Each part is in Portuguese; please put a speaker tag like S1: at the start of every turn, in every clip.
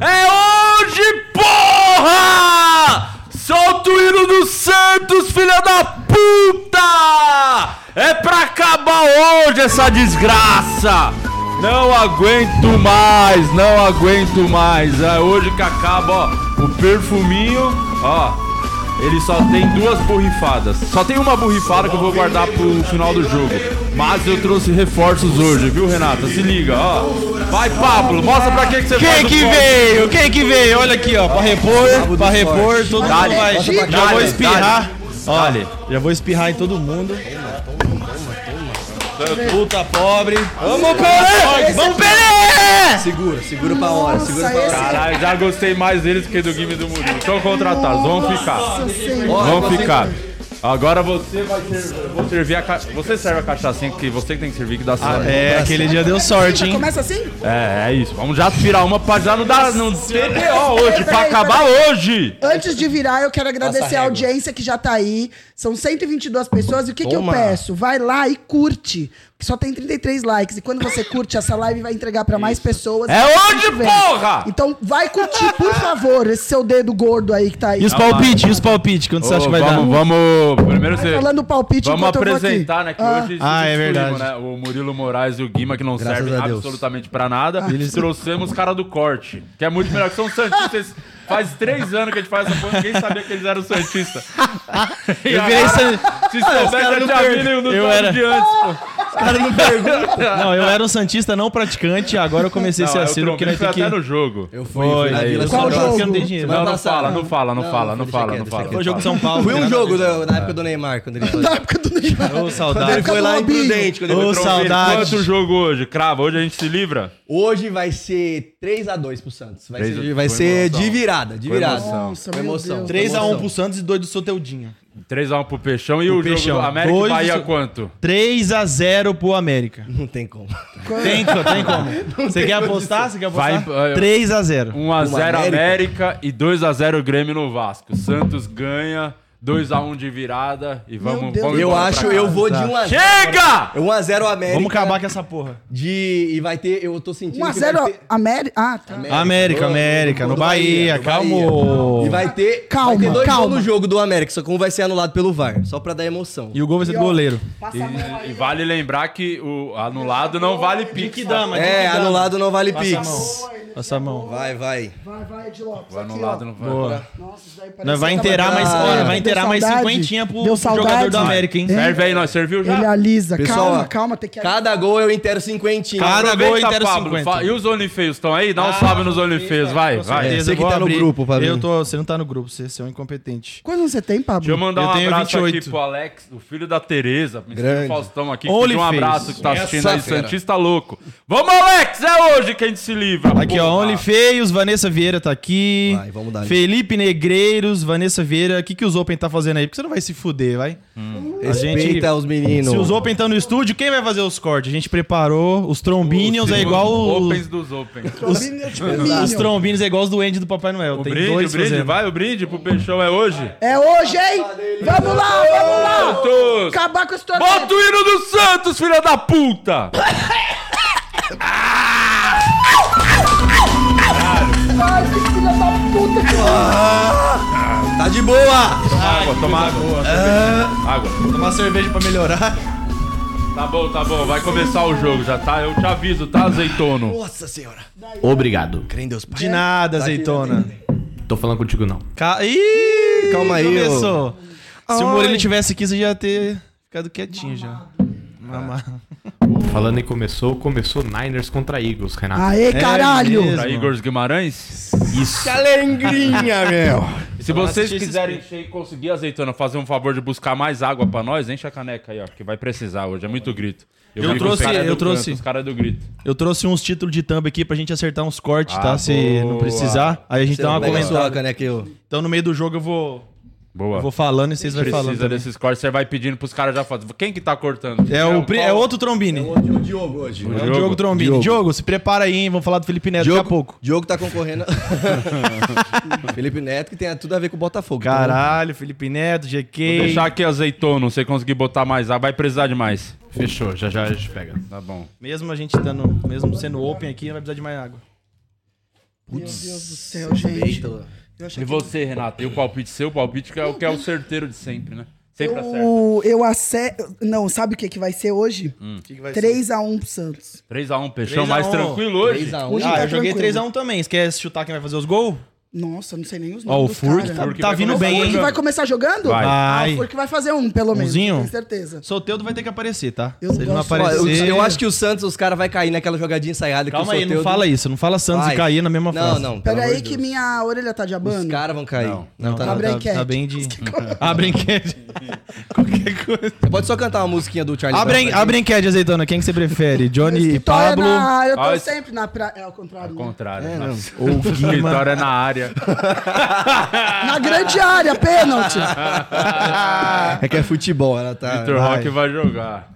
S1: É hoje, porra! Solta o hino do Santos, filha da puta! É pra acabar hoje essa desgraça! Não aguento mais, não aguento mais. É hoje que acaba, ó, o perfuminho, ó. Ele só tem duas borrifadas. Só tem uma borrifada que eu vou guardar pro final do jogo. Mas eu trouxe reforços hoje, viu, Renata? Se liga, ó. Vai, Pablo, mostra pra que, que você faz
S2: Quem
S1: o
S2: que
S1: corte.
S2: veio? Quem que veio? Olha aqui, ó. Pra repor, pra repor, todo
S1: Dale,
S2: mundo vai.
S1: bota pra
S2: Já
S1: cá,
S2: vou
S1: dale,
S2: espirrar. Ó,
S1: dale.
S2: já vou espirrar em todo mundo. Puta pobre. Vamos, Pelé!
S1: é
S2: Vamos, Pelé!
S3: Segura, segura pra hora, segura pra hora.
S1: Caralho, já gostei mais deles que do Guime e do Murilo. São contratados, vão ficar. Vão ficar. Agora você vai ser, eu vou servir a ca... Você serve a cachaçinha que você que tem que servir que dá sorte.
S2: É, aquele dia deu sorte, hein?
S4: Começa assim?
S1: Ah, É, é isso. Vamos já tirar uma pra já não dar não ter BO hoje, pra
S4: Peraí,
S1: acabar hoje.
S4: Antes de virar, eu quero agradecer a
S3: régua.
S4: audiência que já tá aí. São 122 pessoas. E o que, que eu peço? Vai lá e curte. Que só tem 33 likes. E quando você curte, essa live vai entregar pra mais pessoas. Então,
S1: É hoje,
S4: Vem.
S1: porra!
S4: Então vai curtir, por favor, esse seu dedo gordo aí que tá aí.
S2: E os palpites? E os palpites? Quando você acha
S1: Ô,
S2: que vai dar?
S1: vamos, vamos. Primeiro
S4: Vai
S1: você.
S4: Tá falando o palpite
S1: Vamos
S4: enquanto eu vou aqui.
S1: apresentar, né? Que
S4: Ah.
S1: hoje
S2: Ah, é
S1: substituímos,
S2: verdade.
S1: né, o Murilo Moraes e o Guima, que não
S3: Graças
S1: servem
S3: a Deus.
S1: absolutamente pra nada. Eles trouxemos cara do corte, que é muito melhor. Que são santistas. Faz três anos que a gente faz essa porra, ninguém sabia que eles eram santistas. Se
S2: Eu virei san- Ah, Os
S1: soubesse,
S2: caras
S1: eu
S2: não
S1: tinha
S2: per-
S1: vindo no
S2: eu
S1: eu
S2: era-
S1: de antes, pô.
S2: Cara, não pergunta. Não, eu era um Santista não praticante, agora eu comecei a ser assim,
S1: Não, é
S2: assíduo
S1: eu
S2: porque
S1: trombei,
S2: nós
S1: foi
S2: temos
S1: até
S2: que.
S1: no jogo.
S3: Eu fui,
S2: Foi,
S3: na Vila
S2: eu
S4: Qual
S2: sou
S4: jogo?
S3: São
S2: porque eu não
S3: Paulo.
S2: tenho dinheiro.
S3: Vai
S1: Não, não
S3: passar.
S1: fala, não fala, não
S3: Não,
S1: fala, não
S3: deixa
S1: fala,
S3: quieto,
S1: não
S3: deixa
S1: fala.
S2: Foi o jogo São Paulo. né?
S3: Foi um
S2: graças a
S3: jogo
S2: Deus.
S3: da- na época do Neymar, quando ele assim, foi.
S4: Na época do Neymar.
S2: Ô,
S3: Quando ele
S2: saudade.
S3: foi lá
S4: do Robinho.
S3: imprudente, quando ele
S2: Ô,
S3: foi
S2: saudade.
S3: saudade.
S1: Quanto jogo hoje? Crava, hoje a gente se livra?
S3: Hoje vai ser 3x2 pro Santos. Vai
S1: 3 a-
S3: ser, vai
S1: foi
S3: ser
S1: emoção.
S3: de virada, de virada.
S1: emoção.
S4: Nossa,
S3: Foi
S4: meu
S3: emoção.
S4: Deus.
S2: 3x1 pro Santos e 2 do Soteudinho.
S1: 3x1 pro Peixão e o,
S2: Peixão.
S1: jogo do América
S2: Dois
S1: e Bahia
S2: do-
S1: quanto?
S2: 3x0 pro América.
S3: Não tem como.
S2: Tem, co- tem como. Você quer apostar? Você quer
S1: Vai,
S2: apostar?
S1: eh,
S2: 3x0.
S1: 1x0
S3: América.
S1: América e 2x0 Grêmio no Vasco. Santos ganha, 2x1 de virada e vamos.
S4: Deus.
S1: vamos
S3: Eu
S1: embora
S3: acho,
S1: pra
S3: eu
S1: casa.
S3: vou de
S2: tá.
S3: 1x0.
S1: Chega!
S3: 1x0 América.
S2: Vamos acabar com essa porra.
S3: De, e vai ter, eu tô sentindo. que vai
S4: 1x0
S3: ter-
S4: América. Ah, tá.
S2: América,
S3: América,
S2: América, no
S3: do
S2: Bahia,
S3: Bahia, do Bahia.
S2: calmo.
S3: E vai ter,
S4: Calma,
S3: vai ter dois
S4: calma.
S3: gols no jogo do América, só que um vai ser anulado pelo VAR, só pra dar emoção.
S2: E o gol vai ser do goleiro.
S1: E, e vale lembrar que o anulado não vale pique.
S2: dama,
S3: É, anulado não vale pix.
S2: Passa a mão.
S3: Vai, vai.
S4: Vai, vai, Ed Lopes.
S1: O
S4: aqui,
S1: anulado
S4: ó.
S1: não vale.
S2: Boa.
S4: Nossa, isso daí parece
S2: Nós vai
S4: que tá
S2: inteirar mais,
S4: bacana.
S2: olha, vai inteirar
S4: Deu
S2: mais
S4: saudade.
S2: cinquentinha pro,
S4: Deu
S2: pro
S4: saudade.
S2: jogador do América, hein?
S1: Serve aí, nós serviu já?
S4: Ele alisa.
S3: Pessoal,
S4: calma,
S3: ó,
S4: calma. Tem que...
S3: Cada gol é um eu intero cinquentinho.
S2: Cada-
S1: Aproveita,
S2: gol, inteiro
S1: Pablo,
S2: 50.
S1: fa- E os OnlyFeios estão aí? Dá um salve nos OnlyFeios, vai, vai.
S3: certeza. Você
S2: Ah,
S3: que
S2: vou
S3: tá no
S2: abrir.
S3: grupo, Fabinho.
S2: Eu tô, você não tá no grupo, você, você é um incompetente.
S4: Quantos anos você tem, Pablo?
S1: Deixa eu mandar
S2: Eu
S1: um
S2: tenho
S1: abraço
S2: 28.
S1: aqui pro Alex, o filho da Tereza, Grande.
S3: Grande.
S1: Faustão aqui, que
S2: Only
S1: pediu um
S2: Face.
S1: abraço que tá assistindo
S3: Essa
S1: aí,
S3: fera.
S1: Santista Louco. Vamos, Alex, é hoje que a gente se livra.
S2: Aqui, ó, Only Feios, Vanessa Vieira tá aqui.
S3: Vai, vamos dar.
S2: Felipe Negreiros, Vanessa Vieira. O que, que os Open tá fazendo aí? Porque você não vai se fuder, vai. A gente-
S3: Respeita os meninos.
S2: Se os Open estão no estúdio, quem vai fazer os cortes? A gente preparou. Os Trombinions é igual os,
S1: Opens dos Opens.
S2: os,
S4: Minion.
S2: os Trombinions é igual os duendes do Papai Noel.
S1: O
S2: Tem
S1: brinde, o
S2: dois
S1: brinde,
S2: fazendo.
S1: vai, o brinde pro Peixão é hoje.
S4: É hoje, hein? Vamos lá, vamos lá.
S1: Santos!
S4: Acabar com a história.
S1: Bota o hino do Santos, filha da puta!
S4: Ai, que filha da puta que
S3: Tá de boa!
S1: água, toma água.
S2: Ah.
S1: Água.
S2: Tomar cerveja pra melhorar.
S1: Tá bom, tá bom, vai começar o jogo já, tá? Eu te aviso, tá, azeitono?
S3: Nossa senhora.
S5: Obrigado.
S3: Crê em Deus, pai.
S2: De nada,
S3: Tá
S2: azeitona.
S5: Tô falando contigo não.
S2: Ca... Ih,
S3: né? Calma aí, ô.
S2: começou. Se o
S4: Ai.
S2: Murilo tivesse aqui, você já ia ter ficado quietinho já. Mamar.
S5: Falando em começou, começou Niners contra Eagles, Renato.
S4: Aê, caralho.
S2: mesmo.
S1: Pra Igor Guimarães?
S5: Isso.
S3: Calengrinha, meu.
S1: Se vocês
S2: assisti esses
S1: quiserem encher e conseguir, azeitona, fazer um favor de buscar mais água pra nós, enche a caneca aí, ó, que vai precisar hoje, é muito grito.
S2: Eu
S1: vi que
S2: trouxe,
S1: os cara
S2: eu
S1: do canto,
S2: trouxe.
S1: Os caras é do grito.
S2: Eu trouxe uns títulos de thumb aqui pra gente acertar uns cortes,
S1: Ah,
S2: tá? Se
S1: boa.
S2: não precisar. Aí a gente dá Então, uma comentada.
S3: né, que eu...
S2: Então no meio do jogo eu vou,
S1: Boa.
S2: eu vou falando e vocês vão
S1: Precisa
S2: falando. também.
S1: desses cortes, você vai pedindo pros caras já fazer. Quem que tá cortando?
S2: É, o, pri- é outro Trombini. É
S3: O Diogo hoje.
S2: o Diogo Trombini. Diogo. se prepara aí, hein? Vamos falar do Felipe Neto daqui a pouco.
S3: Diogo tá concorrendo. Felipe Neto, que tem tudo a ver com o Botafogo. tá
S2: Caralho, Felipe Neto, GK.
S1: Vou deixar aqui azeitona, você conseguir botar mais água, vai precisar de mais.
S5: Fechou, já já a gente pega.
S1: Tá bom.
S2: Mesmo a gente dando, mesmo sendo open aqui, vai precisar de mais água.
S4: Meu Deus do céu, gente. Eu achei
S1: E
S4: que-
S1: você, Renato? E o palpite seu? O palpite que é o, que é o certeiro de sempre, né? Sempre acerta.
S4: Eu, eu ace... Não, sabe o que, que vai ser hoje?
S2: Hum. que, que vai
S4: 3x1 pro Santos.
S1: 3x1, Peixão
S2: 3 a 1.
S1: mais tranquilo hoje.
S3: 3x1.
S4: Hoje
S2: Ah,
S4: tá
S2: eu joguei
S4: tranquilo.
S2: 3x1 também. Você quer chutar quem vai fazer os gols?
S4: Nossa, não sei nem os nomes.
S2: Ó, o
S4: dos
S2: Furk
S4: caras.
S2: tá,
S1: Furk
S2: tá
S1: vai
S2: vindo
S1: começar
S2: bem,
S4: O Furk
S2: hein?
S4: vai começar jogando?
S1: Vai.
S4: Ah, o
S2: Vai.
S4: Furk vai fazer um, pelo menos.
S2: Umzinho?
S4: Tenho certeza.
S2: Solteudo vai ter que aparecer, tá?
S4: Eu
S2: Se ele não
S4: gosto- Ó,
S2: aparecer...
S4: eu-
S3: Eu acho que o Santos, os caras vão cair naquela jogadinha ensaiada que
S2: Calma
S3: o
S2: aí, não fala isso. Não fala Santos
S3: Vai.
S2: e cair na mesma
S3: Não,
S2: frase.
S3: não. pelo
S4: Pera
S3: amor
S4: aí
S3: de
S4: que
S3: Deus.
S4: minha orelha tá de
S3: Os
S4: abano.
S3: caras vão cair.
S1: Não.
S3: Não, tá,
S2: tá,
S3: não,
S4: Abre
S2: tá,
S4: a
S3: tá.
S4: enquete.
S2: tá bem de... Abre a enquete. Qualquer coisa.
S3: Você pode só cantar uma musiquinha do Charlie
S2: Abre,
S3: Brown pra
S2: abre a enquete, azeitona. Quem que você prefere? Johnny e
S4: Vitória
S2: Pablo?
S4: na área, eu tô
S1: Ah, isso-
S4: sempre na praia. É ao contrário.
S1: Ao
S4: né?
S1: contrário.
S3: É,
S1: nossa.
S2: não. O Guima-
S1: Vitória é na área.
S4: Na grande área, pênalti.
S3: gente. É que é futebol, ela tá...
S1: Vitor
S2: vai.
S1: Roque vai jogar.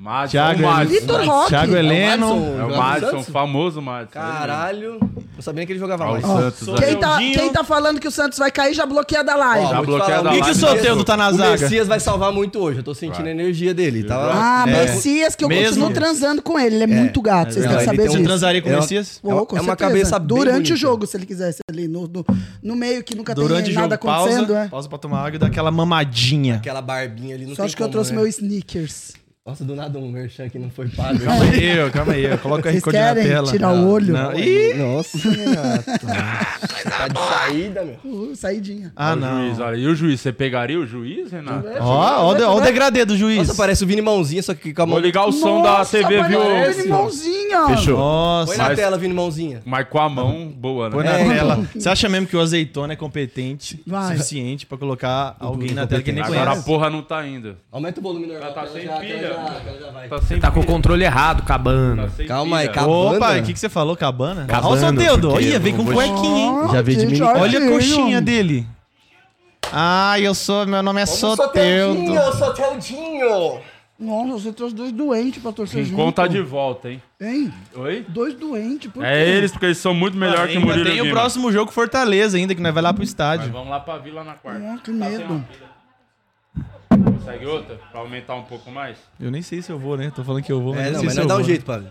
S1: Madison,
S2: Thiago
S1: o Madison.
S2: Heleno.
S4: Vitor Roque.
S2: Thiago
S3: É o
S2: Heleno.
S1: É
S3: Madison, jogador
S1: o
S3: do
S1: Madison,
S3: Santos?
S1: famoso Madison.
S3: Caralho. Não sabia nem que ele jogava
S1: Ó, o
S3: mais.
S1: Santos. aí.
S4: Quem tá,
S2: Leandinho.
S4: quem tá falando que o Santos vai cair já bloqueia da live.
S1: Já
S3: vou te
S1: bloqueia
S3: falar,
S1: da
S3: o
S1: live.
S3: Messias-
S1: E que o
S2: Soteldo tá na
S3: O
S2: zaga?
S3: Messias vai salvar muito hoje. Eu tô sentindo
S1: Vai.
S3: a energia dele. tá? Tava...
S4: Ah,
S2: É.
S4: Messias, que eu
S2: Mesmo-
S4: continuo transando com ele. Ele é muito gato, vocês
S3: Não,
S4: devem
S3: ele
S4: saber
S3: tem um-
S4: disso.
S2: Você transaria com o
S3: É uma-
S2: Messias?
S4: Pô, com
S3: é uma
S4: certeza.
S3: cabeça bem
S4: Durante
S3: bonita.
S4: o jogo, se ele quisesse, ali no, no, no meio que nunca
S2: Durante
S4: tem
S2: o
S4: nada
S2: jogo,
S4: acontecendo,
S2: pausa.
S4: é.
S2: Pausa pra tomar água e dar aquela mamadinha.
S3: Aquela barbinha ali. Não
S4: Só
S3: tem
S4: acho que eu
S3: como,
S4: trouxe
S3: né?
S4: meu sneakers.
S3: Nossa, do nada um merchan que não foi pago.
S2: Calma aí, calma aí. Coloca o
S4: Vocês
S2: R Code na
S4: querem
S2: tela.
S4: tirar o olho?
S2: Não. Ih!
S3: Nossa, Renato. tá de saída, meu.
S4: Uh, saidinha.
S2: Ah,
S1: O
S2: não.
S1: juiz, olha. E o juiz, você pegaria o juiz, Renato?
S2: Ó, ó, o de- ó o degradê do juiz.
S3: Nossa, parece o Vini Mãozinha, só que com a mão...
S1: Vou ligar o som
S4: Nossa,
S1: da TV, viu?
S4: parece um animalzinho.
S2: Nossa.
S3: Põe na
S1: Mas-
S3: tela, Vini Mãozinha.
S1: Mas com a mão, boa, né?
S2: Põe na
S3: É,
S2: tela. Você acha mesmo que o azeitona é competente
S4: Vai.
S2: suficiente pra colocar alguém na tela que nem
S1: Agora
S2: conhece?
S1: a porra não tá indo.
S3: Aumenta o volume normal.
S1: Ela tá
S3: que ela
S1: sem
S3: já- que
S1: pilha.
S3: ela já- que ela já vai.
S1: Tá sem
S5: Tá com o
S1: pilha,
S5: controle errado, cabana.
S1: tá sem
S3: Calma
S1: pilha.
S3: aí, calma.
S2: Opa,
S3: Cabana.
S2: o que, que você falou? Cabana?
S5: Cabana,
S2: Olha o Soteldo.
S5: porque
S2: Olha,
S5: eu
S2: vem com
S5: vou-
S2: cuequinha, hein?
S4: Já
S3: veio de mini-
S2: Olha a coxinha dele. Ah, eu sou. Meu nome é Soteldo.
S3: Soteldinho, Soteldinho.
S4: Nossa, você trouxe dois doentes pra torcer junto.
S1: Rincon tá de volta, hein?
S4: Hein?
S1: Oi?
S4: Dois doentes, por
S1: É
S4: quê?
S1: eles, porque eles são muito melhor que o
S2: Ah, Ainda
S1: Murilo
S2: tem o
S1: Guima.
S2: próximo jogo Fortaleza ainda, que nós vai lá pro
S1: Mas
S2: estádio.
S1: vamos lá pra Vila na quarta.
S4: Ah, que
S1: Tá sem
S4: medo.
S1: uma pilha. Consegue outra? Pra aumentar um pouco mais?
S2: Eu nem sei se eu vou, né? Tô falando que eu vou, mas
S3: É,
S2: não,
S3: não,
S2: sei
S3: mas
S2: se eu
S3: nós dá um
S2: vou.
S3: jeito, Pablo.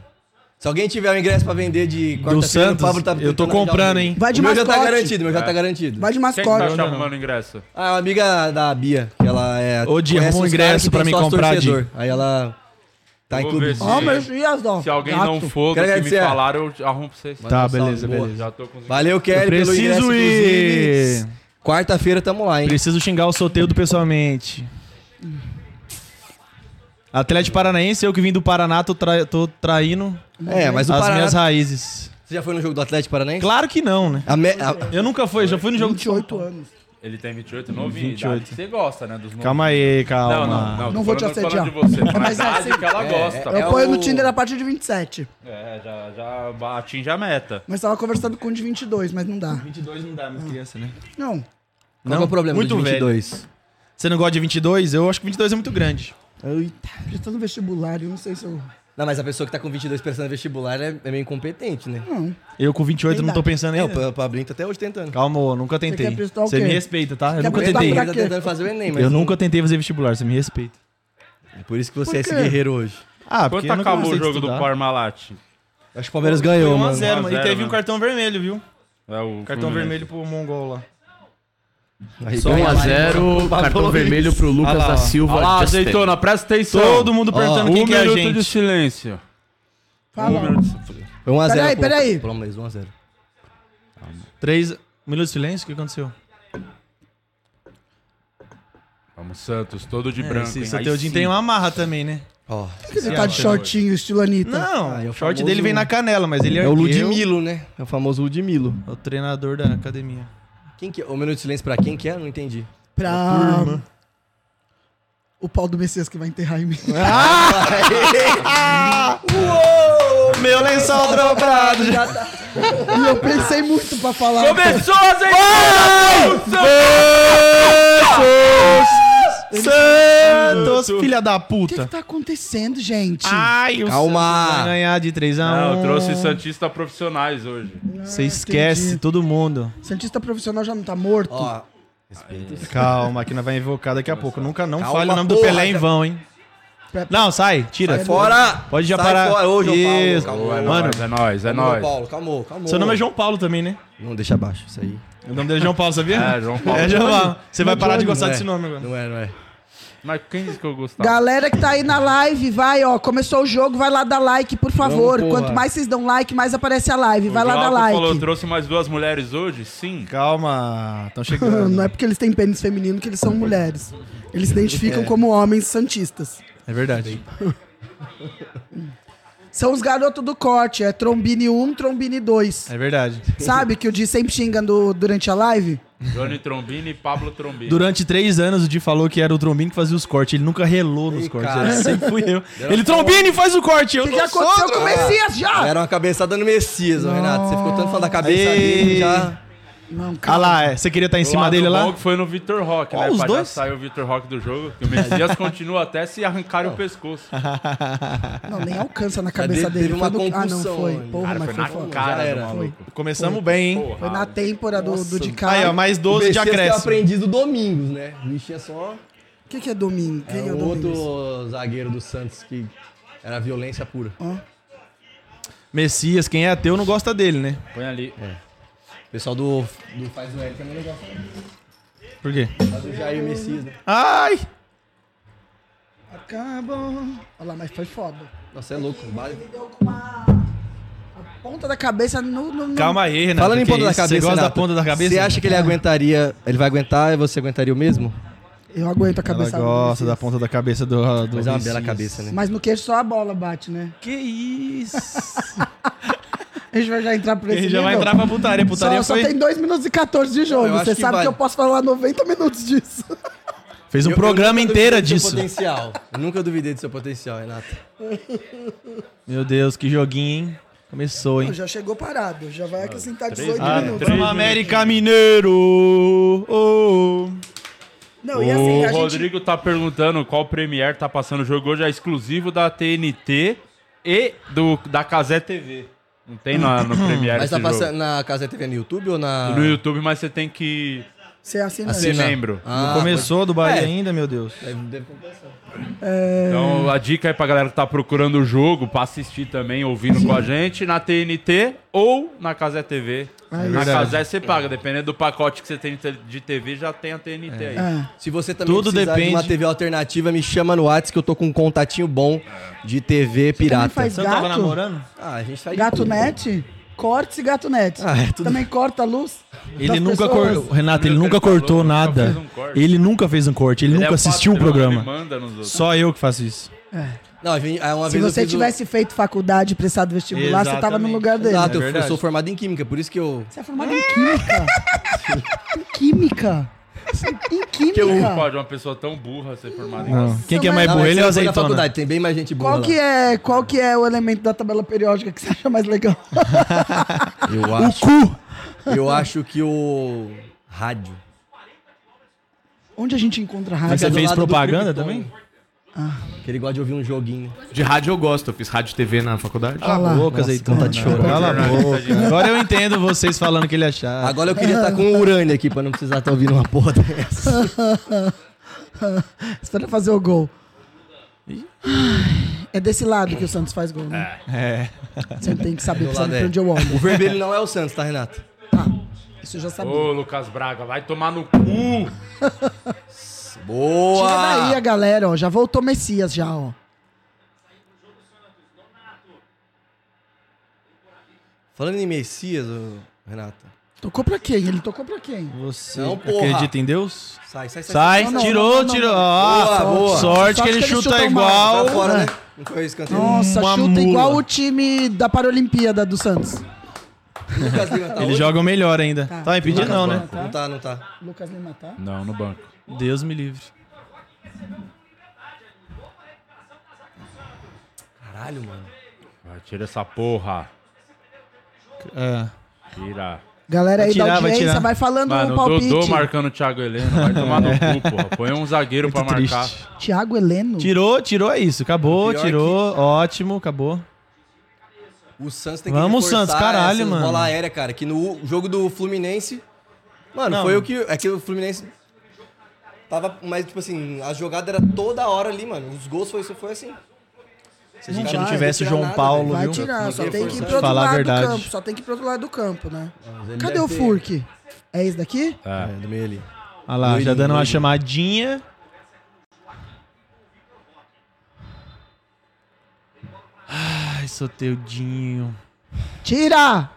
S3: Se alguém tiver um ingresso pra vender de
S2: Do
S3: quarta-feira, o
S2: Santos,
S3: Pablo tá
S2: eu tô
S3: tentando arranjar
S2: comprando,
S3: um.
S2: hein? É.
S4: Vai de
S3: o meu já
S4: mascote.
S3: tá garantido, o meu já tá garantido.
S4: Vai de
S1: Quem que tá
S4: mascote.
S1: te arrumando ingresso?
S3: Ah, uma amiga da Bia, que ela é.
S2: Ô, Di,
S3: conhece
S2: arruma um
S3: uns caras que
S2: ingresso pra
S3: tem
S2: mim
S3: sócio
S2: comprar, Di.
S3: torcedor. Aí ela tá
S1: Vou
S3: em clube.
S1: ver
S4: Ó, Messias, ó.
S1: Se alguém
S4: Gato.
S1: não for do
S3: Quero
S1: que me
S3: agradecer.
S1: falaram, eu arrumo pra vocês.
S2: Tá,
S3: Manda um salve,
S2: beleza,
S3: boa.
S2: beleza.
S1: Já tô com os
S3: Valeu, Kelly, pelo ingresso,
S2: Preciso ir.
S3: inclusive. Quarta-feira tamo lá, hein?
S2: Preciso xingar o Soteldo pessoalmente. Atlético Paranaense, eu que vim do Paraná, tô, tra- tô traindo
S3: É, mas o
S2: as
S3: Paraná...
S2: minhas raízes.
S3: Você já foi no jogo do Atlético Paranaense?
S2: Claro que não, né?
S3: A me- a-
S2: Eu nunca fui, já fui no jogo de
S4: 28 anos.
S1: Ele tem 28, novinho.
S2: 28.
S1: 28. Você gosta, né? Dos novinhos.
S2: Calma aí,
S1: Não,
S2: calma.
S1: não, não.
S4: Não
S1: tô
S4: vou te
S1: falando- tô
S4: assediar.
S1: falando de você.
S4: É, mas
S1: Mas
S4: é
S1: a
S4: assim.
S1: idade que ela gosta.
S4: Eu
S3: É
S4: ponho no
S3: o-
S4: Tinder a partir de 27.
S1: É, já, já ba- atinge a meta.
S4: Mas tava conversando com um de 22, mas não dá.
S2: 22 não dá, minha criança, né?
S4: Não.
S3: Qual que é o problema
S2: Muito
S3: dos
S2: velho.
S3: 22?
S2: Você não gosta de 22? Eu acho que 22 é muito grande.
S4: Já tô tá no vestibular, eu não sei se eu...
S3: Não, mas a pessoa que tá com 22 pensando no vestibular é, é meio incompetente, né?
S4: Não.
S2: Eu com 28 não tô pensando
S3: É,
S2: em.
S3: o Pa- o Pablinho tá até hoje tentando.
S2: Calma, eu nunca
S4: Você
S2: tentei.
S4: quer prestar o
S2: Você
S4: quê?
S2: me respeita, tá? Eu
S4: Quer
S2: nunca
S4: prestar
S2: tentei.
S4: pra
S3: Ele tá
S4: quê?
S3: tentando fazer o Enem, mas...
S2: Eu nunca tentei fazer vestibular, você me respeita.
S3: É por isso que você é esse
S4: quê?
S3: guerreiro hoje.
S2: Ah,
S1: Quanto acabou o jogo do
S2: Parma?
S1: Parmalat?
S3: Acho que o Palmeiras ganhou, mano.
S2: 1x0, mano. E
S1: 1x0,
S2: teve um
S1: né?
S2: cartão vermelho, viu? Uhum.
S1: É o Fluminense.
S2: Cartão vermelho pro Mongol lá.
S3: Aí
S5: Só
S3: ganha lá, hein?
S5: 1x0, cartão vermelho pro Lucas
S2: Olha lá, ó.
S5: da Silva.
S1: Olha lá,
S5: Justin.
S1: azeitona, presta atenção.
S2: Todo mundo perguntando
S1: Um
S2: quem que é a
S1: minuto de
S2: gente.
S1: silêncio.
S4: Fala.
S3: Foi 1x0.
S4: Peraí,
S3: pro-
S4: peraí.
S3: pro Palmeiras, 1x0.
S2: Três... Um minuto de silêncio? O que aconteceu?
S1: Vamos, Santos, todo de branco. hein?
S2: Esse
S1: Aí
S2: teu dia
S1: sim.
S2: tem uma marra também, né?
S3: Ó,
S4: Por que você tá de shortinho, estilo Anitta?
S2: Não,
S3: Ah, é
S2: o
S3: o
S2: short
S3: famoso-
S2: dele vem na canela, mas ele
S3: é o
S2: arqueiro,
S3: Ludmilo, né? É o famoso Ludmilo.
S2: É o treinador da academia.
S3: Quem que é? O minuto de silêncio pra quem que é? Não entendi.
S4: Pra... O pau do Messias que vai enterrar em mim.
S2: Meu lençol dobrado!
S4: E eu pensei muito pra falar.
S1: Começou, azeitona!
S2: Santos, filha da
S4: O que que
S2: puta!
S4: tá acontecendo, gente?
S2: Ai, o
S3: Calma.
S2: Santos vai ganhar de 3 a 1
S1: Não, eu trouxe Santista profissionais hoje.
S2: Você esquece
S4: Ah, entendi.
S2: todo mundo.
S4: Santista profissional já não tá morto?
S3: Ó,
S4: É.
S2: Calma, que nós vai invocar daqui a pouco. Nunca não
S3: Calma,
S2: fale o nome do
S3: porra,
S2: Pelé em
S3: já-
S2: vão, hein?
S4: Pra-
S2: Não, sai, tira.
S3: Sai fora!
S2: Pode já
S3: Sai
S2: parar.
S3: fora. Ô, João
S2: Isso.
S3: Paulo,
S2: Mano,
S3: calma.
S1: é nóis, é
S3: Calma, João
S1: nóis.
S3: Paulo, calmou, calmou.
S2: Seu nome é João Paulo também, né?
S3: Não deixa abaixo, isso aí.
S2: O nome dele é João Paulo, sabia?
S1: É, João Paulo.
S2: É João Paulo. Você vai parar de
S3: Não
S2: gostar
S3: é.
S2: desse nome agora.
S3: Não é, não é.
S1: Mas quem disse que eu gostava?
S4: Galera que tá aí na live, vai, ó. Começou o jogo, vai lá dar like, por favor.
S3: Vamos, porra.
S4: Quanto mais vocês dão like, mais aparece a live. Vai
S1: O
S4: lá dar
S1: Glauco
S4: like.
S1: falou, trouxe mais duas mulheres hoje? Sim.
S2: Calma, estão chegando.
S4: Não é porque eles têm pênis feminino que eles são mulheres. Eles se identificam
S1: É.
S4: como homens santistas.
S2: É verdade.
S4: São os garotos do corte, é Trombini 1, Trombini 2.
S2: É verdade.
S4: Sabe que o Di sempre xinga do- durante a live?
S1: Johnny Trombini e Pablo Trombini.
S2: Durante três anos o Di falou que era o Trombini que fazia os cortes. Ele nunca relou nos
S3: Ih,
S2: cortes.
S3: cara.
S2: Ele sempre fui eu. Ele, Trombini, faz o corte. Eu
S4: O que,
S2: não
S4: que
S2: sou,
S4: aconteceu com o
S2: Trombini.
S4: Messias já?
S3: né? Ah! Era uma cabeçada no Messias, ó, Renato. Você ficou tanto falando da cabeça
S2: Ei.
S3: dele já.
S4: Não, cara.
S2: Ah lá, é. você queria estar em
S1: Do
S2: cima
S1: lado
S2: dele lá?
S1: bom que foi no Vitor Roque,
S2: Ó,
S1: né?
S2: os
S1: pra
S2: dois.
S1: já sair o Vitor Roque do jogo. que o Messias continua até se arrancarem o pescoço.
S4: Não, nem alcança na cabeça
S3: Teve
S4: dele.
S3: uma
S4: Foi no- Ah, não,
S3: concussão,
S4: foi.
S3: hein?
S4: Porra,
S1: Cara,
S4: mas
S1: foi
S4: foi
S1: na
S4: foda.
S1: cara
S3: Já
S1: do
S3: era.
S1: maluco.
S2: Começamos bem, hein?
S4: Foi na têmpora do, do de
S2: Aí, ó,
S4: cara.
S2: mais
S3: O
S2: 12 de
S3: Messias que é o
S2: acréscimo.
S3: aprendiz do Domingos, né? O bichinho é só...
S4: O que, que é domingo? Quem
S3: É
S4: é o
S3: o
S4: domingo?
S3: outro zagueiro do Santos que era violência pura.
S2: Messias, quem é ateu não gosta dele, né?
S1: Põe ali.
S3: O pessoal do, do Faz o L também não gosta. né?
S2: Por quê?
S3: Mas o Jair Messias, né?
S2: Ai!
S4: Acabam. Olha lá, mas foi foda.
S3: Nossa, é louco. Vale.
S4: Deu com uma... a ponta da cabeça no... no, no...
S2: Calma aí, Renato.
S3: Falando em
S2: que
S3: ponta da
S2: isso?
S3: cabeça,
S2: Você gosta da
S3: Renato,
S2: ponta da cabeça?
S3: Você acha que ele aguentaria... Ele vai aguentar e você aguentaria o mesmo?
S4: Eu aguento a
S2: Ela
S4: cabeça. assim.
S2: gosta da ponta da cabeça do, do
S3: Mas é uma
S2: Messias.
S3: bela cabeça, né?
S4: Mas no queixo só a bola bate, né?
S2: Que isso?
S4: A gente vai já entrar por esse
S2: Ele já vai
S4: nível?
S2: entrar pra putaria. Putaria
S4: só,
S2: foi...
S4: só tem 2 minutos e 14 de jogo.
S3: Não, eu acho
S4: Você
S3: que
S4: sabe
S3: vale.
S4: que eu posso falar 90 minutos disso.
S2: Fez um
S3: Eu- eu
S2: programa
S3: nunca
S2: inteiro
S3: duvidei do seu
S2: disso.
S3: Potencial. Eu nunca duvidei do seu potencial, Renato.
S2: Meu Deus, que joguinho, hein? Começou, hein?
S4: Já chegou parado. Já vai acrescentar 18
S2: Ah,
S4: minutos.
S1: três
S2: Trama América Mineiro! ô, ô. Ah,
S4: Não, e assim, a
S1: o
S4: gente...
S1: Rodrigo tá perguntando qual Premiere tá passando o jogo hoje. É exclusivo da TNT e do, da Casé TV. Não tem na, no Premiere
S3: Mas tá
S1: esse jogo.
S3: passando na Casa TV no YouTube ou na...
S1: No YouTube, mas você tem que
S4: Você assina.
S1: ser
S3: Assina.
S1: membro.
S3: Ah,
S2: Começou do Bahia
S3: É.
S2: ainda, meu Deus.
S3: Deve, deve compensar.
S1: Então a dica aí pra galera que tá procurando o jogo, pra assistir também, ouvindo com a gente, na TNT ou na Casé TV. na
S2: verdade.
S1: Casé você paga, dependendo do pacote que você tem de TV, já tem a TNT aí.
S4: Ah,
S3: Se você também
S2: Tudo
S3: precisar de uma
S2: depende.
S3: TV alternativa, me chama no WhatsApp que eu tô com um contatinho bom de TV pirata.
S4: faz
S2: Você não tava
S4: Gato?
S2: namorando?
S3: Ah, a gente faz de
S4: gato
S3: tudo.
S4: net? Cortes e gato net.
S3: Ah, é tudo-
S4: Também corta a luz.
S2: Ele
S4: das
S2: nunca
S4: pessoas.
S2: cortou. Renato, ele
S1: Primeiro
S2: nunca
S1: que ele
S2: cortou
S1: falou, nunca
S2: nada.
S1: fez um corte.
S2: Ele nunca fez um corte, ele
S1: Ele é
S2: nunca assistiu o
S1: patrão, ele
S2: programa.
S1: manda nos outros.
S2: Só eu que faço isso.
S3: Não, a gente- ah, uma
S4: Se
S3: vez eu
S4: você
S3: fiz o-
S4: tivesse feito faculdade, prestado vestibular, você tava no
S2: Exatamente.
S4: lugar dele.
S3: Exato,
S2: É
S3: eu- eu
S2: verdade.
S3: sou formado em química, por isso que eu...
S4: Você é formado em química. em química. Em
S1: Não
S4: química.
S1: pode uma pessoa tão burra ser formada em
S2: Não. Quem que é
S4: mas-
S2: mais
S3: Não,
S2: burro?
S3: mas
S2: Ele é o
S3: eu fui na
S2: azeitona.
S3: faculdade, tem bem mais gente boa
S4: Qual que, é, qual que é o elemento da tabela periódica que você acha mais legal?
S3: Eu acho,
S4: Cu!
S3: eu acho que o... Rádio.
S4: Onde a gente encontra
S2: Mas
S4: rádio?
S2: você
S3: do
S2: fez
S3: lado do
S2: propaganda
S3: Krypton.
S2: também?
S4: Ah.
S3: Que ele gosta de ouvir um joguinho.
S5: né? De rádio eu gosto, eu fiz rádio e TV na faculdade.
S3: tá
S4: Olha lá.
S2: Boca, azeitona.
S3: vontade de chorar.
S2: Cala a boca. Agora eu entendo vocês falando que ele
S4: Ah.
S2: achava.
S3: Agora eu queria estar com o urânio aqui pra não precisar estar ouvindo uma porra dessa.
S4: Espera fazer tá o gol. É desse lado que o Santos faz gol, né?
S2: É.
S4: Você tem que saber,
S3: Do
S4: precisa
S3: lado,
S4: saber
S3: é.
S4: pra onde eu olho.
S3: O vermelho não é o Santos, tá, Renato?
S4: Isso eu já sabia.
S1: Ô, Lucas Braga, vai tomar no cu!
S3: Boa!
S4: Tira daí a galera, ó. Já voltou Messias, já, ó.
S3: Falando em Messias, ô, Renato.
S4: Tocou pra quem? Ele tocou pra quem?
S2: Você
S3: Não, porra.
S2: acredita em Deus?
S3: Sai, sai,
S2: Sai,
S4: Não, não,
S2: tirou,
S4: não, não, não.
S2: tirou. Ah,
S3: Boa, boa.
S2: Sorte
S4: Sorte
S2: que ele
S4: que ele
S2: chuta
S4: chutou
S2: igual.
S3: Tá fora, né? Não foi esse cantinho.
S4: Nossa,
S2: Uma
S4: chuta
S2: mula.
S4: igual o time da Paralimpíada do Santos.
S3: Lucas Lima tá
S2: Ele
S3: hoje?
S2: joga o melhor ainda. Tá, tá impedindo não, né?
S3: Não tá, não tá.
S4: Lucas Lima tá?
S1: Não, no banco.
S2: Deus me livre.
S3: Caralho, mano.
S1: Vai, tira essa porra.
S2: É.
S1: Tira.
S4: Galera
S2: Vai
S4: aí
S2: tirar,
S4: da
S2: vai
S4: audiência,
S2: tirar.
S4: vai, falando
S1: Mano,
S4: um
S1: o
S4: palpite.
S1: Dodô marcando o Thiago Heleno. Vai tomar no cu, porra. Põe um zagueiro pra
S2: Muito
S1: marcar.
S2: triste.
S4: Thiago Heleno.
S2: Tirou, tirou, é isso. Acabou,
S3: O pior
S2: tirou. Ótimo, acabou.
S3: O Santos tem que
S2: Vamos,
S3: reforçar
S2: Santos, caralho,
S3: essas
S2: mano.
S3: bola aérea, cara. Que no jogo do Fluminense... Mano,
S2: Não.
S3: foi o que... É que o Fluminense...
S6: Tava, mas, tipo assim, a jogada era toda hora ali, mano. Os gols foi, foi assim.
S2: Se a gente
S4: Não
S2: não
S4: vai,
S2: tivesse o
S6: não
S2: João
S6: tirar nada,
S2: Paulo,
S4: Vai
S2: viu?
S4: tirar, só tem que ir pro outro
S2: Falar a
S4: lado do
S2: verdade.
S4: campo. Só tem que ir pro outro lado do campo, né?
S3: ele
S4: Cadê
S3: deve
S4: o
S3: ter-
S4: Furk? É esse daqui?
S2: Tá.
S3: É, do meio ali.
S2: Olha lá, já
S3: Loirinho,
S2: dando uma
S3: loirinho.
S2: chamadinha. Ai, soteudinho.
S4: Tira!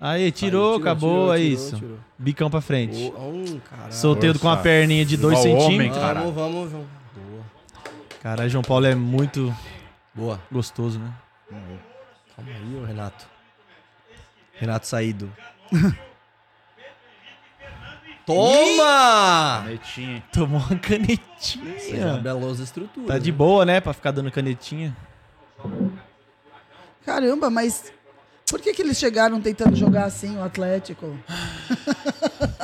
S2: Aí, tirou,
S3: Aí, tirou,
S2: acabou,
S3: tirou,
S2: é
S3: tirou,
S2: isso.
S3: tirou.
S2: Bicão pra frente.
S3: Oh, um, caralho.
S2: Solteiro com a
S1: Força.
S2: perninha de 2
S1: Igual homem,
S2: centímetros.
S1: cara.
S6: Vamos, vamos, vamos.
S2: Caralho, João Paulo é muito
S3: Boa.
S2: gostoso, né?
S3: Calma aí, ô Renato. Renato saído.
S6: Toma!
S1: Netinho.
S2: Tomou uma
S3: Você já
S2: canetinha.
S3: belou as estruturas.
S2: Tá de
S3: né?
S2: boa, né? Pra ficar dando canetinha.
S4: Caramba, mas por que, que eles chegaram tentando jogar assim o Atlético?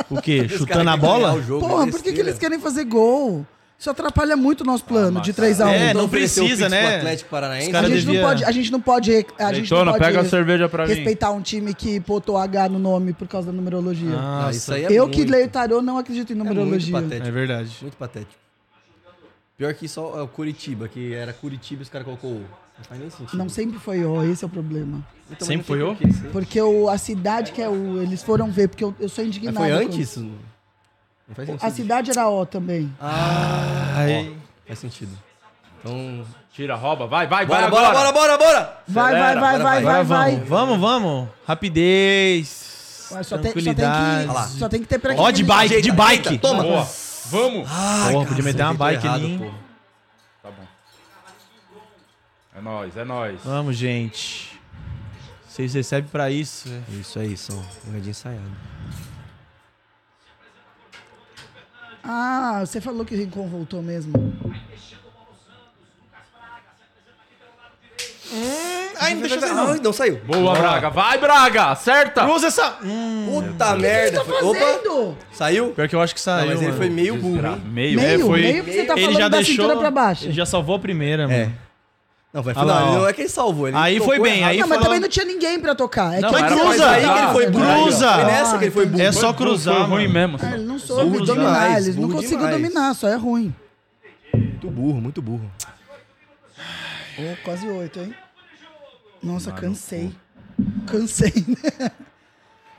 S2: O quê?
S3: Esse
S2: Chutando
S3: cara
S2: a
S3: quer ganhar o
S2: bola?
S3: jogo,
S4: Porra,
S3: é
S4: por que, que
S3: besteira. Ah,
S4: eles querem fazer gol? Isso atrapalha muito o nosso plano de 3x1.
S2: É, não
S3: Então ofereceu o
S2: precisa,
S3: Pix pro
S2: né?
S3: Atlético Paranaense.
S2: Os
S4: a,
S2: cara
S4: gente
S2: devia-
S4: não pode, a gente não pode, re- a gente não
S7: Leitona,
S4: pode
S7: pega a cerveja pra mim.
S4: respeitar um time que botou H no nome por causa da numerologia.
S3: Ah, isso aí é
S4: Eu
S3: muito-
S4: que leio tarô não acredito em
S3: é muito
S4: numerologia.
S3: patético.
S2: É verdade.
S3: Muito patético. Pior que só é o Curitiba, que era Curitiba e os caras colocou. o. Não faz nem sentido.
S4: não sempre foi O, esse é o problema.
S3: Eu
S2: Sempre
S3: também não sei
S2: foi o?
S3: porquê, sim.
S4: Porque o- a cidade que é o. Eles foram ver, porque eu, eu sou
S3: Mas
S4: indignado.
S3: foi
S4: com
S3: antes?
S4: isso.
S3: isso? Não faz sentido.
S4: A cidade era O também.
S3: Ah,
S2: Ai.
S3: ó, faz sentido. Então.
S7: Tira, rouba, vai, vai,
S3: Bora,
S7: vai
S3: bora,
S7: agora.
S3: bora, bora, bora!
S4: Vai, vai,
S7: Acelera,
S4: vai, vai, vai,
S2: Agora
S4: vai.
S2: vamos, vamos, vamos. Rapidez.
S4: Mas Só tem, só, tem
S2: tranquilidade.
S4: que, só tem que ter pra
S2: Ó, de bike, de
S3: Ajeita,
S2: bike.
S3: ajeita, Toma!
S7: Boa. Vamos.
S3: Ah,
S2: Porra, podia meter uma
S3: acertei
S2: bike
S3: errado,
S2: ali, hein?
S3: porra.
S1: Tá bom. É nóis, é nóis.
S2: Vamos, gente. Vocês recebem pra isso. é.
S3: Isso aí, só um jogadinha ensaiada.
S4: Ah, você falou que o Rincon voltou mesmo.
S3: Ai, não deixa eu não. Não saiu.
S7: Boa, Braga. Vai, Braga. Acerta.
S2: Cruza essa. Hum.
S3: Puta merda. Foi- Opa,
S4: tá Fazendo!
S3: saiu?
S2: Pior que eu acho que
S3: Não,
S2: saiu.
S3: mas ele
S2: mano.
S3: foi meio burro,
S1: Desgra-
S3: hein?
S1: Meio.
S4: Meio,
S1: É, foi...
S4: meio que você tá
S2: Ele
S4: falando
S2: já
S4: da
S2: deixou.
S4: cintura pra baixo.
S2: Ele já salvou a primeira,
S3: É.
S2: mano.
S3: Não, vai
S2: Ah lá,
S3: não,
S2: ó.
S3: não é que ele salvou. Ele
S2: Aí
S3: tocou
S2: foi bem,
S3: errado.
S2: aí
S4: Ah, não, mas
S2: falando-
S4: também não tinha ninguém pra tocar. É
S2: Não,
S4: que
S2: mas
S4: é
S2: era
S4: cruza.
S2: mais aí que ele
S3: foi
S4: Verdade.
S2: Cruza!
S3: Foi nessa que ele foi burro.
S2: É
S7: Foi-
S2: só cruzar.
S7: Foi ruim
S2: mano.
S7: mesmo.
S4: Ah,
S1: assim.
S4: ele não soube
S3: Burro
S4: dominar,
S3: demais,
S4: eles não
S3: burro
S4: conseguiu
S3: demais.
S4: dominar, só é ruim.
S3: Muito burro, muito burro.
S4: Ô, quase oito, hein?
S3: Ah,
S4: Nossa, cansei. Cansei, né?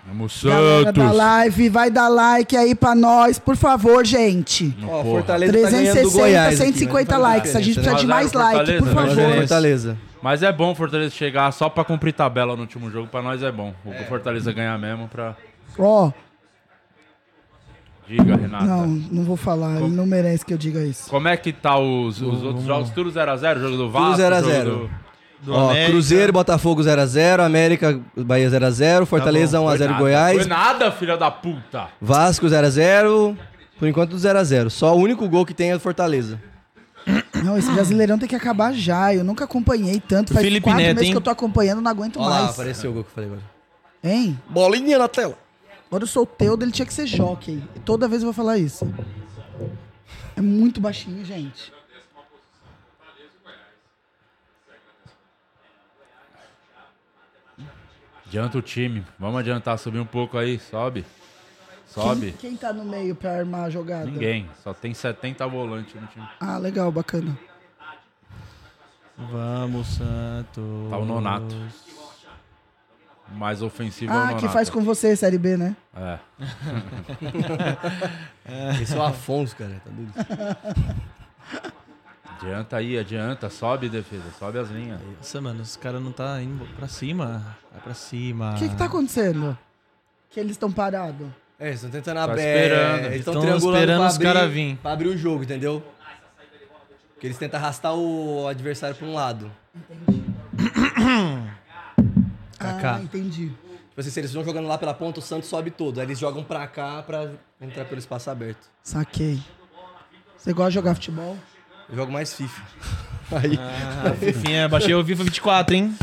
S1: Vamos,
S4: Galera da
S1: Santos.
S4: live, vai dar like aí pra nós, por favor, gente.
S3: Ó,
S1: porra.
S3: Fortaleza tá ganhando do
S4: 360,
S3: Goiás aqui, mas
S4: 150
S3: não faz
S4: likes. A gente
S3: diferença,
S4: precisa de
S1: Mas
S4: mais
S1: era
S4: like, por
S1: Fortaleza,
S4: favor.
S3: né?
S1: de
S3: Mas é
S1: favor.
S3: Fortaleza.
S1: Mas é bom o Fortaleza chegar só pra cumprir tabela no último jogo. Pra nós é bom. O Fortaleza ganhar mesmo pra...
S4: Ó,
S1: Diga,
S3: Ah, tá.
S1: Renata.
S4: não, não vou falar, ele não merece que eu diga isso.
S1: Como é que tá os, os outros jogos? Tudo 0x0? Jogo do Vasco?
S3: 0x0.
S1: jogo do-
S2: Do
S3: Ó,
S2: América.
S3: Cruzeiro, Botafogo 0x0, América, Bahia 0x0, Fortaleza
S2: Tá bom,
S1: Foi
S3: 1x0
S1: nada, Foi
S3: Goiás,
S1: nada, filha da puta.
S3: Vasco 0x0, por enquanto 0x0. Só o único gol que tem é do Fortaleza.
S4: Não, esse brasileirão tem que acabar já. Eu nunca acompanhei tanto. Faz
S2: Felipe
S4: quatro
S2: Neto,
S4: meses
S2: hein?
S4: que eu tô acompanhando, não aguento
S3: Olha lá,
S4: mais.
S3: apareceu o gol que eu falei agora.
S4: Hein?
S3: Bolinha na tela.
S4: Agora eu sou o Teudo, ele tinha que ser jockey. Toda vez eu vou falar isso. É muito baixinho, gente.
S1: Adianta o time. Vamos adiantar, subir um pouco aí. Sobe. Sobe.
S4: Quem, quem tá no meio pra armar a jogada?
S1: Ninguém. Só tem 70 volantes no time.
S4: Ah, legal, bacana.
S2: Vamos, Santos.
S1: Tá o Nonato. O Mais ofensivo é o
S4: Ah,
S1: Nonato.
S4: que faz com você, Série B, né?
S1: É.
S3: Esse é o Afonso, cara. Tá doido.
S1: Adianta aí, adianta. Sobe, defesa. Sobe as linhas.
S2: Nossa, mano, os caras não tá indo pra cima. Vai pra cima.
S4: O que que tá acontecendo? Que eles estão parados.
S3: É, eles estão tentando
S1: Tá
S3: abrir. é,
S1: esperando.
S3: Eles estão
S2: Tão
S3: triangulando
S2: esperando
S3: pra
S2: os
S3: abrir-
S2: cara vir.
S3: Pra abrir o jogo, entendeu? Porque eles tentam arrastar o adversário pra um lado.
S2: Kaká.
S4: Ah, entendi.
S3: Tipo assim, se eles vão jogando lá pela ponta, o Santos sobe todo. Aí eles jogam pra cá pra entrar pelo espaço aberto.
S4: Saquei. Você gosta de jogar futebol?
S3: Eu jogo mais FIFA. Aí,
S2: Ah, Fifinha, baixei o FIFA 24, hein?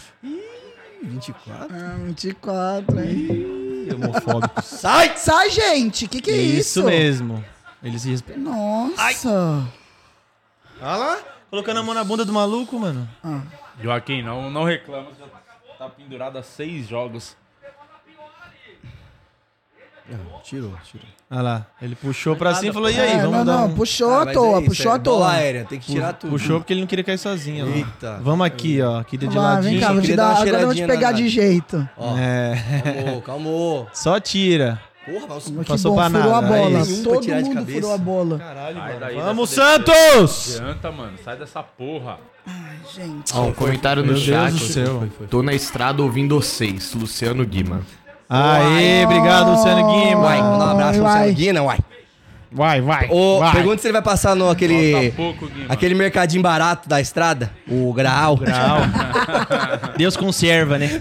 S3: 24.
S4: Ah, 24, hein?
S2: Ih, Homofóbico.
S4: Sai! Sai, gente! Que que é isso?
S2: Isso mesmo. Ele se respeita.
S4: Nossa!
S2: Olha lá. Colocando a mão na bunda do maluco, mano.
S1: Joaquim, não, não reclama. Já tá pendurado há seis jogos.
S3: Tirou, tirou.
S2: Olha lá. Ele puxou pra cima e falou: e aí,
S4: É,
S2: vamos
S4: não,
S2: dar.
S4: não,
S2: um-
S4: puxou
S3: Ah,
S4: à
S3: mas
S4: toa,
S3: é isso,
S4: puxou
S3: é
S4: à toa.
S3: Bola aérea, tem que tirar tudo.
S2: Puxou porque ele não queria cair sozinho. lá.
S3: Eita.
S2: Vamos aqui, ó. Aqui de
S4: Vamos lá,
S2: ladinho.
S4: vem cá, vou te
S3: queria
S4: dar,
S3: dar uma
S4: agora eu vou te
S3: cheiradinha na
S4: pegar de
S3: nada.
S4: jeito.
S3: Ó,
S2: É.
S3: calmou, calmou.
S2: Só tira.
S3: Porra, mas
S4: Que
S2: Passou
S4: bom,
S2: pra
S4: furou
S2: nada,
S4: a
S2: é
S4: bola.
S2: isso.
S4: Todo
S3: Tirar de
S4: mundo
S3: cabeça.
S4: furou a bola.
S2: Caralho,
S1: Sai daí
S2: Vamos,
S1: dessa
S2: Santos!
S1: Adianta, mano. Sai dessa porra.
S4: Gente,
S5: Ó, um comentário no
S2: Meu Deus
S5: chat.
S2: do céu.
S5: Tô na estrada ouvindo vocês, Luciano Guima.
S2: Aê, obrigado, Luciano Guima.
S3: Uai, manda um abraço
S4: Ai,
S3: pro Marcelo
S4: ai.
S3: Guina, uai.
S2: Vai, vai.
S3: Ô,
S2: vai.
S3: pergunta se ele vai passar no aquele,
S1: Falta pouco, Guima.
S3: aquele mercadinho barato da estrada, o Graal.
S2: Não. Deus conserva, né?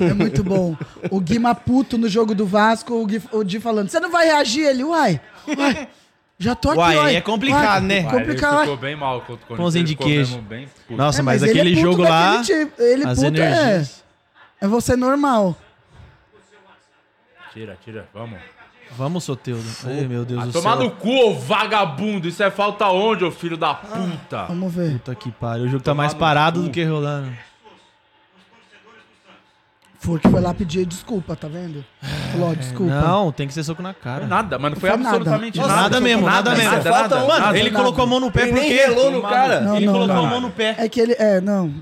S4: é muito bom. O Gui Maputo no jogo do Vasco, o Gui, o Di falando, você não vai reagir? Ele, uai, uai, já tô aqui,
S2: Uai,
S4: uai.
S2: é complicado, né?
S1: Vai,
S4: Complicado,
S1: Ele
S4: uai.
S1: ficou bem mal contra o Corinthians.
S2: Pãozinho de
S1: ele ficou
S2: queijo.
S1: mesmo Bem puto.
S2: Nossa,
S4: É,
S2: mas,
S4: ele é
S2: aquele
S4: puto
S2: jogo lá.
S4: daquele tipo, Ele
S2: as
S4: puto
S2: energias.
S4: é. É você normal.
S1: Tira, tira. Vamos.
S2: Vamos, Soteudo. Ai, meu Deus do
S1: Tomar
S2: céu.
S1: no cu, ô vagabundo. Isso é falta onde, ô filho da puta?
S4: Vamos ver.
S2: Puta que pariu. O jogo tá mais
S1: no
S2: parado
S1: cu.
S2: do que rolando.
S4: Furk foi lá pedir desculpa, tá vendo? Falou, ó, desculpa.
S2: É, Não, tem que ser soco na cara.
S1: Nada, mano. Foi,
S4: Foi nada.
S1: absolutamente
S4: Nossa,
S1: nada.
S2: nada mesmo, nada mesmo. um
S1: Nada,
S3: Falta
S1: nada,
S3: onde?
S1: nada.
S2: ele
S4: nada.
S2: colocou a mão no pé
S3: Ele
S2: porque.
S3: nem relou no cara.
S4: Não,
S2: ele
S4: não,
S2: colocou
S4: não.
S2: a mão no pé.
S4: É que ele, é, não.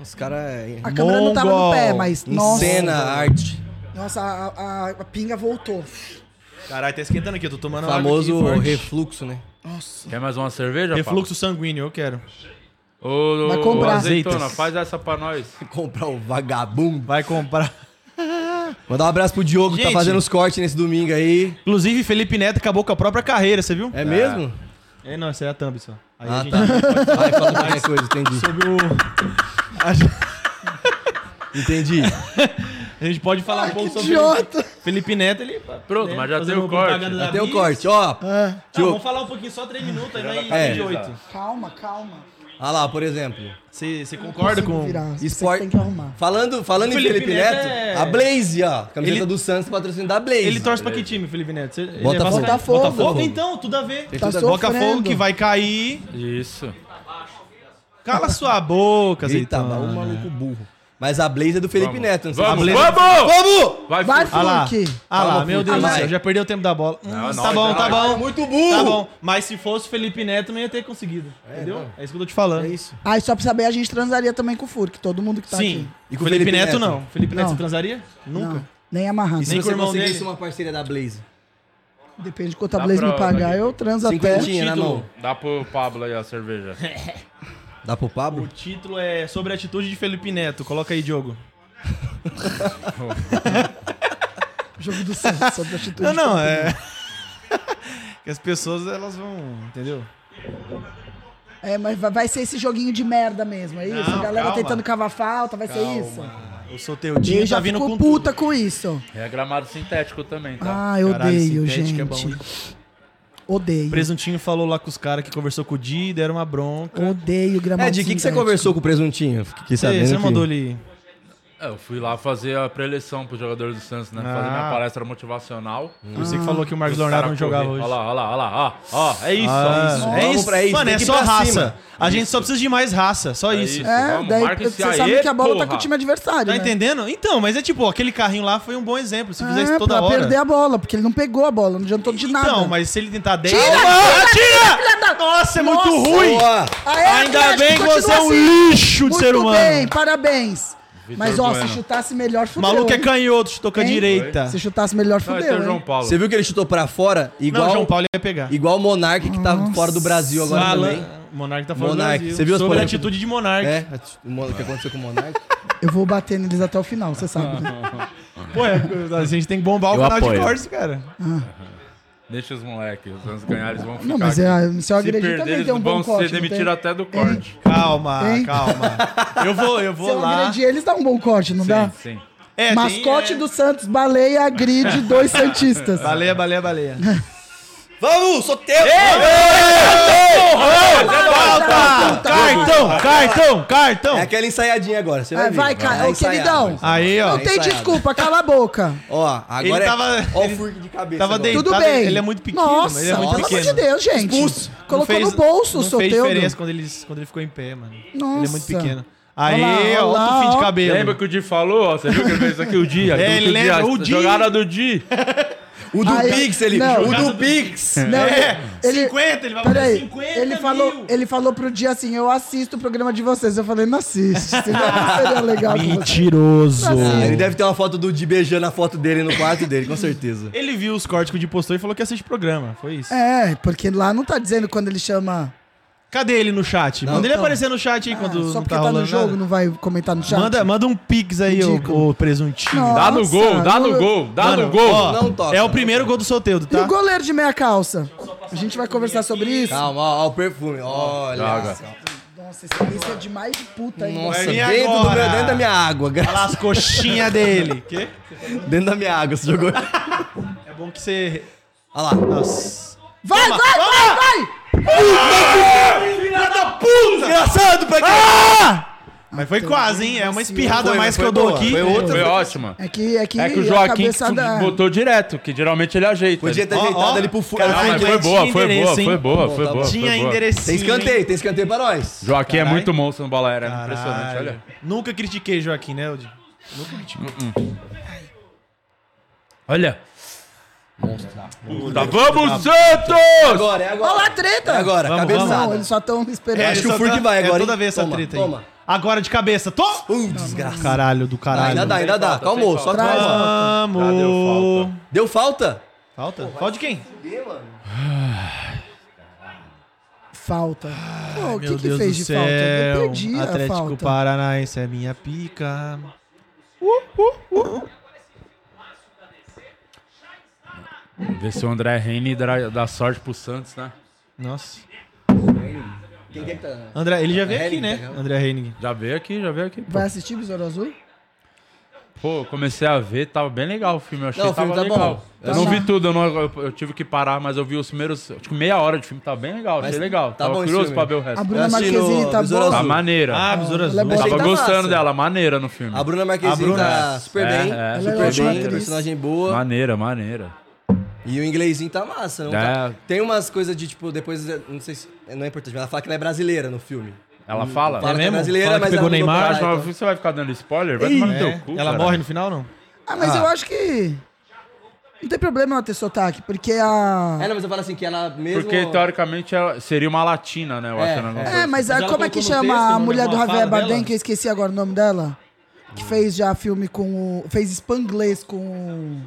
S3: Os é caras
S4: A câmera não tava no
S2: Mongol.
S4: pé, mas, nossa.
S3: encena a arte.
S4: Nossa, a, a- a pinga voltou.
S2: Caralho, tá esquentando aqui. Eu tô tomando
S3: Famoso
S2: água aqui, forte.
S3: refluxo, né?
S4: Nossa.
S1: Quer mais uma cerveja,
S2: refluxo sanguíneo, eu quero.
S1: Fábio? Ô,
S4: Vai
S1: ô,
S4: comprar.
S1: Azeitona,
S2: Azeitas.
S1: faz essa pra nós.
S3: Comprar o vagabundo.
S2: Vai comprar.
S3: Mandar um abraço pro Diogo, que
S2: Gente.
S3: tá fazendo os cortes nesse domingo aí.
S2: Inclusive, Felipe Neto acabou com a própria carreira, você viu?
S3: É mesmo?
S2: É, não, essa é a thumb só. Aí
S3: Ah,
S2: a gente
S3: tá. Vai, fala qualquer coisa, entendi.
S2: sobre o.
S3: Entendi.
S2: A gente pode falar um pouco sobre.
S4: Idiota!
S2: Felipe Neto, ele. né,
S1: Pronto, mas já
S2: fazendo
S1: tem o
S2: uma
S1: corte.
S2: propaganda da
S3: Até o
S2: Bis.
S3: corte, ó.
S4: Ah,
S2: Não,
S3: Diogo.
S2: vamos falar um pouquinho, só 3 minutos, aí
S1: tá
S2: vai
S3: É.
S2: 28.
S4: calma, calma.
S3: Ah lá, por exemplo.
S2: Você você concorda
S4: Consigo
S2: com.
S4: virar, você
S3: Sport-
S4: tem que arrumar.
S3: Falando, falando em
S2: Felipe
S3: Felipe
S2: Neto
S3: Neto,
S2: é-
S3: a Blaze, ó. Camiseta
S2: Ele-
S3: do Santos, patrocínio da Blaze.
S2: Ele torce pra que time, Felipe Neto? Você- ele é
S3: Botafogo.
S2: vascaíno?
S4: Botafogo.
S2: Botafogo? Então, tudo a ver.
S3: Tem
S4: Tá
S3: tudo a-
S4: sofrendo.
S2: Botafogo que vai cair.
S1: Isso.
S2: Cala sua boca,
S3: Eita,
S2: azeitona. né?
S3: mas o maluco burro. Mas a Blaze é do Felipe Neto, não sei
S1: Vamos,
S3: se-
S1: vamos!
S3: Vamos!
S1: Vai,
S4: Vai,
S1: Fábio.
S2: Ah lá,
S4: Funk.
S2: ah lá, meu Deus do
S3: Ah,
S2: céu,
S3: vai.
S2: já perdeu o tempo da bola. Hum,
S1: Não,
S2: tá
S1: não,
S2: bom,
S1: não,
S2: tá
S1: não.
S2: bom.
S3: Muito burro!
S2: Tá bom, mas se fosse o Felipe Neto, não ia ter conseguido. entendeu? É isso que eu tô te falando.
S3: É isso.
S4: Ah, e só pra saber, a gente transaria também com o Furk, todo mundo que tá
S2: Sim.
S4: aqui.
S2: E com o Felipe,
S3: Felipe
S2: Neto,
S3: Neto?
S2: não. Felipe Neto,
S4: Não.
S2: você transaria? Nunca.
S4: Não, nem amarrado.
S3: E se
S2: Nem com o
S3: você
S2: irmão
S3: conseguisse
S2: dele.
S3: uma parceria da Blaze?
S4: Depende de quanto a
S1: Dá
S4: Blaze me
S1: pra-
S4: pagar, eu transo até.
S3: Cinquentinha. Tinha na
S1: Título.
S3: mão.
S1: Dá pro Pablo aí a cerveja.
S3: Dá pro
S2: O
S3: Pablo?
S2: título é sobre a atitude de Felipe Neto. Coloca aí, Diogo.
S4: Jogo do Santos, sobre a atitude.
S2: Não, não, é. que as pessoas, elas vão. Entendeu?
S4: É, mas vai- vai ser esse joguinho de merda mesmo, é isso?
S2: Não,
S4: a galera
S2: calma.
S4: tentando cavar falta, vai ser isso?
S2: O Soteudinho
S4: Eu
S2: tá
S4: já
S2: vindo
S4: ficou
S2: com
S4: puta com isso.
S1: É gramado sintético também, tá?
S4: Ah, eu
S2: Caralho,
S4: odeio,
S2: sintético
S4: gente.
S2: é bom, hein?
S4: odeio.
S2: O Presuntinho falou lá com os caras que conversou com o Di, deram uma bronca.
S4: Odeio gramado.
S3: É, de que, que você
S4: sintético.
S3: conversou com o Presuntinho? Fiquei
S2: Você,
S3: sabendo
S2: você
S3: que-
S2: mandou ele.
S1: É, eu fui lá fazer a preleção pros jogadores do Santos, né? Fazer
S2: Ah.
S1: minha palestra motivacional.
S4: Hum.
S2: Por isso Hum. que falou que o
S1: Os
S2: Marcos Leonardo
S1: cara
S2: não jogava
S1: correr.
S2: hoje.
S1: Olha lá, olha lá, olha lá. Ó, ó, é isso,
S2: Ah,
S1: é isso.
S2: é
S3: Vamos
S2: isso.
S3: pra isso,
S2: Mano, é
S3: tem que ir
S2: só
S3: pra
S2: raça.
S3: cima.
S2: A gente só precisa de mais raça, só
S1: É
S2: isso.
S1: isso.
S4: É,
S1: Vamos,
S4: daí
S1: marca esse
S4: você
S1: aí,
S4: sabe que a bola tá com
S1: porra.
S4: o time adversário,
S2: Tá
S4: né?
S2: entendendo? Então, mas é tipo, aquele carrinho lá foi um bom exemplo. Se fizesse
S4: É,
S2: toda
S4: pra
S2: hora.
S4: perder a bola, porque ele não pegou a bola, não adiantou de nada.
S2: Então, mas se ele tentar 10.
S4: Tira,
S2: Ah,
S4: filha da-
S2: Nossa, é
S4: Nossa.
S2: muito ruim!
S3: Boa!
S4: Aê,
S2: Ainda
S4: Atlético,
S2: bem que
S4: continua
S2: você é um
S4: assim.
S2: lixo de
S4: Muito
S2: ser humano.
S4: bem, parabéns. Mas, ó,
S1: Bueno.
S4: se chutasse melhor,
S2: O
S4: fudeu.
S2: maluco é
S4: hein?
S2: canhoto, chutou com a
S4: Hein?
S2: direita.
S4: Se chutasse melhor,
S1: Não, esse é o
S4: Ah. fudeu.
S1: João
S4: hein?
S1: Paulo.
S3: Você viu que ele chutou pra fora?
S2: Não,
S3: Igual,
S2: o João Paulo ia pegar.
S3: igual o Monark, que tá fora do Brasil agora
S2: Alan-
S3: também.
S2: O Monark tá falando do
S3: Monark,
S2: Brasil.
S3: você viu as
S2: Sobre a
S3: polêmicas?
S2: atitude de Monark.
S3: É, o Mon- o que aconteceu com o Monark?
S4: Eu vou bater neles até o final, você sabe. né?
S2: Pô, é, a gente tem que bombar o
S5: Eu
S2: canal de
S5: apoio.
S2: cortes, cara.
S1: Deixa os moleques, os anos ganhar, eles vão ficar.
S4: Não, mas
S1: aqui.
S4: é, se eu
S1: Se
S4: agredir
S1: perder,
S4: também
S1: eles
S4: tem um bom
S1: vão
S4: corte.
S1: ser
S4: não tem? É,
S1: demitidos até do corte.
S2: Calma,
S4: Hein?
S2: calma. Eu vou, eu
S4: Se
S2: vou
S4: eu
S2: lá.
S4: agredir eles, dá um bom corte, não dá?
S1: Sim, sim.
S2: É, tem-
S4: Mascote
S2: é.
S4: do Santos, baleia, agride dois Santistas.
S2: Baleia, baleia, baleia.
S3: Vamos, sou teu!
S2: Falta!
S4: tá
S2: Cartão, cartão, cartão!
S3: É aquela ensaiadinha agora, você vai
S4: Vai,
S3: ver.
S4: Ah, vai, cara. Ô,
S3: ensaiar,
S4: queridão.
S3: vai ensaiar.
S2: é Aí, ó.
S4: Não tem
S3: ensaiado.
S4: desculpa, cala a boca.
S3: Ó, agora
S2: Ah, Ele
S3: é...
S2: tava-
S3: Ó
S2: ele
S3: o furg de cabeça
S2: tava
S3: agora.
S2: deitado.
S4: Tudo
S2: Tá,
S4: bem.
S2: ele é muito pequeno,
S4: Nossa,
S2: ele é muito
S4: pelo amor de
S2: pequeno.
S4: Deus, gente.
S2: Expulso. Não
S4: Colocou
S2: fez-
S4: no bolso o
S2: Não fez
S4: Soteudo.
S2: diferença quando ele, quando ele ficou em pé, mano. Ele é muito
S4: Nossa.
S2: pequeno. Aí,
S4: Olha lá,
S2: ó,
S4: olha lá,
S2: outro fim de
S4: ó.
S2: cabelo.
S1: Lembra que o Di falou? ó, Você viu que ele fez isso aqui? O Di. aquilo que
S2: É, ele lembra,
S1: a
S2: o Di.
S1: Jogada do Di.
S3: O do
S4: Aí-
S3: Pix, ele.
S4: não.
S3: O do Pix.
S4: Não, ele,
S2: 50, ele vai botar
S4: Peraí,
S2: 50
S4: ele
S2: É, mil.
S4: falou, ele falou pro dia assim: eu assisto o programa de vocês. Eu falei, não assiste, senão não seria legal. com você.
S2: Mentiroso.
S4: Assim.
S3: Ele deve ter uma foto do Di beijando a foto dele no quarto dele, com certeza.
S2: Ele viu os cortes que o Di postou e falou que assiste o programa. Foi isso.
S4: É, porque lá não tá dizendo quando ele chama.
S2: Cadê ele no chat?
S3: Não,
S2: manda ele
S3: então.
S2: aparecer no chat aí quando
S4: Ah, só
S2: não
S4: porque
S2: tá
S4: tá,
S2: rolando
S4: no jogo,
S2: nada.
S4: não vai comentar no chat.
S2: Manda, manda um pix aí, ô,
S4: Ridículo.
S2: ô presuntinho.
S4: Nossa,
S1: Dá no gol, dá no
S4: eu-
S1: gol, dá
S2: Mano,
S1: no gol.
S2: ó,
S3: Não toca,
S2: é o
S3: não
S2: primeiro gol do Soteudo,
S4: E
S2: tá?
S4: o goleiro de meia calça? A gente vai conversar sobre isso?
S3: Calma, ó, ó o perfume. Olha.
S1: Droga.
S3: só.
S4: Nossa, esse bicho é demais de puta, hein?
S3: Nossa,
S2: Vai vir
S3: dentro, do meu-
S2: agora.
S3: dentro da minha água. gra-
S2: Olha lá as coxinhas dele. Quê?
S3: Dentro da minha água, você jogou.
S2: É bom que você.
S3: Olha lá.
S2: Nossa.
S4: Vai, vai, vai, vai!
S3: Engraçado pra quem.
S2: Mas foi quase, hein? É uma espirrada a
S3: Foi,
S2: mais
S3: foi
S2: que eu dou
S3: boa,
S2: aqui.
S3: foi outra.
S1: Foi ótima.
S4: É que, é que,
S1: É que o
S4: a
S1: Joaquim que
S4: cabeçada-
S1: botou direto, que geralmente ele ajeita.
S3: Podia ter
S2: Ó,
S3: ajeitado
S2: ó.
S3: ali pro furo.
S2: Cara,
S1: Não, mas foi
S2: Tinha
S1: boa, foi boa,
S2: endereço, hein?
S1: foi boa, foi
S3: tá
S1: boa.
S3: bom.
S1: foi
S2: Tinha
S1: boa.
S2: enderecinho.
S3: Tem
S2: hein?
S3: escanteio, tem escanteio pra nós.
S1: Joaquim é
S2: Caralho.
S1: muito monstro no bola aérea, né?
S2: Caralho.
S1: impressionante, olha.
S2: Nunca critiquei Joaquim, né, Odi? Nunca critiquei.
S1: Olha. Puta, vamos, Santos!
S3: Agora, é
S4: Olha lá
S3: agora.
S4: a treta!
S3: É agora,
S2: Vamos,
S4: Não,
S3: cabeçada.
S4: eles só estão esperando.
S3: É, acho que o Furk vai
S2: É
S3: agora,
S2: toda
S3: hein?
S2: vez essa
S3: Toma,
S2: treta
S3: toma.
S2: aí. Agora de cabeça. Tô!
S3: Uh, desgraça.
S2: Caralho do caralho.
S3: Ainda dá, ainda dá. Calmou, só
S4: Traz,
S3: calma.
S1: Já deu
S2: Vamos!
S1: falta.
S3: Deu falta?
S2: Falta? Falta de quem?
S4: Falta. Pô, o que,
S2: Meu
S4: que
S2: Deus
S4: fez
S2: do
S4: de
S2: céu.
S4: falta? Eu perdi a
S2: Atlético
S4: falta.
S2: Paranaense é minha pica.
S1: Vê se o André Henry dá, dá sorte pro Santos, né?
S2: Nossa.
S3: Quem que tá?
S2: André, ele já veio
S3: Henning,
S2: aqui, né?
S3: tá ligado?
S2: André Henning.
S1: Já veio aqui, já veio aqui.
S4: Vai assistir Besouro Azul?
S1: Pô, comecei a ver, tava bem legal o filme. Eu achei
S3: Não,
S1: que
S3: o filme
S1: tava
S3: tá
S1: legal.
S3: bom.
S1: Eu não
S4: Tá.
S1: vi tudo, eu, não- eu- eu tive que parar, mas eu vi os primeiros. Acho que meia hora de filme, tava bem legal, achei
S3: Mas
S1: legal.
S3: tá
S1: tava
S3: bom esse
S1: curioso
S3: filme.
S1: pra ver
S2: É,
S1: o
S4: A
S1: resto.
S4: Bruna
S3: Eu assisti no
S4: Marquezine tá
S3: Besouro
S1: Tá
S4: boa.
S3: Azul.
S1: maneira.
S2: Ah, Besouro
S4: ela é
S2: Azul.
S4: boa
S1: tava
S3: tá
S1: gostando
S3: massa.
S1: dela, maneira no filme.
S3: A Bruna Marquezine
S2: A Bruna.
S3: tá super
S1: É,
S3: bem.
S1: é.
S4: Ela é
S3: super
S4: ótima
S3: bem,
S4: atriz.
S3: personagem boa.
S1: Maneira, maneira.
S3: E o inglesinho tá massa, não
S1: É.
S3: tá? Tem umas coisas de, tipo, depois, não sei se, não é importante, mas ela fala que ela é brasileira no filme.
S1: Ela fala?
S3: Fala que é
S2: mesmo?
S3: brasileira,
S2: Fala que
S3: mas
S2: pegou
S3: ela mudou
S2: Neymar,
S3: pra
S1: Mas,
S3: lá,
S1: mas
S3: então.
S1: você vai ficar dando spoiler? Vai tomar no
S3: É,
S1: teu cu.
S2: Então, Ela
S1: é cara.
S2: morre no final, não?
S4: Ah, mas
S3: Ah.
S4: eu acho que... Não tem problema ela ter sotaque, porque a...
S3: É, não, mas eu falo assim, que ela mesmo...
S1: Porque tá- teoricamente ela seria uma latina, né? Eu
S3: É,
S1: acho. né? Alguma
S3: é.
S1: coisa
S4: É, mas
S2: Mas
S4: a-
S2: ela
S4: como é que
S2: colocou no
S4: chama
S2: texto,
S4: a
S2: não
S4: mulher
S2: lembro
S4: do
S2: a
S4: Javier
S2: fala
S4: Bardem,
S2: dela? Hum.
S4: que eu esqueci agora o nome dela? Que fez já filme com o... Fez Spanglês com o...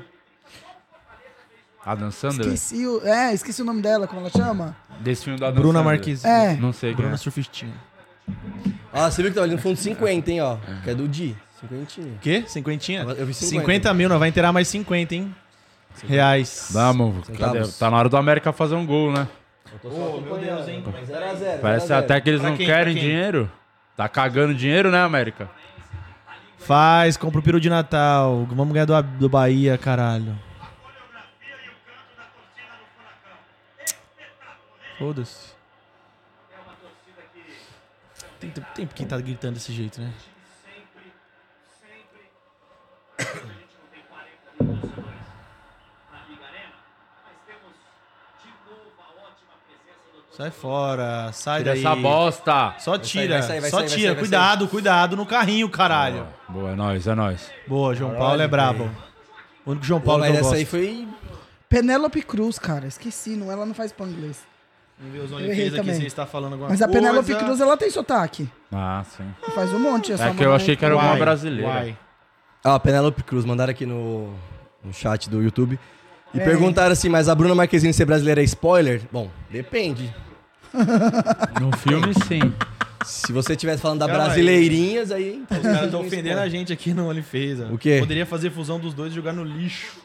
S1: Adam Sandler?
S4: Esqueci o... É, esqueci o nome dela, como ela chama?
S1: Desse filme do Adam
S2: Bruna
S1: Sandler.
S2: Marquezine.
S4: É.
S1: Não sei quem
S2: Bruna
S1: é.
S2: Surfistinha.
S3: Ó, você viu que tá ali no fundo 50, hein, ó. Que é do Di. 50.
S2: O quê? Cinquentinha?
S3: Eu vi 50.
S2: 50 mil, não vai inteirar mais 50, hein? Reais.
S1: Vamos. cadê?
S3: Centavos.
S1: Tá na hora do América fazer um gol, né?
S3: é
S1: É Parece até que eles
S2: Pra
S1: não
S2: quem?
S1: querem
S2: Pra quem?
S1: dinheiro. Tá cagando dinheiro, né, América?
S2: Faz, compra o peru de Natal. Vamos ganhar do, do Bahia, caralho. Foda-se. Tem, tem- tem quem tá gritando desse jeito, né? Sai fora, sai
S1: Tira
S2: daí.
S1: essa bosta.
S2: Só tira,
S3: vai sair, vai
S2: só
S3: sair, vai
S2: tira.
S3: sair, vai
S2: cuidado, cuidado no carrinho, caralho.
S1: Boa, é nóis, é nóis.
S2: Boa, João Paulo é brabo. O único João
S3: Pô,
S2: Paulo
S3: mas
S2: que eu
S3: essa
S2: gosto.
S3: aí foi...
S4: Penélope Cruz, cara. Esqueci, não, ela não faz Spanglês.
S2: Vamos ver os
S4: errei
S2: OnlyFans aqui
S4: também.
S2: se ele está falando alguma
S4: Mas a
S2: coisa.
S4: Penélope Cruz, ela tem sotaque.
S1: Ah, sim.
S4: Faz um monte.
S1: É que eu achei que era
S2: Uai,
S1: alguma brasileira.
S2: uai.
S3: Ó, Ah, a Penélope Cruz, mandaram aqui no, no chat do YouTube. E perguntaram assim, mas a Bruna Marquezine ser brasileira é spoiler? Bom, depende.
S1: No filme, sim.
S3: Se você estivesse falando da
S2: Calma aí.
S3: brasileirinhas, aí...
S2: Os caras estão ofendendo a gente aqui no OnlyFans. ó.
S3: O quê?
S2: Poderia fazer fusão dos dois e jogar no lixo.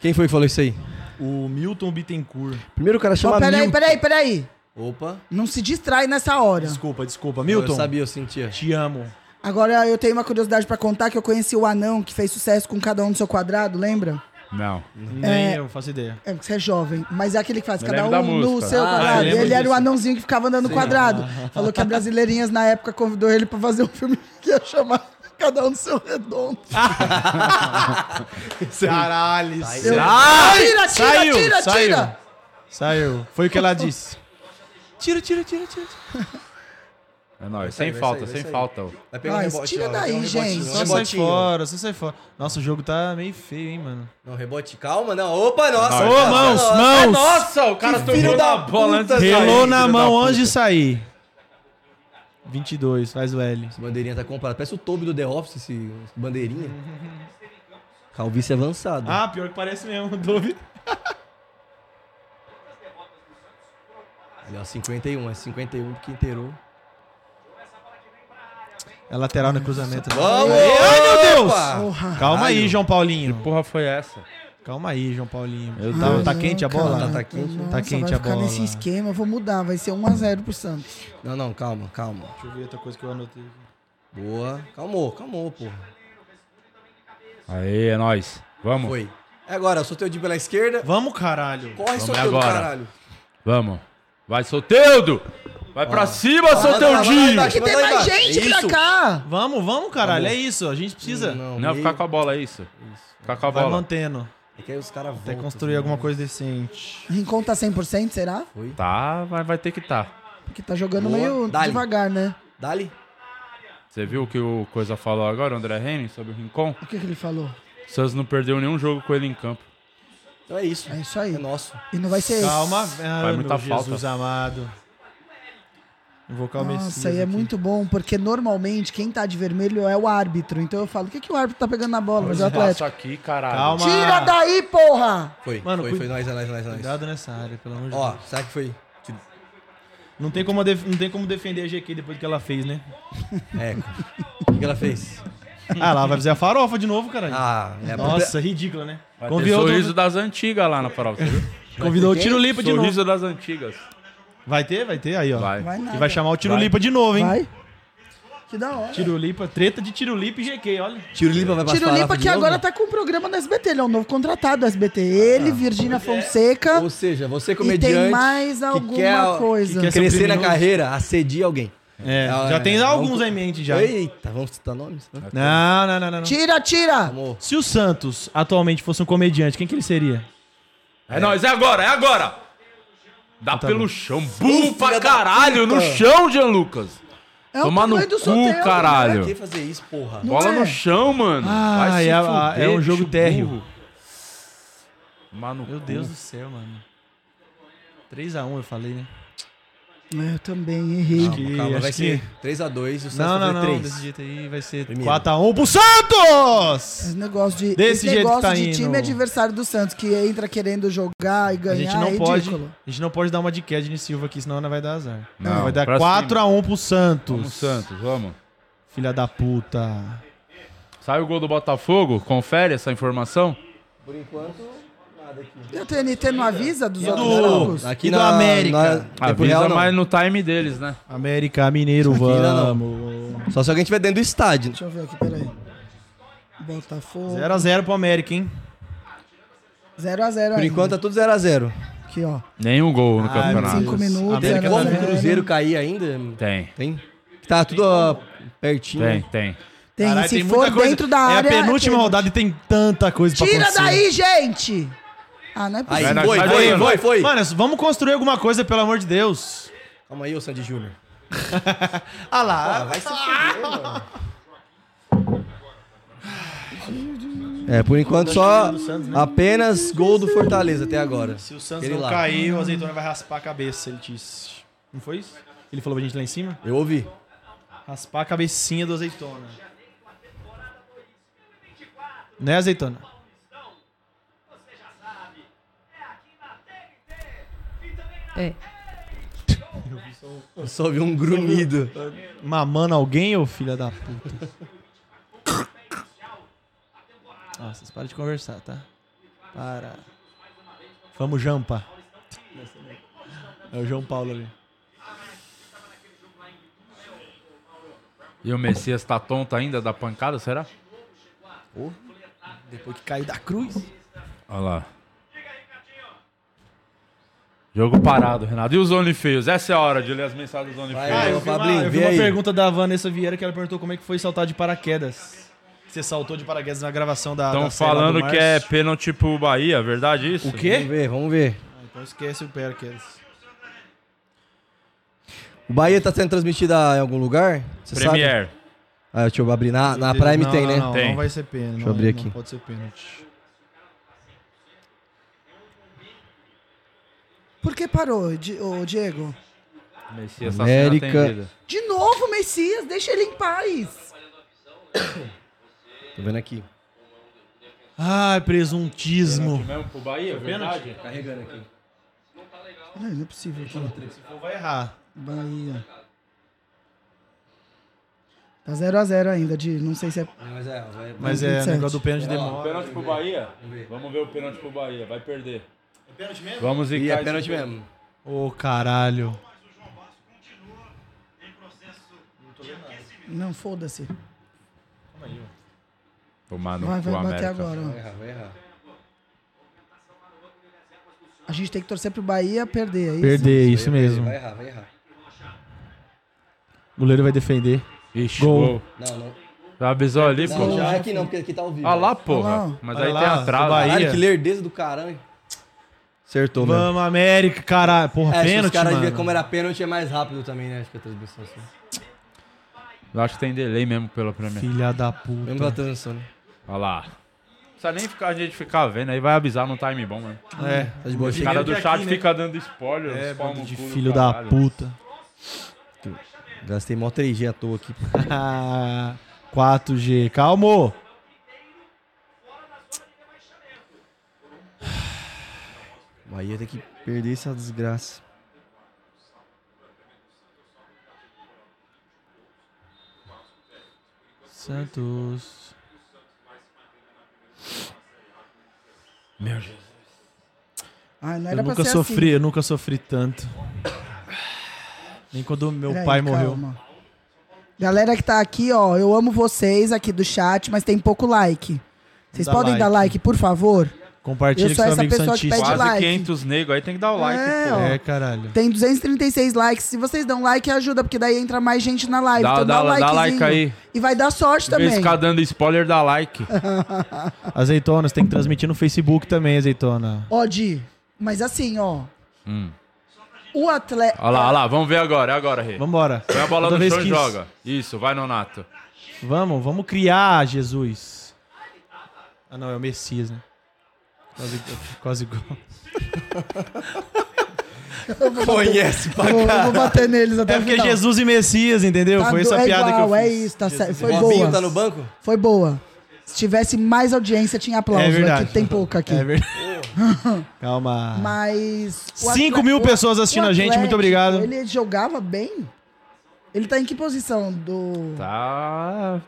S3: Quem foi que falou isso aí?
S2: O Milton Bittencourt.
S3: Primeiro o cara chama
S4: Mas peraí,
S3: Milton.
S4: peraí, peraí.
S3: Opa.
S4: Não se distrai nessa hora.
S2: Desculpa, desculpa.
S3: Eu
S2: Milton,
S3: sabia, eu sentia.
S2: te amo.
S4: Agora eu tenho uma curiosidade pra contar que eu conheci o anão que fez sucesso com cada um no seu quadrado, lembra?
S1: Não.
S2: Nem eu faço ideia.
S4: É, porque você é jovem. Mas é aquele que faz
S1: Eu
S4: cada
S1: lembro da
S4: um no
S1: música.
S4: seu
S3: Ah,
S4: quadrado.
S2: eu lembro
S4: Ele era o
S2: disso.
S4: anãozinho que ficava andando no quadrado. Falou que a Brasileirinhas na época convidou ele pra fazer um filme que ia chamar Cada um no seu redondo.
S2: Caralho.
S4: Eu-
S2: Sai!
S4: Tira, tira,
S2: Ah, Saiu,
S4: tira, Tá,
S2: saiu.
S4: tira!
S2: Saiu. Foi o que ela disse. Tira, tira, tira, tira.
S1: É nóis.
S3: sair,
S1: Sem
S3: vai
S1: falta,
S3: sair, vai
S1: sem
S3: sair.
S1: falta. ô.
S3: Vai pegar
S4: Ah,
S3: um rebote.
S4: tira
S3: ó, vai
S4: daí,
S3: pegar um rebote,
S4: gente.
S3: um
S2: Só sai
S3: rebotinho.
S2: fora, só sai fora. Nossa, o jogo tá meio feio, hein, mano.
S3: Não, rebote, calma, não. Opa, nossa.
S1: Ô,
S3: nossa,
S2: mãos,
S3: Tá nossa.
S2: mãos.
S1: É, nossa, o cara
S3: Que
S1: tocou
S3: filho
S1: na
S3: da
S1: bola
S3: puta,
S1: antes
S5: é
S1: de
S3: velho.
S1: sair.
S2: Relou
S3: filho
S2: na
S3: da
S2: mão
S3: puta.
S2: antes de sair. 22, faz o L.
S3: Esse bandeirinha tá comprado. Parece o Toby do The Office, esse bandeirinha. Calvície avançado.
S2: Ah, pior que parece mesmo, Dove.
S3: Ali, ó, 51. É 51 porque inteirou.
S2: É lateral no cruzamento.
S3: Vamos!
S2: Ai, meu Deus!
S4: Porra.
S2: Calma aí, João Paulinho.
S1: Porra, foi essa?
S2: Calma aí, João Paulinho.
S1: Eu
S2: tá,
S1: Deus.
S2: tá quente a bola?
S3: Tá,
S4: Caraca,
S3: tá quente.
S4: nossa,
S2: Tá quente
S4: vai
S2: a
S4: ficar
S2: bola.
S4: nesse esquema, eu vou mudar. Vai ser 1x0 pro Santos.
S3: Não, não, calma, calma.
S2: Deixa eu ver outra coisa que eu anotei.
S3: Boa. Calmou, calmou, porra.
S1: Aê, é nóis. Vamos,
S3: Foi. É agora, solteio de pela esquerda.
S2: Vamos, caralho.
S3: Corre,
S1: Vamos
S3: solteio do
S1: agora.
S3: caralho.
S1: vamos. Vai, Soteudo! Vai pra cima,
S3: vai,
S1: Soteudinho!
S3: vai, vai.
S4: Que tem
S3: Manda aí,
S4: mais
S3: vai.
S4: gente pra
S3: Isso.
S4: cá.
S2: Vamos, vamos, caralho. É isso, a gente precisa.
S1: Não,
S3: meio-
S1: ficar com a bola, é isso.
S3: Isso.
S1: Ficar com a
S2: Vai
S1: bola.
S2: mantendo.
S3: É que aí os caras
S2: Até
S3: voltam.
S2: construir
S3: assim,
S2: alguma
S3: né?
S2: coisa decente.
S4: Rincon tá 100%, será?
S1: Tá, vai, vai ter que tá.
S4: Porque tá jogando
S3: Boa.
S4: meio
S3: Dá-lhe.
S4: devagar, né?
S3: Dali.
S1: Você viu o que o Coisa falou agora, o André Henning, sobre o Rincon?
S4: O que, que ele falou?
S1: O Santos não perdeu nenhum jogo com ele em campo.
S3: Então é isso.
S4: É isso aí.
S3: É nosso.
S4: E não vai ser
S2: Calma. Ah,
S1: muita
S2: meu Jesus
S1: falta.
S2: amado. Invocar o Messias.
S4: Nossa, e é
S2: aqui.
S4: muito bom, porque normalmente quem tá de vermelho é o árbitro. Então eu falo, o que, que o árbitro tá pegando na bola? Mas é o
S1: Passa
S4: Atlético.
S1: aqui, caralho.
S2: Calma.
S4: Tira daí, porra!
S3: Foi,
S2: Mano,
S3: foi,
S2: cuida-
S3: foi. Nós, é nós, é nós, é nós.
S2: Cuidado nessa área, pelo amor de
S3: Ó,
S2: Deus.
S3: será que foi?
S2: Não tem, como def- não tem como defender a GQ depois do que ela fez, né?
S3: É. O que que ela fez?
S2: ah lá, vai fazer a farofa de novo, caralho.
S3: Ah, é a
S2: Nossa, ridícula, né?
S1: Vai ter
S2: Convidou,
S1: sorriso
S2: outro-
S1: das antigas lá na farofa. você viu?
S2: convidou o Tiro Lipa de novo.
S1: sorriso das antigas.
S2: Vai ter, vai ter, aí, ó.
S1: Vai.
S4: Vai nada.
S2: E vai chamar o Tiro Lipa de novo, hein?
S4: Vai. Que da hora.
S2: Tiro Lipa, treta de Tiro Lipa e GQ, olha.
S3: Tiro Lipa vai passar.
S4: Tiro Limpa que agora tá com o programa da SBT, ele é um novo contratado da SBT.
S2: Ah,
S4: Ele, Virgínia Fonseca.
S3: Ou seja,
S4: tá-
S3: você
S4: E
S3: comediante.
S4: tem mais alguma
S3: que quer,
S4: coisa.
S2: que quer- um
S3: Crescer na
S2: Criminoso.
S3: carreira, assedia alguém.
S2: É,
S3: Ah,
S2: já
S3: é,
S2: tem
S3: é,
S2: alguns
S3: vamos-
S2: em mente já.
S3: Eita, vamos citar nomes? né?
S2: Não, não, não, não, não.
S4: Tira, tira!
S3: Amor.
S2: Se o Santos atualmente fosse um comediante, quem que ele seria?
S1: É, nóis, é agora, é agora! Dá pelo chão, bum pra
S3: Tá filha da
S1: caralho, no
S3: puta.
S1: chão, Jean Lucas!
S4: É o
S1: Toma no
S4: tamanho do
S1: cu,
S4: sorteio.
S1: caralho!
S3: Pra né? que fazer isso, porra?
S4: Não
S1: Bola
S4: é.
S1: no chão, mano.
S2: Ah, é- é um jogo
S1: bicho
S2: térreo.
S1: burro. Mano,
S2: Meu Deus do céu, mano. 3x1 eu falei, né?
S4: Eu também errei.
S3: Calma,
S2: que-
S3: calma,
S2: acho
S3: vai
S2: que-
S3: ser 3x2 e o Santos
S2: Não,
S3: vai
S2: não,
S3: fazer
S2: não.
S3: 3.
S2: Desse jeito aí vai ser
S3: Primeiro.
S2: 4x1 pro Santos!
S4: Esse negócio de,
S2: Desse
S4: esse
S2: jeito que
S4: negócio
S2: tá
S4: de time
S2: indo.
S4: adversário do Santos, que entra querendo jogar e
S2: A
S4: ganhar,
S2: gente, não
S4: é
S2: pode,
S4: ridículo.
S2: a gente não pode dar uma de Kedney Silva aqui, senão não vai dar azar.
S1: Não,
S2: vai dar
S1: pra
S2: 4x1 pro
S1: vamos
S2: Santos.
S1: Santos, vamos.
S2: Filha da puta.
S1: Saiu o gol do Botafogo, confere essa informação.
S3: Por enquanto, nada aqui.
S4: E o TNT não avisa dos outros
S2: do-
S4: jogos?
S3: Aqui
S2: E do
S3: na
S2: América?
S3: na- tempo
S1: Avisa
S3: real, não.
S1: mais no time deles, né?
S2: América Mineiro,
S3: Isso aqui ainda não.
S2: vamos.
S3: Só se alguém estiver dentro do estádio.
S4: Deixa eu ver aqui, peraí. Botafogo. 0x0
S2: 0x0 pro América, hein?
S4: zero a zero
S3: Por
S4: ainda.
S3: enquanto tá tudo 0x0.
S4: Aqui, ó.
S1: Nenhum gol no
S2: Ah,
S1: campeonato.
S4: 5 minutos. é
S2: América
S4: zero a
S3: Como
S2: tá
S3: o
S4: zero.
S3: Cruzeiro cair ainda?
S1: Tem,
S3: Tem? Tá tudo ó, pertinho.
S1: tem, tem.
S4: Tem,
S2: Caralho,
S4: se
S2: tem muita
S4: for
S2: coisa.
S4: dentro da área.
S2: É a penúltima
S4: pênalti.
S2: rodada e tem tanta coisa pra
S4: Tira
S2: acontecer.
S4: daí, gente! Ah, não é
S3: Aí,
S4: possível.
S1: Vai, nós-
S3: foi,
S1: vai,
S3: foi,
S1: vai,
S3: foi, foi.
S2: Mano, vamos construir alguma coisa, pelo amor de Deus.
S3: Calma aí, ô Sandy Júnior.
S2: Ah lá.
S3: Ah, vai se fuder, mano. É, por enquanto só apenas gol do Fortaleza até agora.
S2: Se o Santos
S3: Ele
S2: não
S3: lá.
S2: cair, o Azeitona vai raspar a cabeça, ele disse. Não foi isso? Ele falou pra gente lá em cima?
S3: Eu ouvi.
S2: Raspar a cabecinha do Azeitona. Né, Azeitona?
S8: É.
S3: Eu só ouvi um grunhido.
S2: Mamando alguém, ô filha da puta? Nossa, vocês param de conversar, tá? Para. Vamos, Jampa. É o João Paulo ali.
S1: E o Messias tá tonto ainda da pancada, será?
S2: Depois que caiu da cruz.
S1: Olha lá. Jogo parado, Renato. E os OnlyFeios? Essa é a hora de ler as mensagens dos OnlyFeios.
S2: Ah,
S3: Aí,
S2: eu
S3: ô,
S2: vi, uma,
S3: Fablinho,
S2: eu vi
S3: vê
S2: uma
S3: aí.
S2: pergunta da Vanessa Vieira que ela perguntou como é que foi saltar de paraquedas. Você saltou de paraquedas na gravação da.
S1: Estão
S2: da série lá do
S1: falando que é
S2: Márcio.
S1: pênalti pro Bahia, verdade isso?
S2: O
S3: Vamos
S2: quê?
S3: ver, vamos ver.
S2: Ah, então esquece o paraquedas.
S3: O Bahia tá sendo transmitida em algum lugar? Você sabe?
S9: Premier.
S3: Ah, deixa eu abrir. Na, na Prime
S2: não,
S3: tem,
S2: não,
S3: né?
S2: Não,
S9: Tem.
S2: não vai ser pênalti.
S3: Deixa eu
S2: não-
S3: abrir
S2: não
S3: aqui.
S2: pode ser pênalti.
S4: Por que parou, Di- ô, Diego?
S1: Messias tá sendo
S3: América.
S1: atendida.
S4: De novo, Messias, deixa ele em paz.
S3: Tô vendo aqui.
S2: Ai, presuntismo.
S1: Mesmo pro Bahia, verdade?
S3: Tá Carregando aqui.
S4: Não, não é possível.
S2: Vai errar.
S4: Bahia. Tá 0x0 zero a zero ainda, de não sei se é.
S3: Mas é, vai...
S2: Mas é, o
S4: 27.
S2: negócio do pênalti
S3: Vai lá.
S2: demora.
S1: Pênalti pro Bahia? Vamos ver o pênalti pro Bahia. Vai perder. É pênalti mesmo? Vamos zicar.
S3: E é
S1: esse
S3: pênalti
S1: pênalti.
S3: mesmo.
S2: Ô, caralho.
S4: Não, foda-se.
S9: Tomar no
S4: Vai,
S9: cu,
S4: vai bater
S9: América.
S4: agora. ó.
S3: Vai errar, vai errar.
S4: A gente tem que torcer pro Bahia perder, é isso?
S2: Perder, isso mesmo.
S3: Vai errar, vai errar.
S2: O goleiro vai defender.
S9: Ixi,
S2: Gol.
S9: gol.
S3: Não, não.
S9: Já avisou ali,
S3: Não,
S9: pô.
S3: já aqui não, porque aqui tá ao vivo.
S2: Ah
S9: Olha lá,
S4: Olha
S9: porra.
S4: lá.
S9: Mas
S2: Olha
S9: aí tem
S2: lá,
S9: atraso.
S2: Bahia.
S3: Caralho, que lerdeza do caramba. Acertou, mano.
S2: Vamos, América, caralho. Porra,
S3: É, pênalti, os
S2: pênalti,
S3: caras
S2: mano.
S3: deviam- como era pênalti, é mais rápido também, né? Acho que a transmissão assim.
S9: Eu acho que tem delay mesmo pela Premier.
S2: Filha da
S3: Mesmo pela
S2: puta.
S3: transmissão, né?
S9: Olha lá. Não precisa nem ficar, a gente ficar vendo, aí vai avisar no time bom, mano.
S2: É.
S3: Tá de boa,
S9: Os
S3: chega.
S9: caras
S2: que
S9: do
S2: aqui,
S9: chat
S2: né?
S9: fica dando spoiler.
S2: É,
S9: uns pau
S2: bando
S9: no
S2: de
S9: cu do
S2: filho da
S9: caralho.
S2: puta.
S3: Gastei mó 3G à toa aqui.
S2: 4G. Calmo.
S3: Bahia tem que perder essa desgraça.
S2: Santos.
S4: Ai, Ah, não era
S2: Eu
S4: pra
S2: nunca
S4: ser
S2: sofri,
S4: assim.
S2: eu nunca sofri tanto. Nem quando meu
S4: assim. Peraí,
S2: pai morreu.
S4: calma. Galera que tá aqui, ó, eu amo vocês aqui do chat, mas tem pouco like. Vocês
S2: Dá
S4: podem
S2: like.
S4: dar like, por favor?
S2: Compartilha
S4: Eu
S2: com
S4: sou
S2: seu
S4: essa
S2: amigo
S4: pessoa que
S2: Santista.
S4: pede
S9: Quase
S4: like.
S9: 500 negros, aí tem que dar o like,
S4: É,
S9: pô.
S4: ó.
S2: É, caralho.
S4: Tem 236 likes. Se vocês dão like, ajuda, porque daí entra mais gente na live.
S9: Dá-
S4: então
S9: dá- dá
S4: dá, um likezinho.
S9: like aí.
S4: E vai dar sorte
S9: Também.
S4: também.
S9: Vê se ficar dando spoiler, dá like.
S2: Azeitonas, tem que transmitir no Facebook também, azeitona.
S4: Ó, Di, mas assim, ó.
S9: Hum.
S4: O atleta.
S9: Olha lá, olha lá, vamos ver agora, é agora, Rê.
S2: Vambora.
S9: Põe a bola
S2: Toda
S9: no
S2: vez
S9: chão e
S2: que-
S9: joga. Isso, vai, Nonato.
S2: Vamos, vamos criar, Jesus. Ah, não, é o Messias, né? Quase, quase igual.
S3: Conhece pra
S4: Vou, vou
S3: caralho.
S4: bater neles até
S2: É
S4: o
S2: porque
S4: final.
S2: Jesus e Messias, entendeu?
S4: Tá
S2: Foi
S4: do-
S2: essa
S4: é
S2: piada
S4: igual,
S2: que eu
S4: É
S2: fiz.
S4: isso, tá certo. Foi
S3: Bobinho
S4: boa.
S3: tá no banco?
S4: Foi boa. Se tivesse mais audiência, tinha aplauso.
S2: É verdade.
S4: Aqui tem pouco aqui.
S2: É verdade. Calma.
S4: Mas. o
S2: 5
S4: atle-
S2: mil
S4: o-
S2: pessoas assistindo
S4: o
S2: a gente, muito
S4: Atlético,
S2: obrigado.
S4: Ele jogava bem? Ele tá em que posição do.
S9: Tá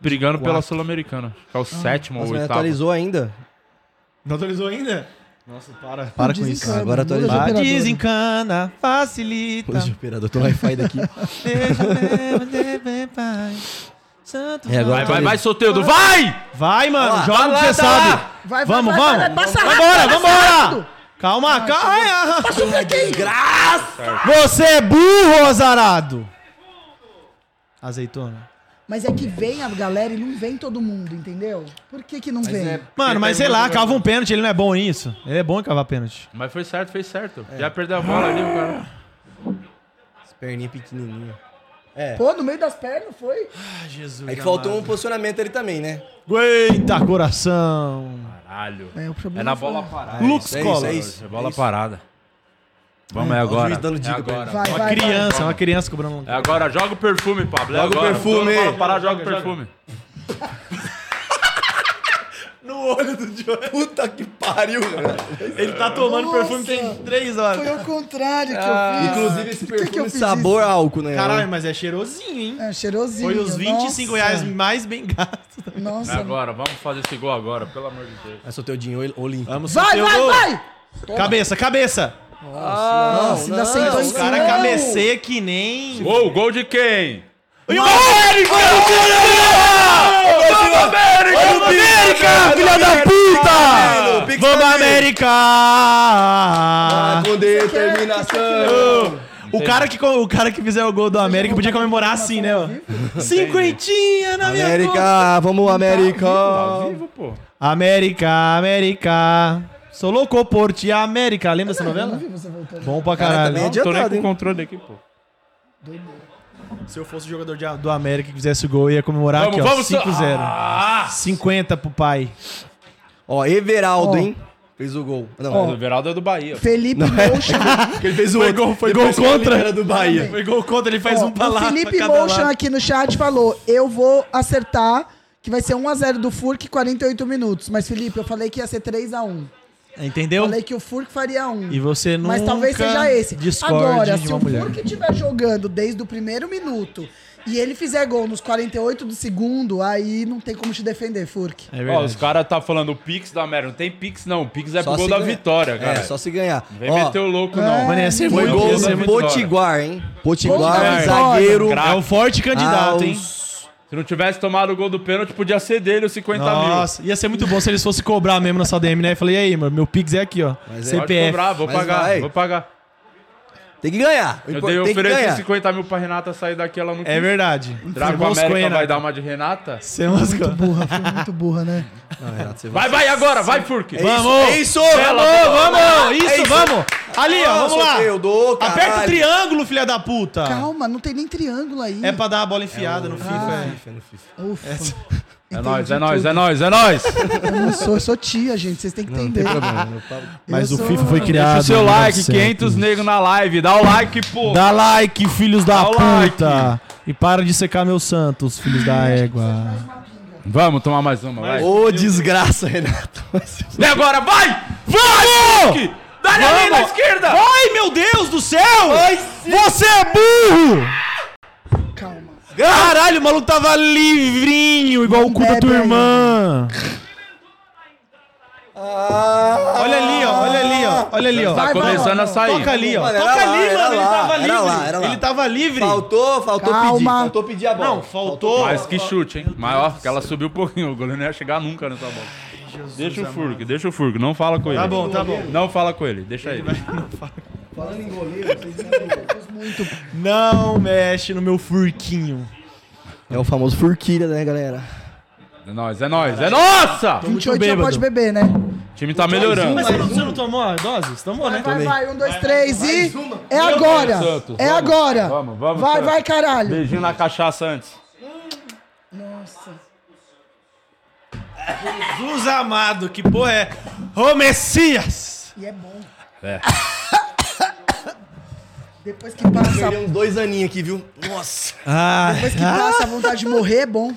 S9: brigando pela Sul-Americana. Acho que é o sétimo ou
S3: Nossa, mas
S9: oitavo.
S3: atualizou ainda.
S2: Não atualizou ainda? Nossa, para. Tá, Para com isso.
S4: Desencana,
S3: Agora
S4: muda
S3: atualizou.
S4: de
S2: Vá,
S4: operadora.
S2: desencana, facilita.
S4: é.
S3: Coisa de operador, tô Wi-Fi daqui.
S2: Deixa mesmo, de bem, pai. Santo
S3: É, agora
S9: Vai, vai,
S3: atualizou.
S9: vai, Soteudo, vai!
S2: Vai, mano,
S3: Vai lá,
S2: joga o que
S9: vai lá,
S2: você
S9: tá
S2: sabe.
S9: lá.
S4: Vai, vai,
S2: vamos,
S4: vai, vai,
S2: vamos.
S4: vai, passa
S2: vambora,
S4: rápido,
S2: vambora.
S4: passa rápido. um
S2: Calma, calma.
S3: Graça!
S2: Você é burro, azarado. Azeitona.
S4: Mas é que vem a galera e não vem todo mundo, entendeu? Por que que não vem?
S3: É.
S2: Mano, mas é- sei lá, cava um pênalti, ele não é bom nisso. Ele é bom em cavar pênalti.
S9: Mas foi certo, fez certo. Já perdeu a bola ali, o cara.
S3: As perninhas pequenininhas.
S4: Pô, no meio das pernas foi?
S2: Ah, Jesus.
S3: É que faltou um posicionamento ali também, né?
S2: um- Aguenta, coração.
S9: Caralho.
S4: É, o problema
S9: É na
S4: foi-
S9: bola parada.
S2: Lux
S3: é
S2: Cola.
S3: isso, é isso.
S9: É bola
S3: isso.
S9: parada. Vamos, é
S3: Olha o
S9: agora.
S3: juiz dando
S9: É
S3: dica pra
S9: agora.
S4: Vai, vai, vai.
S2: Criança, uma criança cobrando. um
S9: É agora, joga o perfume, Pablo. É
S3: Joga o
S9: agora.
S3: perfume.
S9: Joga a bola parada, joga o perfume.
S3: No olho do É João. Puta que pariu, cara.
S2: Ele tá tomando perfume tem 3 horas.
S4: Foi o contrário que
S2: Ah,
S4: eu fiz.
S3: Inclusive esse
S4: Por que que eu
S3: perfume
S4: fiz
S3: sabor álcool, né?
S2: Caralho, mas é cheirosinho, hein?
S4: É, cheirosinho.
S2: Foi os 25
S4: nossa.
S2: reais mais bem gastos.
S9: É
S4: Nossa.
S9: agora, vamos fazer esse gol agora, pelo amor de Deus.
S3: É só teu dinho olímpico.
S2: Vamos
S4: Vai,
S2: seu
S4: vai,
S2: gol.
S4: vai!
S2: Cabeça, cabeça.
S4: Nossa, ainda sentou em
S2: Os caras
S4: cima.
S2: cabeceia que nem.
S9: Gol, gol de quem?
S2: E o América! América, tá filha da puta! Vamos, América!
S3: Ah, Com determinação!
S2: O cara, que, co- o cara que fizer o gol do América podia comemorar assim, né? ó. Cinquentinha na minha conta.
S3: América, vamos
S9: Tá
S3: América!
S9: vivo, pô.
S2: América, América. Sou louco por ti, América. Lembra dessa
S4: Eu não
S2: novela?
S4: vi você voltando.
S2: Bom pra
S3: Cara, também
S2: caralho.
S3: é de-
S9: Tô nem
S3: Adiantado,
S9: com o
S3: hein?
S9: controle aqui, pô.
S2: Se eu fosse jogador de- do América que fizesse o gol, eu ia comemorar aqui, ó. 5-0.
S1: Ah!
S2: 50 pro pai.
S3: Ó, Everaldo,
S4: Ó.
S3: hein? Fez o gol. Não,
S1: O Veraldo é do Bahia.
S4: Felipe
S2: é?
S4: Motion.
S3: porque ele fez o foi gol, foi gol contra. Era do Bahia.
S2: Foi gol contra, ele faz
S4: Ó,
S2: um pra
S4: o
S2: lá,
S4: Felipe
S2: pra cada
S4: Motion
S2: lado.
S4: aqui no chat falou: eu vou acertar que vai ser 1x0 do Furk 48 minutos. Mas, Felipe, eu falei que ia ser 3x1.
S2: Entendeu?
S4: Falei que o Furk faria 1.
S2: Então- E você nunca
S4: Mas talvez seja esse.
S2: discorde
S4: Agora,
S2: de
S4: se
S2: uma
S4: o
S2: mulher.
S4: Furk estiver jogando desde o primeiro minuto e ele fizer gol nos 48 do segundo, aí não tem como te defender, Furk.
S2: É
S1: Ó,
S2: verdade.
S1: os caras tá falando o Pix da América. Não tem Pix, não. O Pix é pro
S3: Só
S1: gol
S3: se
S1: da
S3: ganhar.
S1: vitória, cara.
S3: É, só se ganhar.
S1: Vem
S3: Ó, é,
S1: meter o louco, não.
S2: Mano, ia ser
S3: Foi
S2: muito,
S3: gol
S2: ia ser
S3: do
S2: muito.
S3: Potiguar, hein? Potiguar,
S4: Gol da
S3: zagueiro.
S1: vitória.
S2: É um forte candidato,
S1: Ah,
S2: hein?
S1: Se não tivesse tomado o gol do pênalti, podia ser dele os 50 mil.
S2: Nossa, ia ser muito bom se eles fossem cobrar mesmo na sua DM, né? Eu falei, e aí, mano, meu Pix é aqui, ó.
S1: Pode
S2: CPF.
S1: cobrar, vou
S3: Mas
S1: pagar,
S3: vai.
S1: vou pagar.
S3: Tem que ganhar. O
S1: Eu
S3: impor-
S1: dei
S3: tem que
S1: ofereci
S3: ganhar.
S1: 50 mil pra Renata sair daqui, ela não
S2: É verdade.
S1: Drago
S2: Foi
S1: América
S2: Moscone,
S1: vai
S2: né?
S1: dar uma de Renata?
S2: Você é Moscone.
S4: Muito burra, foi muito burra, né?
S1: Vai, vai agora, vai, Furk.
S2: Vamos!
S3: É isso!
S2: Vamos, vamos! Isso, vamos! Ali, ó, vamos lá!
S3: Eu dou,
S2: Aperta o triângulo, filha da puta!
S4: Calma, Ah, não tem nem triângulo aí.
S2: É pra dar a bola enfiada é no FIFA.
S3: triângulo.
S4: Ufa.
S1: É
S4: Entendi
S1: nóis, é nóis,
S4: tudo.
S1: é nóis, é nóis.
S4: Eu não sou, eu sou tia, gente. Vocês têm que entender.
S1: Deixa o
S2: criado.
S4: Eu sou- um
S1: seu like, 500 negros na live. Dá o like, pô.
S2: Dá like, filhos da
S1: Dá o
S2: puta! E para de secar meus santos, filhos da égua.
S1: Vamos tomar mais uma, vai.
S3: Ô, desgraça, Renato.
S1: E agora, vai! Vai, Furk! Dá-lhe ali na esquerda!
S2: Ai, meu Deus do céu! Você é burro!
S4: Calma.
S2: Caralho, o maluco tava livrinho, igual o cu da tua
S4: Bebe aí.
S2: irmã. Olha ali, ó, olha ali, ó, olha ali, ó.
S1: Tá começando a sair.
S2: Toca ali, ó.
S3: Mano, era
S2: Toca
S3: lá,
S2: ali,
S3: era
S2: mano. Ele
S3: lá,
S2: tava
S3: era
S2: livre.
S3: lá, era lá.
S2: Ele tava livre.
S3: Faltou, faltou
S4: Calma.
S3: pedir. Faltou pedir a bola.
S2: Não, faltou.
S1: Mas que chute, hein? Mas ó, que ela subiu um pouquinho. O goleiro não ia chegar nunca nessa bola. deixa o Furk, deixa o Furk. Não fala com ele.
S2: Tá bom, tá bom.
S1: Não fala com ele, deixa ele.
S3: Falando em goleiro, vocês
S2: Não mexe no meu furquinho.
S3: É o famoso furquilha, né, galera?
S1: É nóis, é nóis, é nossa!
S2: Tô muito
S4: 28 já
S2: bêbado.
S4: pode beber, né?
S1: O time tá melhorando.
S2: Mas é- você não, você não tomou a dose? Você tomou, né?
S4: Vai, vai, um, dois, três e. É agora!
S1: Deus, Santos,
S4: É
S1: vamos,
S4: agora!
S1: vamos, vamos,
S4: Vai,
S1: Santos.
S4: vai, caralho!
S1: Beijinho na cachaça antes.
S4: Nossa!
S2: Jesus amado, que porra é? Ô, Messias!
S4: E é bom.
S1: É.
S4: Depois que passa.
S3: Perdemos dois aninhos aqui, viu? Nossa.
S2: Ah,
S4: Depois que passa a vontade de morrer, é bom.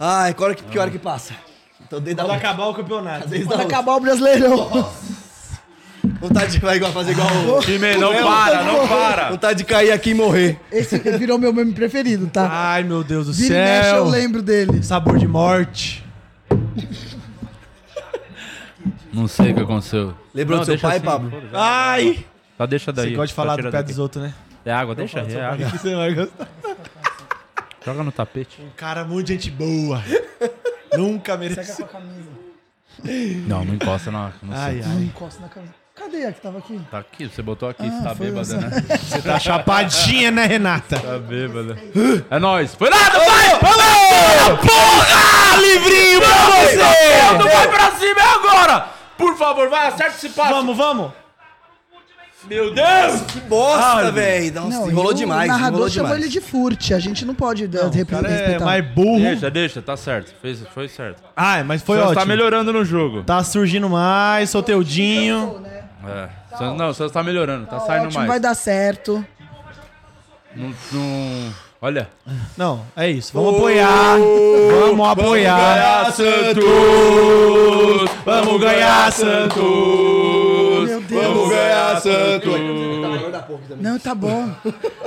S3: Ai, que hora que, que hora que passa? Então, desde a
S2: quando acabar o campeonato.
S3: desde
S4: Quando
S3: a-
S4: acabar o brasileirão.
S3: Vontade de vai igual, fazer igual o...
S1: Time, não para, não para.
S3: Vontade de cair aqui e morrer.
S4: Esse virou meu meme preferido, tá?
S2: Ai, meu Deus do
S4: Vira e mexe, eu
S2: Ah, céu.
S4: lembro dele.
S2: Sabor de morte.
S1: Não sei o que aconteceu.
S3: Lembrou do seu pai, Pablo?
S2: Ai!
S1: Tá, deixa daí.
S2: Você gosta de falar
S1: Só tira
S2: do pé
S1: daqui.
S2: dos outros, né?
S1: É água, deixa. É água.
S2: Que você vai gostar.
S1: Joga no tapete.
S2: Um cara muito gente boa. Nunca mereceu.
S1: Não, não encosta na. Não sei.
S2: Ai, ai.
S4: Encosta na camisa. Cadê a que tava aqui?
S1: Tá aqui, você botou aqui, você tá
S4: foi
S1: bêbada,
S4: você.
S1: né?
S2: Tá chapadinha, né, Renata?
S1: Tá bêbada. É nóis. Foi nada, vai! Vamos!
S2: Porra! Livrinho pra
S1: Não vai pra cima, é agora! Por favor, vai, acerta esse passo.
S2: Vamos, vamos!
S1: Meu Deus!
S3: Que bosta, velho. Nossa, enrolou
S4: e o
S3: demais,
S4: narrador
S3: enrolou
S4: chamou
S3: demais.
S4: ele de furte. A gente não pode dar-
S2: O
S4: repre-
S2: cara é
S4: respeitar.
S2: mais burro.
S1: Deixa, deixa, tá certo. Fez, foi certo.
S2: Ai, mas foi
S1: Santos
S2: ótimo.
S1: tá melhorando no jogo.
S2: Tá surgindo mais, Soteudinho.
S1: É. Santos- não, o Santos tá melhorando, tá, saindo
S4: Ótimo,
S1: mais.
S4: vai dar certo.
S1: Não, não- Olha.
S2: Não, é isso. Vamos apoiar. Vamos apoiar.
S1: Santos!
S2: Vamos ganhar, Santos!
S4: Meu Deus.
S1: ganhar, Santos!
S4: Não, tá bom.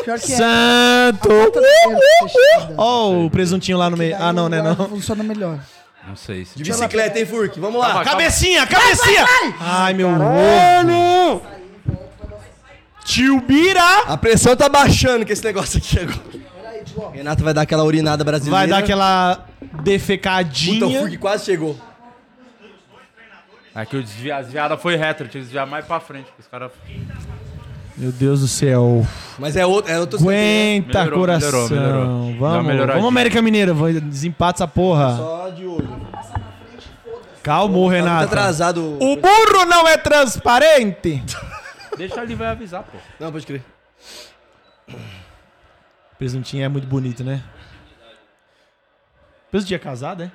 S4: Pior que é.
S2: Santo!
S4: Tá vendo, fechada.
S2: Ó, o presuntinho lá no meio. uh, Ah, não, né? Não.
S4: Funciona melhor.
S1: Não sei se.
S3: De bicicleta,
S4: né?
S3: hein, Furk? Vamos lá.
S2: Cabecinha, cabecinha! Ai, meu ovo! Tio Bira!
S3: A pressão tá baixando com esse negócio aqui agora. Renato vai dar aquela urinada brasileira.
S2: Vai dar aquela
S3: Puta, o
S2: defecadinha.
S3: Furk quase chegou.
S1: Aqui eu É desvi, a desviada foi reta, eu tinha que desviar mais pra frente. porque Os caras.
S2: Meu Deus do céu.
S3: Mas é outro, é outro
S2: Aguenta,
S1: Melhorou,
S2: coração.
S1: melhorou, melhorou. Dá uma
S2: Vamos,
S1: melhoradinha.
S2: vamos América Mineira. Vai desempate essa porra.
S3: Só de olho.
S2: Calmo,
S3: Tá
S2: Renato.
S3: atrasado.
S2: O burro não é transparente.
S1: Deixa ele vai avisar, pô.
S3: Não, pode crer.
S2: Presuntinho é muito bonito, né? Presuntinho é casado, é?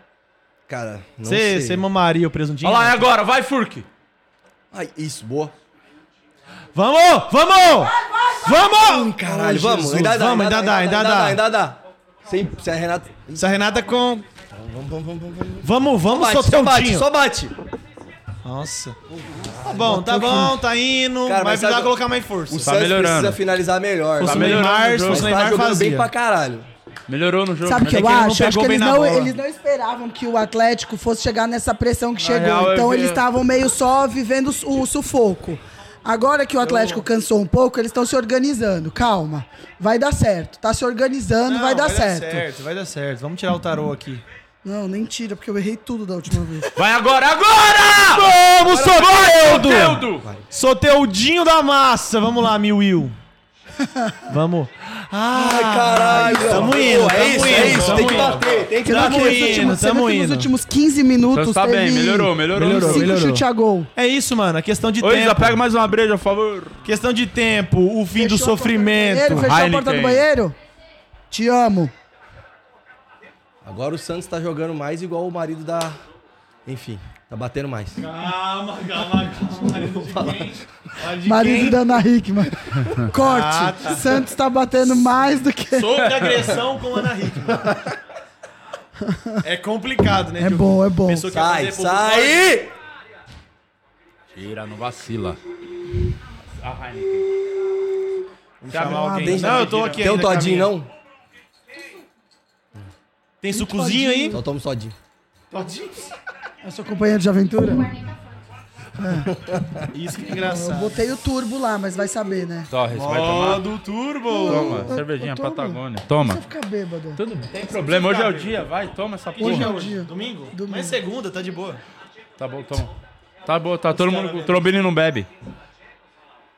S3: Cara, não sei.
S2: Você mamaria o um presuntinho?
S9: Olha lá, é agora, vai, Furk!
S3: Ai, isso, boa.
S2: Vamos! Vamos! Vamos!
S3: Caralho,
S2: Ai,
S3: vamos.
S2: Jesus, vamos, ainda dá, ainda dá.
S3: Ainda dá. Sem, se a Renata...
S2: Essa Renata com.
S3: Vamos, vamos, vamos, vamos, vamos.
S2: Vamos, vamos, um
S3: Bate, só bate,
S2: Sotontinho.
S3: só bate.
S2: Tá Nossa. Tá bom, tá bom, tá indo.
S3: um Cara,
S2: vai
S3: mas sabe-
S2: precisar colocar mais
S3: O
S2: força.
S3: Santos
S1: melhorando.
S3: precisa finalizar melhor.
S2: Fosse o
S3: Tá Mas
S2: Neymar,
S1: melhorando
S2: se
S1: o
S2: fosse o
S3: tá
S2: Neymar,
S3: jogando
S2: fazia.
S3: bem pra caralho.
S1: Melhorou no jogo.
S4: Sabe o
S2: Mas
S4: que
S2: é
S4: eu
S2: que ele não
S4: acho? Acho
S2: pegou
S4: que
S2: bem
S4: eles
S2: na
S4: não,
S2: bola.
S4: eles não esperavam que o Atlético fosse chegar nessa pressão que chegou.
S1: real, eu
S4: então
S1: vi-
S4: eles estavam meio só vivendo o su- o sufoco. Agora que o Atlético cansou um pouco, eles estão se organizando. Calma. Vai dar certo. Tá se organizando, vai dar certo.
S2: Vai dar certo. Vamos tirar o tarô aqui.
S4: Não, nem tira, porque eu errei tudo da última vez.
S9: Vai agora, agora!
S2: Vamos, Soteudo!
S9: Teudo!
S2: Soteudinho da massa. Vamos lá, meu Will. Vamos.
S3: Ai, caralho.
S2: Ah, Tamo
S3: Pô,
S2: indo, tamo
S3: É isso, é
S2: indo,
S3: isso.
S2: tamo
S3: Tem que
S2: indo.
S3: bater, tem que
S4: Você
S2: Tamo
S4: viu que nos
S2: indo,
S4: últimos- você
S2: tamo
S4: viu que nos
S2: indo.
S4: últimos 15
S1: Santos
S4: minutos
S1: tá bem,
S4: teve
S1: melhorou, melhorou.
S2: Melhorou.
S1: melhorou.
S4: cinco chute a gol.
S2: É isso, mano. A questão de
S1: Ô, Isa,
S2: tempo.
S1: pega mais uma breja, por favor.
S2: Questão de tempo, o fim do
S4: Fechou a porta
S2: sofrimento.
S4: banheiro, Fechou a porta do
S1: Heineken.
S4: banheiro? Te amo.
S3: Agora o Santos tá jogando mais igual o marido da... Enfim, tá batendo mais.
S2: Calma, calma, calma. Marido de quem? Marido de
S4: Marido
S2: quem? Ah,
S4: da Ana Hickman. Corte. Santos tá batendo mais do que.
S2: Sobre agressão com Ana Hickman. É complicado, né?
S4: É
S2: Diogo?
S4: bom, é bom.
S2: Pensou que ia
S3: Sai,
S2: fazer
S3: sai!
S1: Tira, não vacila. Ah,
S2: Vamos chamar alguém.
S3: Tem-
S2: Não, eu tô aqui.
S3: Tem um
S2: ainda,
S3: todinho,
S2: caminho.
S3: não?
S2: Tem sucozinho aí?
S3: Só toma um todinho.
S4: É seu companheiro de aventura?
S2: Isso que é
S4: Eu
S2: engraçado.
S4: botei o turbo lá, mas vai saber, né?
S1: Torres, vai tomar.
S2: Modo turbo.
S1: Toma, cervejinha
S4: tomo.
S1: Patagônia.
S4: Você
S1: Toma.
S4: fica bêbado.
S1: Tudo bem, tem problema. Hoje é o dia, vai, toma essa porra.
S4: Hoje é o dia.
S2: Domingo?
S4: Domingo.
S2: Mas segunda, tá de boa.
S1: Tá bom, toma. Tá bom, tá todo mundo com trombino não bebe.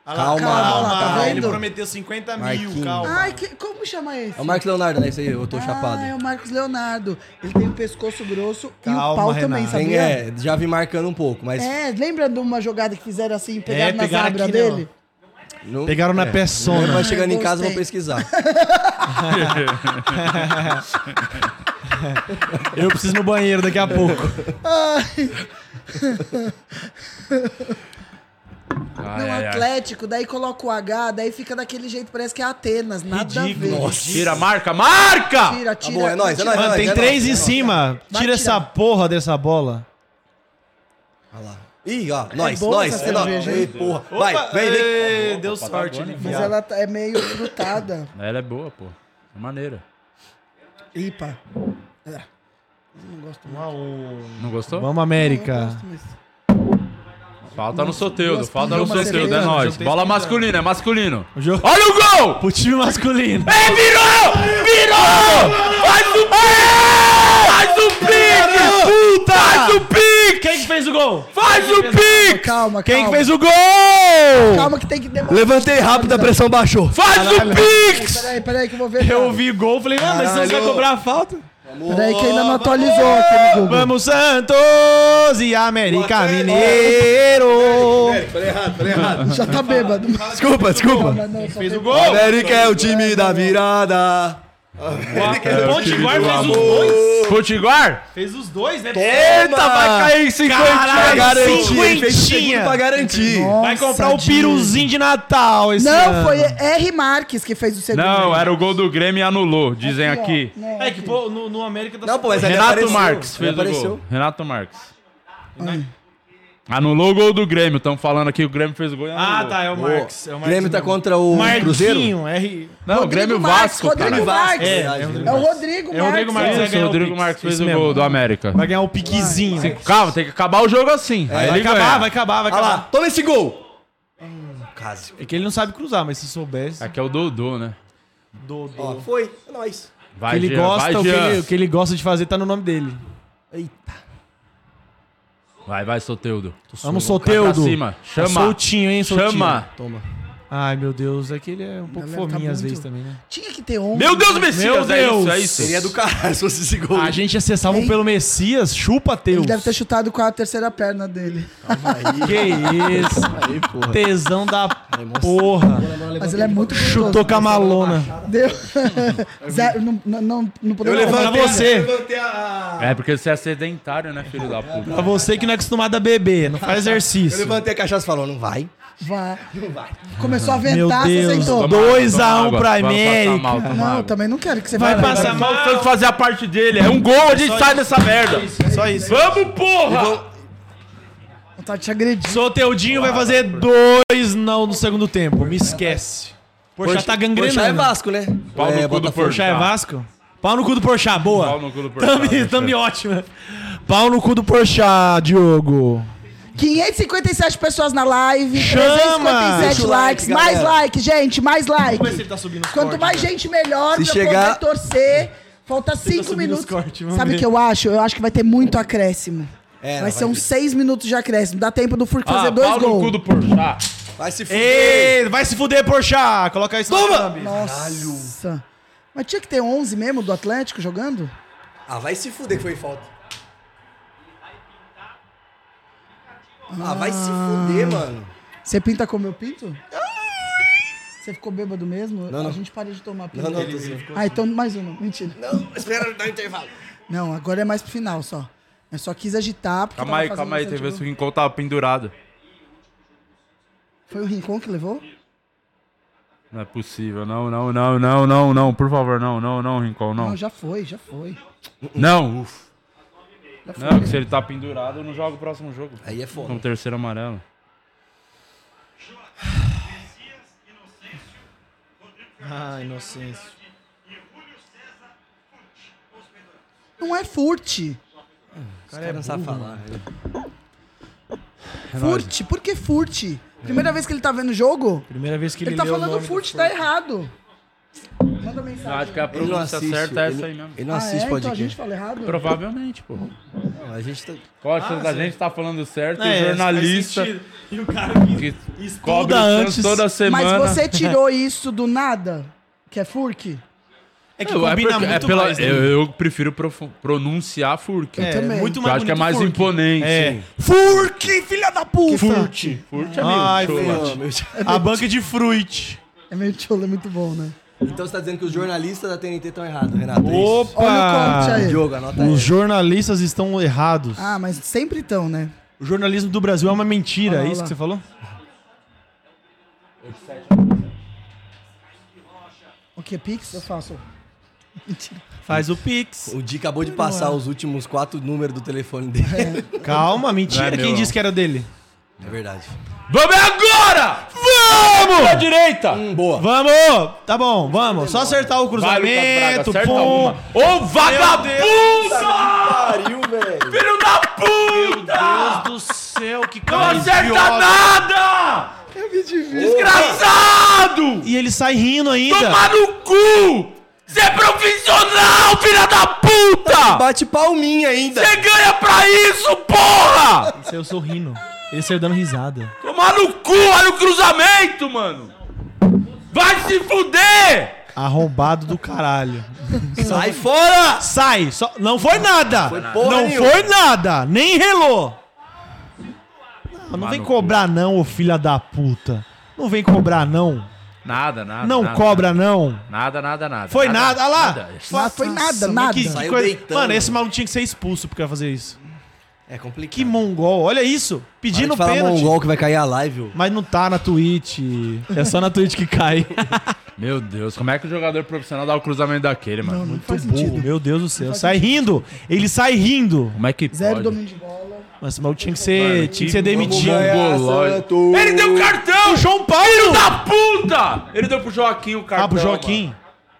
S2: Olha
S3: Calma,
S4: lá, tá
S2: Ele
S4: vendo? Ah.
S2: prometeu 50 mil,
S3: Marquinhos.
S2: calma.
S4: Ai, que- como chama esse?
S3: É o Marcos Leonardo, né? Isso aí, eu tô chapado.
S4: Ah, é o Marcos Leonardo. Ele tem o pescoço grosso e o
S2: Calma,
S4: pau
S2: Renato.
S4: também,
S3: Tem-
S4: sabia? É.
S3: é, já vi marcando um pouco, mas...
S4: lembra de uma jogada que fizeram assim, pegaram na
S2: pegaram
S4: zabra
S2: É, aqui, né,
S4: dele?
S2: não.
S3: não-
S2: Pegaram na
S3: Agora
S2: persona.
S3: vai chegando em
S4: Ah, Gostei.
S3: casa, eu vou pesquisar.
S2: Eu preciso ir no banheiro daqui a pouco.
S1: Ai,
S4: Não,
S1: ai, ai.
S4: Atlético, daí coloca o H, daí fica daquele jeito, parece que é Atenas, nada a ver.
S2: Ridículo.
S1: Tira, marca, marca!
S4: Tira,
S3: Tá
S4: tira.
S3: bom, é nóis, é
S4: tira.
S3: nóis.
S2: Mano,
S3: é
S2: tem
S3: nóis,
S2: três
S3: é
S2: em
S3: nóis.
S2: cima.
S4: Vai
S2: Tira essa
S4: tirar.
S2: porra dessa bola.
S3: Olha lá. Ih, ó, nós,
S4: boa
S3: nós,
S4: essa
S3: é nóis.
S4: cerveja,
S3: Ei, porra. Vai, vem, vem.
S2: Ê, Deu sorte. ele
S4: Mas
S2: viado.
S4: ela tá- é meio frutada.
S1: Ela é boa, pô. É maneira.
S4: Ipa. É. Eu não gosto muito.
S1: Não gostou?
S2: Vamos,
S4: Eu
S2: América.
S4: gosto, mas-
S1: Falta no soteudo,
S4: duas
S1: falta no
S4: pingas, uma
S1: soteudo, é
S4: cerveja.
S1: nóis. Bola masculina, é masculino.
S2: O jogo...
S9: Olha o gol!
S2: Pro time masculino.
S1: É,
S9: Ele virou! Virou! Faz o pique! Faz o pique! Puta! Faz o pique!
S2: Quem é que fez o gol?
S9: Faz o pique!
S4: Calma, calma.
S2: Quem que fez o gol?
S4: Calma que tem que demorar.
S3: Levantei rápido, a pressão baixou.
S9: Faz o pique!
S4: Peraí, peraí que eu vou ver.
S2: Eu
S4: cara.
S2: vi gol, falei, ah, mas você vai cobrar a falta?
S4: Peraí que ainda não atualizou aqui no Google.
S2: Vamos, Santos e América Mineiro.
S4: Já tá bêbado.
S3: Desculpa, desculpa.
S4: Mas não, só
S2: Fez o
S4: tem-
S2: gol.
S3: América é o time da virada.
S2: É Potiguar fez os dois.
S9: Potiguar?
S2: Fez os dois, né?
S3: Eita,
S9: Vai cair 50!
S3: Pra garantir. Ele fez o
S2: cinquentinha.
S3: segundo pra garantir.
S2: Vai comprar
S4: Nossa,
S2: o piruzinho de Natal esse
S4: Não,
S2: ano.
S4: foi R. Marques que fez o segundo.
S1: Não, era o gol do Grêmio e anulou, dizem
S4: Ó,
S1: aqui.
S4: né,
S2: É que pô, no, no América tá...
S3: Não, pô, mas ele
S1: Renato
S3: apareceu.
S1: Marques
S3: Ele
S1: fez o
S3: apareceu.
S1: gol. Renato Marques. Anulou o gol do Grêmio, estão falando aqui que o Grêmio fez o gol e anulou.
S2: Ah, tá, é o Marques. É o Marques
S3: Grêmio tá
S2: mesmo.
S3: contra o Cruzeiro.
S2: Marquinho, R...
S1: Não, o
S4: Rodrigo
S1: Grêmio
S4: Marques,
S1: Vasco,
S4: Rodrigo
S1: cara.
S4: Marques.
S3: É,
S4: É,
S3: verdade, né?
S4: o Rodrigo Marques.
S2: É o Rodrigo
S1: Isso,
S2: Marques.
S1: o
S2: ganhou o
S1: Rodrigo
S2: Pix,
S1: Marques fez
S2: isso
S1: o
S2: mesmo.
S1: gol do América.
S2: Vai ganhar um piquezinho. Vai
S1: Calma, tem que acabar o jogo assim. Aí ele
S2: acabar,
S1: ganha.
S2: É, vai acabar, vai
S3: Olha lá,
S2: acabar.
S3: toma esse gol. Quase.
S2: É que ele não sabe cruzar, mas se soubesse...
S1: Aqui é o Dodô, né?
S2: Do, do.
S3: Ó, foi. É nóis.
S1: Vai,
S2: que ele
S1: Jean,
S2: gosta,
S1: vai,
S2: o, que
S1: Jean.
S2: ele, o que ele gosta de fazer tá no nome dele.
S1: Vai, vai, Soteudo.
S2: Vamos,
S1: Vai pra
S2: Soteudo.
S1: cima. Chama.
S2: Tá É Soltinho, hein, soltinho.
S1: Chama.
S3: Toma.
S2: Ai, meu Deus, é que ele é um pouco
S4: Galera, tá
S2: fominha às
S4: muito-
S2: vezes também, né?
S4: Tinha que ter 11.
S9: Meu Deus, Messias, é
S2: Deus!
S9: isso, é isso.
S3: Seria do caralho se fosse esse gol.
S2: A gente ia ser salvo
S4: Ei.
S2: pelo Messias, chupa Teus.
S4: Ele deve ter chutado com a terceira perna dele.
S2: Que isso?
S3: Aí, porra.
S2: Tesão da porra.
S4: Mas ele é muito gostoso.
S2: Chutou com a malona.
S4: Deu. Zero, não, não, não, não podemos
S2: Pra
S4: levantar.
S2: você,
S1: É porque você é sedentário, né, filho da puta?
S2: pra você que não é acostumado a beber, não faz
S3: Eu
S2: exercício.
S3: levantei a cachaça e falou, não vai.
S4: Vá. Começou a
S2: Meu
S4: ventar, você
S2: Deus,
S4: sentou.
S2: 2
S1: Toma
S2: a 1
S1: água,
S2: pra
S1: vai passar mal,
S2: América. tá-
S1: toma
S4: Não,
S1: água.
S4: também não quero que você
S2: Vai
S4: fale.
S2: passar
S9: Só o Santos
S2: mal.
S9: fazer a parte dele. É um gol, a gente sai dessa merda.
S2: Só É isso.
S9: Vamos, porra!
S4: Vontade de te agredir.
S2: Soteudinho vai fazer dois não no segundo tempo. Me esquece. Porchat tá
S3: Poxa, é
S2: gangrenando.
S3: Vasco, né?
S1: Pau no
S3: é,
S1: cu do
S3: Botafogo.
S2: Porchat é Vasco? Pau no cu do Porchat, boa.
S1: Pau no cu do Porchat, né,
S2: Tamo,
S1: Porchat. é.
S2: tamo ótimo. Pau no cu do Porchat, Diogo.
S4: 557 pessoas na live.
S2: Chama!
S4: 357
S3: Deixa o
S4: likes.
S3: like,
S4: mais
S3: galera.
S4: like, gente. Mais like.
S2: ele tá subindo os
S4: Quanto mais gente, melhor
S3: Se
S4: pra poder
S3: chegar-
S4: torcer. Falta cinco
S2: subindo
S4: minutos.
S2: os cortes, vamos
S4: Sabe o
S2: ver.
S4: que eu acho? Eu acho que vai ter muito acréscimo.
S3: É,
S4: vai
S3: não,
S4: ser
S3: vai
S4: uns seis minutos de acréscimo. Dá tempo do Furk fazer
S1: Ah,
S4: dois
S1: pau no
S4: gols.
S1: cu do Porchat.
S3: Vai se fuder.
S2: Ei, vai se fuder, Porchat. Coloca isso Toma!
S4: Nossa. Mas tinha que ter 11 mesmo do Atlético jogando?
S3: Ah, vai se fuder que foi falta. Ah, vai se fuder, mano.
S4: Você pinta como eu pinto? Você ficou bêbado mesmo? A gente para de tomar pinta.
S3: Não, não, tô zoando.
S4: Ah, então mais uma. Mentira.
S3: Não, espera
S1: tá
S3: dar intervalo.
S4: Não, agora é mais pro final só. Eu só quis agitar. Porque
S1: Calma
S4: tava
S1: aí,
S4: fazendo
S1: calma aí. Teve
S4: bastante
S1: vezes que
S4: gol.
S1: o Rincon tava pendurado.
S4: Foi o Rincon que levou?
S1: Não é possível. Não, não, não, não, não, não. Por favor, não, não, não, Rincon,
S4: Não,
S1: não.
S4: já foi, já foi.
S1: Não, ufa.
S4: Já foi.
S1: Não, que se ele tá pendurado, eu não jogo o próximo jogo.
S3: Aí é foda.
S1: Com o terceiro amarelo.
S2: Ah, inocência.
S4: Não é furte.
S3: cara é sabe falar.
S4: Furte? Por que furte? Primeira vez que ele tá vendo o jogo,
S2: Primeira vez que
S4: ele,
S2: ele,
S4: tá
S2: leu o
S4: falando
S2: nome do
S4: furte,
S2: Ford.
S4: tá errado. Manda
S1: Eu
S4: mensagem.
S1: acho que a
S3: Ele não
S1: pronúncia
S3: assiste.
S1: certa é essa aí
S3: ele,
S1: mesmo.
S3: ele não assiste
S4: ah, é? Então a
S3: podcast.
S4: gente fala errado?
S1: Provavelmente, pô.
S3: Não, a gente tá...
S1: Qual a chance da gente tá falando certo
S2: Ah, É,
S1: e o
S2: faz
S1: jornalista
S2: sentido. E o cara
S1: que
S2: Estuda
S1: cobre o Santos
S2: antes.
S1: toda
S4: Mas
S1: semana. É,
S4: você tirou isso do nada? Que é furque?
S2: É que
S1: Eu, é
S2: combina
S1: porque- é
S2: muito
S1: pela-
S2: mais. né?
S1: eu, eu prefiro profu- pronunciar Furk.
S2: é,
S4: também.
S2: muito
S1: eu
S2: mais
S1: acho que é
S2: bonito
S1: mais
S2: Furk.
S1: imponente.
S2: É.
S4: Furque, filha da puta! É Furte.
S1: Furk é meio
S2: Ai,
S1: show.
S2: meu. A banca de fruit.
S4: É meio tcholo, é muito bom, né?
S3: Então você tá dizendo que os jornalistas da TNT estão errados, Renato. é isso?
S4: Olha o corte
S2: Opa!
S4: aí.
S3: Diogo, anota aí.
S2: Os jornalistas estão errados.
S4: Ah, mas sempre estão, né?
S2: O jornalismo do Brasil é uma mentira,
S4: Olha
S2: é
S4: lá,
S2: isso
S4: olha
S2: que você falou?
S4: O que, Pix? Eu faço. Mentira.
S2: Faz o Pix.
S3: O Di acabou de passar os últimos quatro números do telefone dele.
S2: Calma,
S1: Não é
S2: mentira.
S1: meu,
S2: Quem
S1: não.
S2: disse que era dele?
S3: É verdade.
S9: Vamos agora!
S2: Vamos!
S9: Pra direita!
S3: Hum, boa.
S2: Vamos! Tá bom, vamos. Só acertar o
S1: Vai, Lucas Braga,
S2: cruzamento.
S1: acerta
S2: pum.
S1: uma. Ô, vagabundo!
S3: Pariu, velho.
S9: Filho da puta!
S2: Meu Deus do céu, que
S9: Não
S2: cara
S9: acerta
S2: idiota.
S9: nada! Desgraçado!
S2: E ele sai rindo ainda.
S9: Toma no cu! Você é profissional, filha da puta!
S3: Bate palminha ainda.
S9: Você ganha pra isso, porra!
S2: Esse eu sou rindo. Ele saiu dando risada.
S9: Toma no cu, olha o cruzamento, mano! Vai se fuder!
S2: Arrombado do caralho.
S3: Sai fora!
S2: Sai! Só... Não foi nada!
S3: porra
S2: não
S3: nenhuma.
S2: foi nada! Nem relou! Não, não vem cobrar, não, ô filha da puta. Não vem cobrar, não.
S1: Nada, nada.
S2: Não
S1: nada,
S2: cobra, não.
S1: Nada, nada, nada.
S2: Foi Ah, nada, olha lá.
S4: Não foi nada, nada.
S2: Que, que
S3: Saiu
S2: coisa-
S3: deitando.
S2: Mano, esse maluco tinha que ser expulso porque ia fazer isso.
S3: É complicado.
S2: Que mongol, olha isso.
S3: Para
S2: Pedindo
S3: de falar
S2: pênalti.
S3: mongol que vai cair a live, ô.
S2: Mas não tá na Twitch. É só na Twitch que cai.
S1: Meu Deus, como é que o jogador profissional dá o cruzamento daquele, mano?
S4: Não, não faz
S2: Muito burro,
S4: sentido.
S2: meu Deus do céu. Sai rindo. Ele sai rindo.
S1: Como é que
S4: Zero
S1: pode?
S4: domínio de bola.
S2: Mas esse maluco tinha que ser,
S1: Mano,
S2: tinha que
S1: que
S2: ser demitido.
S9: Ele deu cartão!
S2: João
S9: Filho
S2: Paulo!
S9: da puta! Ele deu pro Joaquim o cartão.
S2: Ah, pro Joaquim.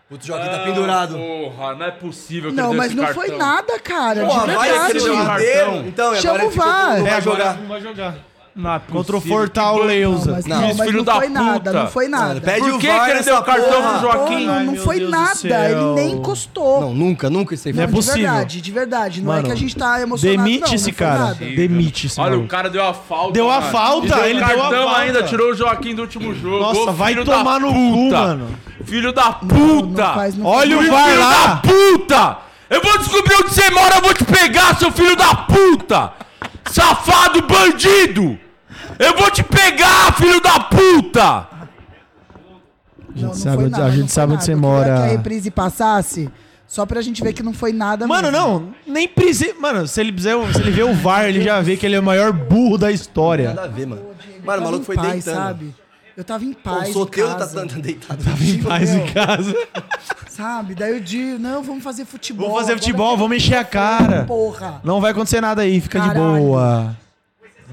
S3: Puto, o Joaquim tá pendurado.
S1: Porra, não é possível que ele
S4: Não,
S1: deu
S4: mas
S1: esse
S4: não
S1: cartão.
S4: foi nada, cara.
S3: Porra,
S4: de
S3: vai
S4: verdade.
S3: esse
S1: deu
S3: jogadeiro.
S1: cartão.
S3: Então,
S4: Chama
S3: agora
S4: o
S3: ele ficou-
S4: VAR.
S3: não
S4: É,
S3: vai jogar.
S2: Não vai jogar.
S1: Não é
S2: Contra o
S1: possível.
S2: Fortaleza.
S4: mas
S3: Não.
S4: não,
S3: Isso,
S4: mas
S1: filho
S4: não
S1: da
S4: foi nada,
S1: puta.
S4: não foi nada.
S3: Pede
S1: Por
S3: o
S1: que
S3: VAR
S1: que ele
S3: nessa
S1: deu cartão
S3: porra?
S1: no Joaquim?
S4: Pô, não, não
S2: meu
S4: foi
S2: Deus do
S4: nada,
S2: céu.
S4: ele nem encostou.
S3: Não, nunca, nunca isso aí foi.
S2: Não é
S4: de
S2: possível.
S4: verdade, de verdade. Não é
S2: Mano,
S4: que a gente tá emocionado.
S2: Demite
S4: não, não
S2: esse
S4: foi
S2: cara.
S4: nada.
S2: Demite esse
S1: é Olha, o
S2: maluco.
S1: cara deu a falta.
S2: Deu a
S1: mano.
S2: falta,
S1: E deu
S2: ele deu a
S1: cartão
S2: falta.
S1: ainda, tirou o Joaquim do último jogo.
S2: Nossa,
S1: Ô,
S2: vai
S1: filho
S2: tomar
S1: da
S2: no cu,
S1: puta.
S2: mano.
S1: Filho da
S4: Não,
S1: puta!
S4: não faz- não
S2: Olha o
S4: faz-
S2: VAR
S1: filho
S2: lá.
S9: Puta! Eu vou descobrir onde você mora, eu vou te pegar, seu filho da puta! Safado bandido! Eu vou te pegar, filho da puta!
S4: não,
S2: gente
S4: não
S2: sabe
S4: foi
S2: onde- a
S4: nada,
S2: gente
S4: não foi
S2: sabe onde
S4: nada.
S2: você
S4: Eu queria
S2: mora.
S4: que a reprise passasse, só pra gente ver que não foi nada
S2: Mano,
S4: mesmo.
S2: não, nem precisa. Mano, se ele, fizer, se ele vê o VAR, ele já vê que ele é o maior burro da história.
S3: Nada a ver, mano.
S4: Eu
S3: Mano,
S4: tava
S3: o maluco
S4: em
S3: foi
S4: paz,
S3: deitando.
S4: sabe? Eu tava em
S3: Pô,
S4: paz.
S3: o
S4: em
S3: Soteldo tá
S4: casa,
S3: tanto deitado.
S2: Mas em casa.
S4: Sabe? Daí eu digo, não, vamos fazer futebol.
S2: Vamos fazer
S4: agora
S2: futebol, vamos encher a cara.
S4: Porra.
S2: Não vai acontecer nada aí, fica de
S4: Caralho.
S2: boa.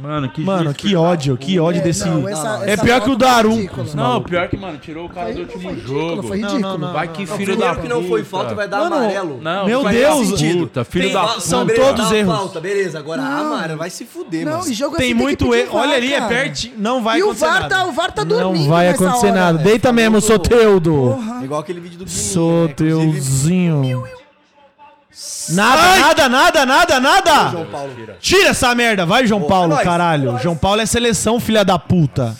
S1: Mano, que
S2: Mano, que ódio, que ódio desse.
S4: não, essa-
S2: é
S4: essa
S2: pior que o
S4: foto foi
S2: Darum.
S4: ridícula.
S1: Não, pior que, mano, tirou o cara do último
S4: Foi ridículo,
S1: jogo.
S4: foi ridículo.
S2: Não, não, não.
S1: Vai que filho da
S3: Primeiro
S1: puta.
S3: que não foi falta, vai dar
S2: Mano,
S3: amarelo.
S1: Não,
S2: Meu
S1: vai-
S2: Deus,
S1: puta, filho
S3: Tem-
S1: da
S3: fa-
S1: puta.
S2: são
S3: beleza,
S2: todos
S3: dá
S2: erros.
S3: Falta, beleza, agora amarelo, vai se fuder,
S4: Não,
S3: mano.
S4: e jogo
S2: Tem
S4: assim que
S2: muito
S4: pedir
S2: erro. Olha
S4: VAR,
S2: ali, é
S4: cara.
S2: perto. Não vai
S4: E o
S2: acontecer
S4: VAR
S2: nada.
S4: tá, o VAR tá dormindo.
S2: Não vai
S4: nessa
S2: acontecer
S4: hora. Tá
S2: nada. Deita mesmo, Soteudo.
S3: Igual aquele vídeo do Guininha,
S4: É,
S3: né? Inclusive,
S2: Soteuzinho. Nada, nada, nada, nada, nada.
S3: João Paulo.
S2: Tira essa merda, vai, João Paulo,
S3: nós,
S2: caralho. João Paulo é seleção, filha da puta.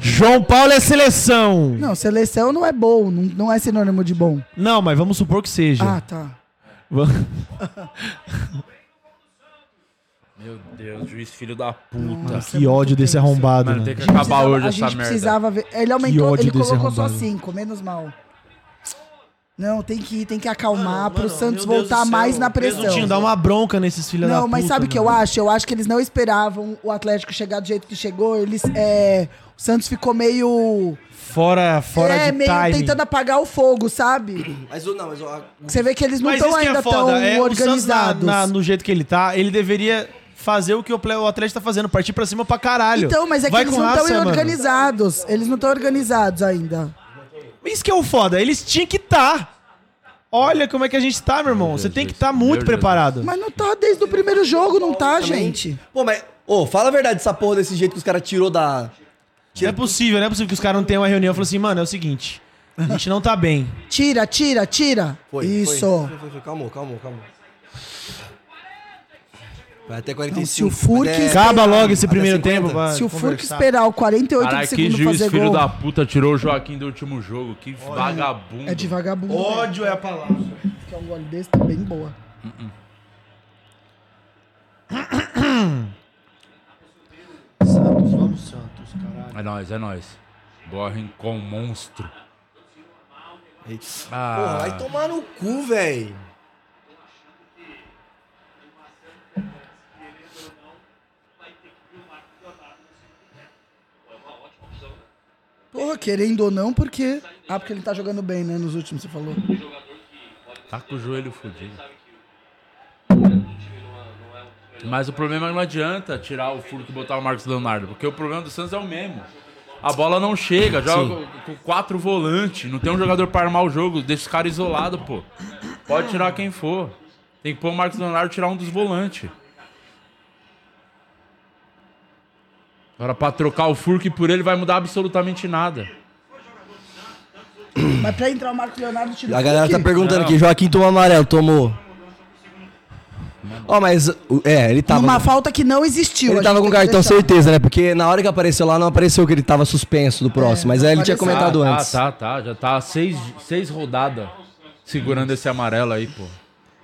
S2: João Paulo é seleção. Não,
S4: Não, seleção não é bom, não, não é sinônimo de bom.
S2: mas vamos supor que seja.
S4: Ah, tá.
S2: Va-
S1: Meu Deus, juiz filho da puta.
S4: é
S2: que ódio desse arrombado, né?
S1: Mano, tem
S2: mano.
S1: que acabar
S4: Precisava-
S1: hoje
S4: a
S1: essa
S4: gente
S1: merda.
S4: precisava ver. Ele aumentou,
S2: ódio
S4: ele
S2: desse
S4: colocou só
S2: arrombado.
S4: 5, menos mal. Não, tem que ir, tem que acalmar
S2: Mano,
S4: pro
S2: mano,
S4: Santos
S2: meu Deus
S4: voltar
S2: do céu.
S4: mais na
S2: Presuntinho,
S4: pressão.
S2: dá uma bronca nesses filha um da
S4: Não,
S2: puta. né?
S4: mas sabe o que eu
S2: mano.
S4: acho? Eu acho que eles não esperavam o Atlético chegar do jeito que chegou. Eles, é, o Santos ficou meio.
S2: Fora, fora
S4: é,
S2: de
S4: meio
S2: time.
S4: tentando apagar o fogo, sabe?
S3: Mas o- não, mas o- a-
S4: Você vê que eles não
S2: Mas
S4: estão
S2: isso que
S4: ainda
S2: é foda,
S4: tão
S2: é, o Santos na-
S4: organizados.
S2: na- no jeito que ele tá, ele deveria fazer o que o ple- o Atlético tá fazendo, partir pra cima pra caralho.
S4: Então, mas é que
S2: Vai
S4: eles
S2: com
S4: não
S2: raça,
S4: estão
S2: mano.
S4: organizados. Eles não estão organizados ainda.
S2: Isso que é o foda, eles tinham que estar. Olha como é que a gente tá, meu irmão. Você tem que estar muito preparado.
S4: Mas não tá desde o primeiro jogo, não tá,
S3: também-
S4: gente?
S3: Pô, mas. Ô, fala a verdade essa porra desse jeito que os caras tirou da.
S2: Não é possível, não é possível que os caras não tenham uma reunião e falem assim, mano, é o seguinte, a gente não tá bem.
S4: Tira, tira, tira.
S3: Foi.
S4: Isso.
S3: Foi, foi, foi, foi. Calmou, calmou, calmou. Vai até
S4: Não,
S3: 45.
S4: se o Furk-
S3: até-
S2: Acaba logo esse primeiro
S3: 50.
S2: tempo. pra
S4: Se o Furk
S2: conversar.
S4: esperar o 48
S1: Caralho,
S4: de
S1: que
S4: segundo
S1: juiz
S4: fazer
S1: filho
S4: gol, é
S1: da puta tirou o Joaquim do último jogo. Que vagabundo.
S4: é de vagabundo. né?
S2: Ódio é a palavra.
S4: Que é um gole desse, tá bem boa.
S2: Santos, vamos Santos, caralho.
S1: É nóis, é nóis. Borrem com um monstro.
S3: Porra,
S1: Ah,
S3: vai tomar no cu, velho.
S4: Porra, querendo ou não, porque... Ah, porque ele tá jogando bem, né? Nos últimos, você falou.
S1: tá com o joelho fudido. Mas o problema é que não adianta tirar o furo que botar o Marcos Leonardo, porque o problema do Santos é o mesmo. A bola não chega, joga com- com quatro volantes, não tem um jogador para armar o jogo, deixa os caras isolados, pô. Pode tirar quem for. Tem que pôr o Marcos Leonardo e tirar um dos volantes. Agora, pra trocar o Furk por ele, vai mudar absolutamente nada.
S4: Mas pra entrar o Marco Leonardo tirou
S3: A galera tá perguntando
S1: Não.
S3: aqui, Joaquim tomou amarelo, tomou. Ó, mas. o- É, ele tava.
S4: Numa falta que não existiu.
S3: Ele
S4: a
S3: tava
S4: gente
S3: com
S4: tem que
S3: cartão,
S4: deixar.
S3: certeza, né? Porque na hora que apareceu lá, não apareceu que ele tava suspenso do próximo. mas aí ele tinha
S4: É, apareceu.
S3: comentado
S1: Ah,
S3: antes.
S1: Tá, tá, tá. Já tá seis, seis rodadas segurando esse amarelo aí, pô.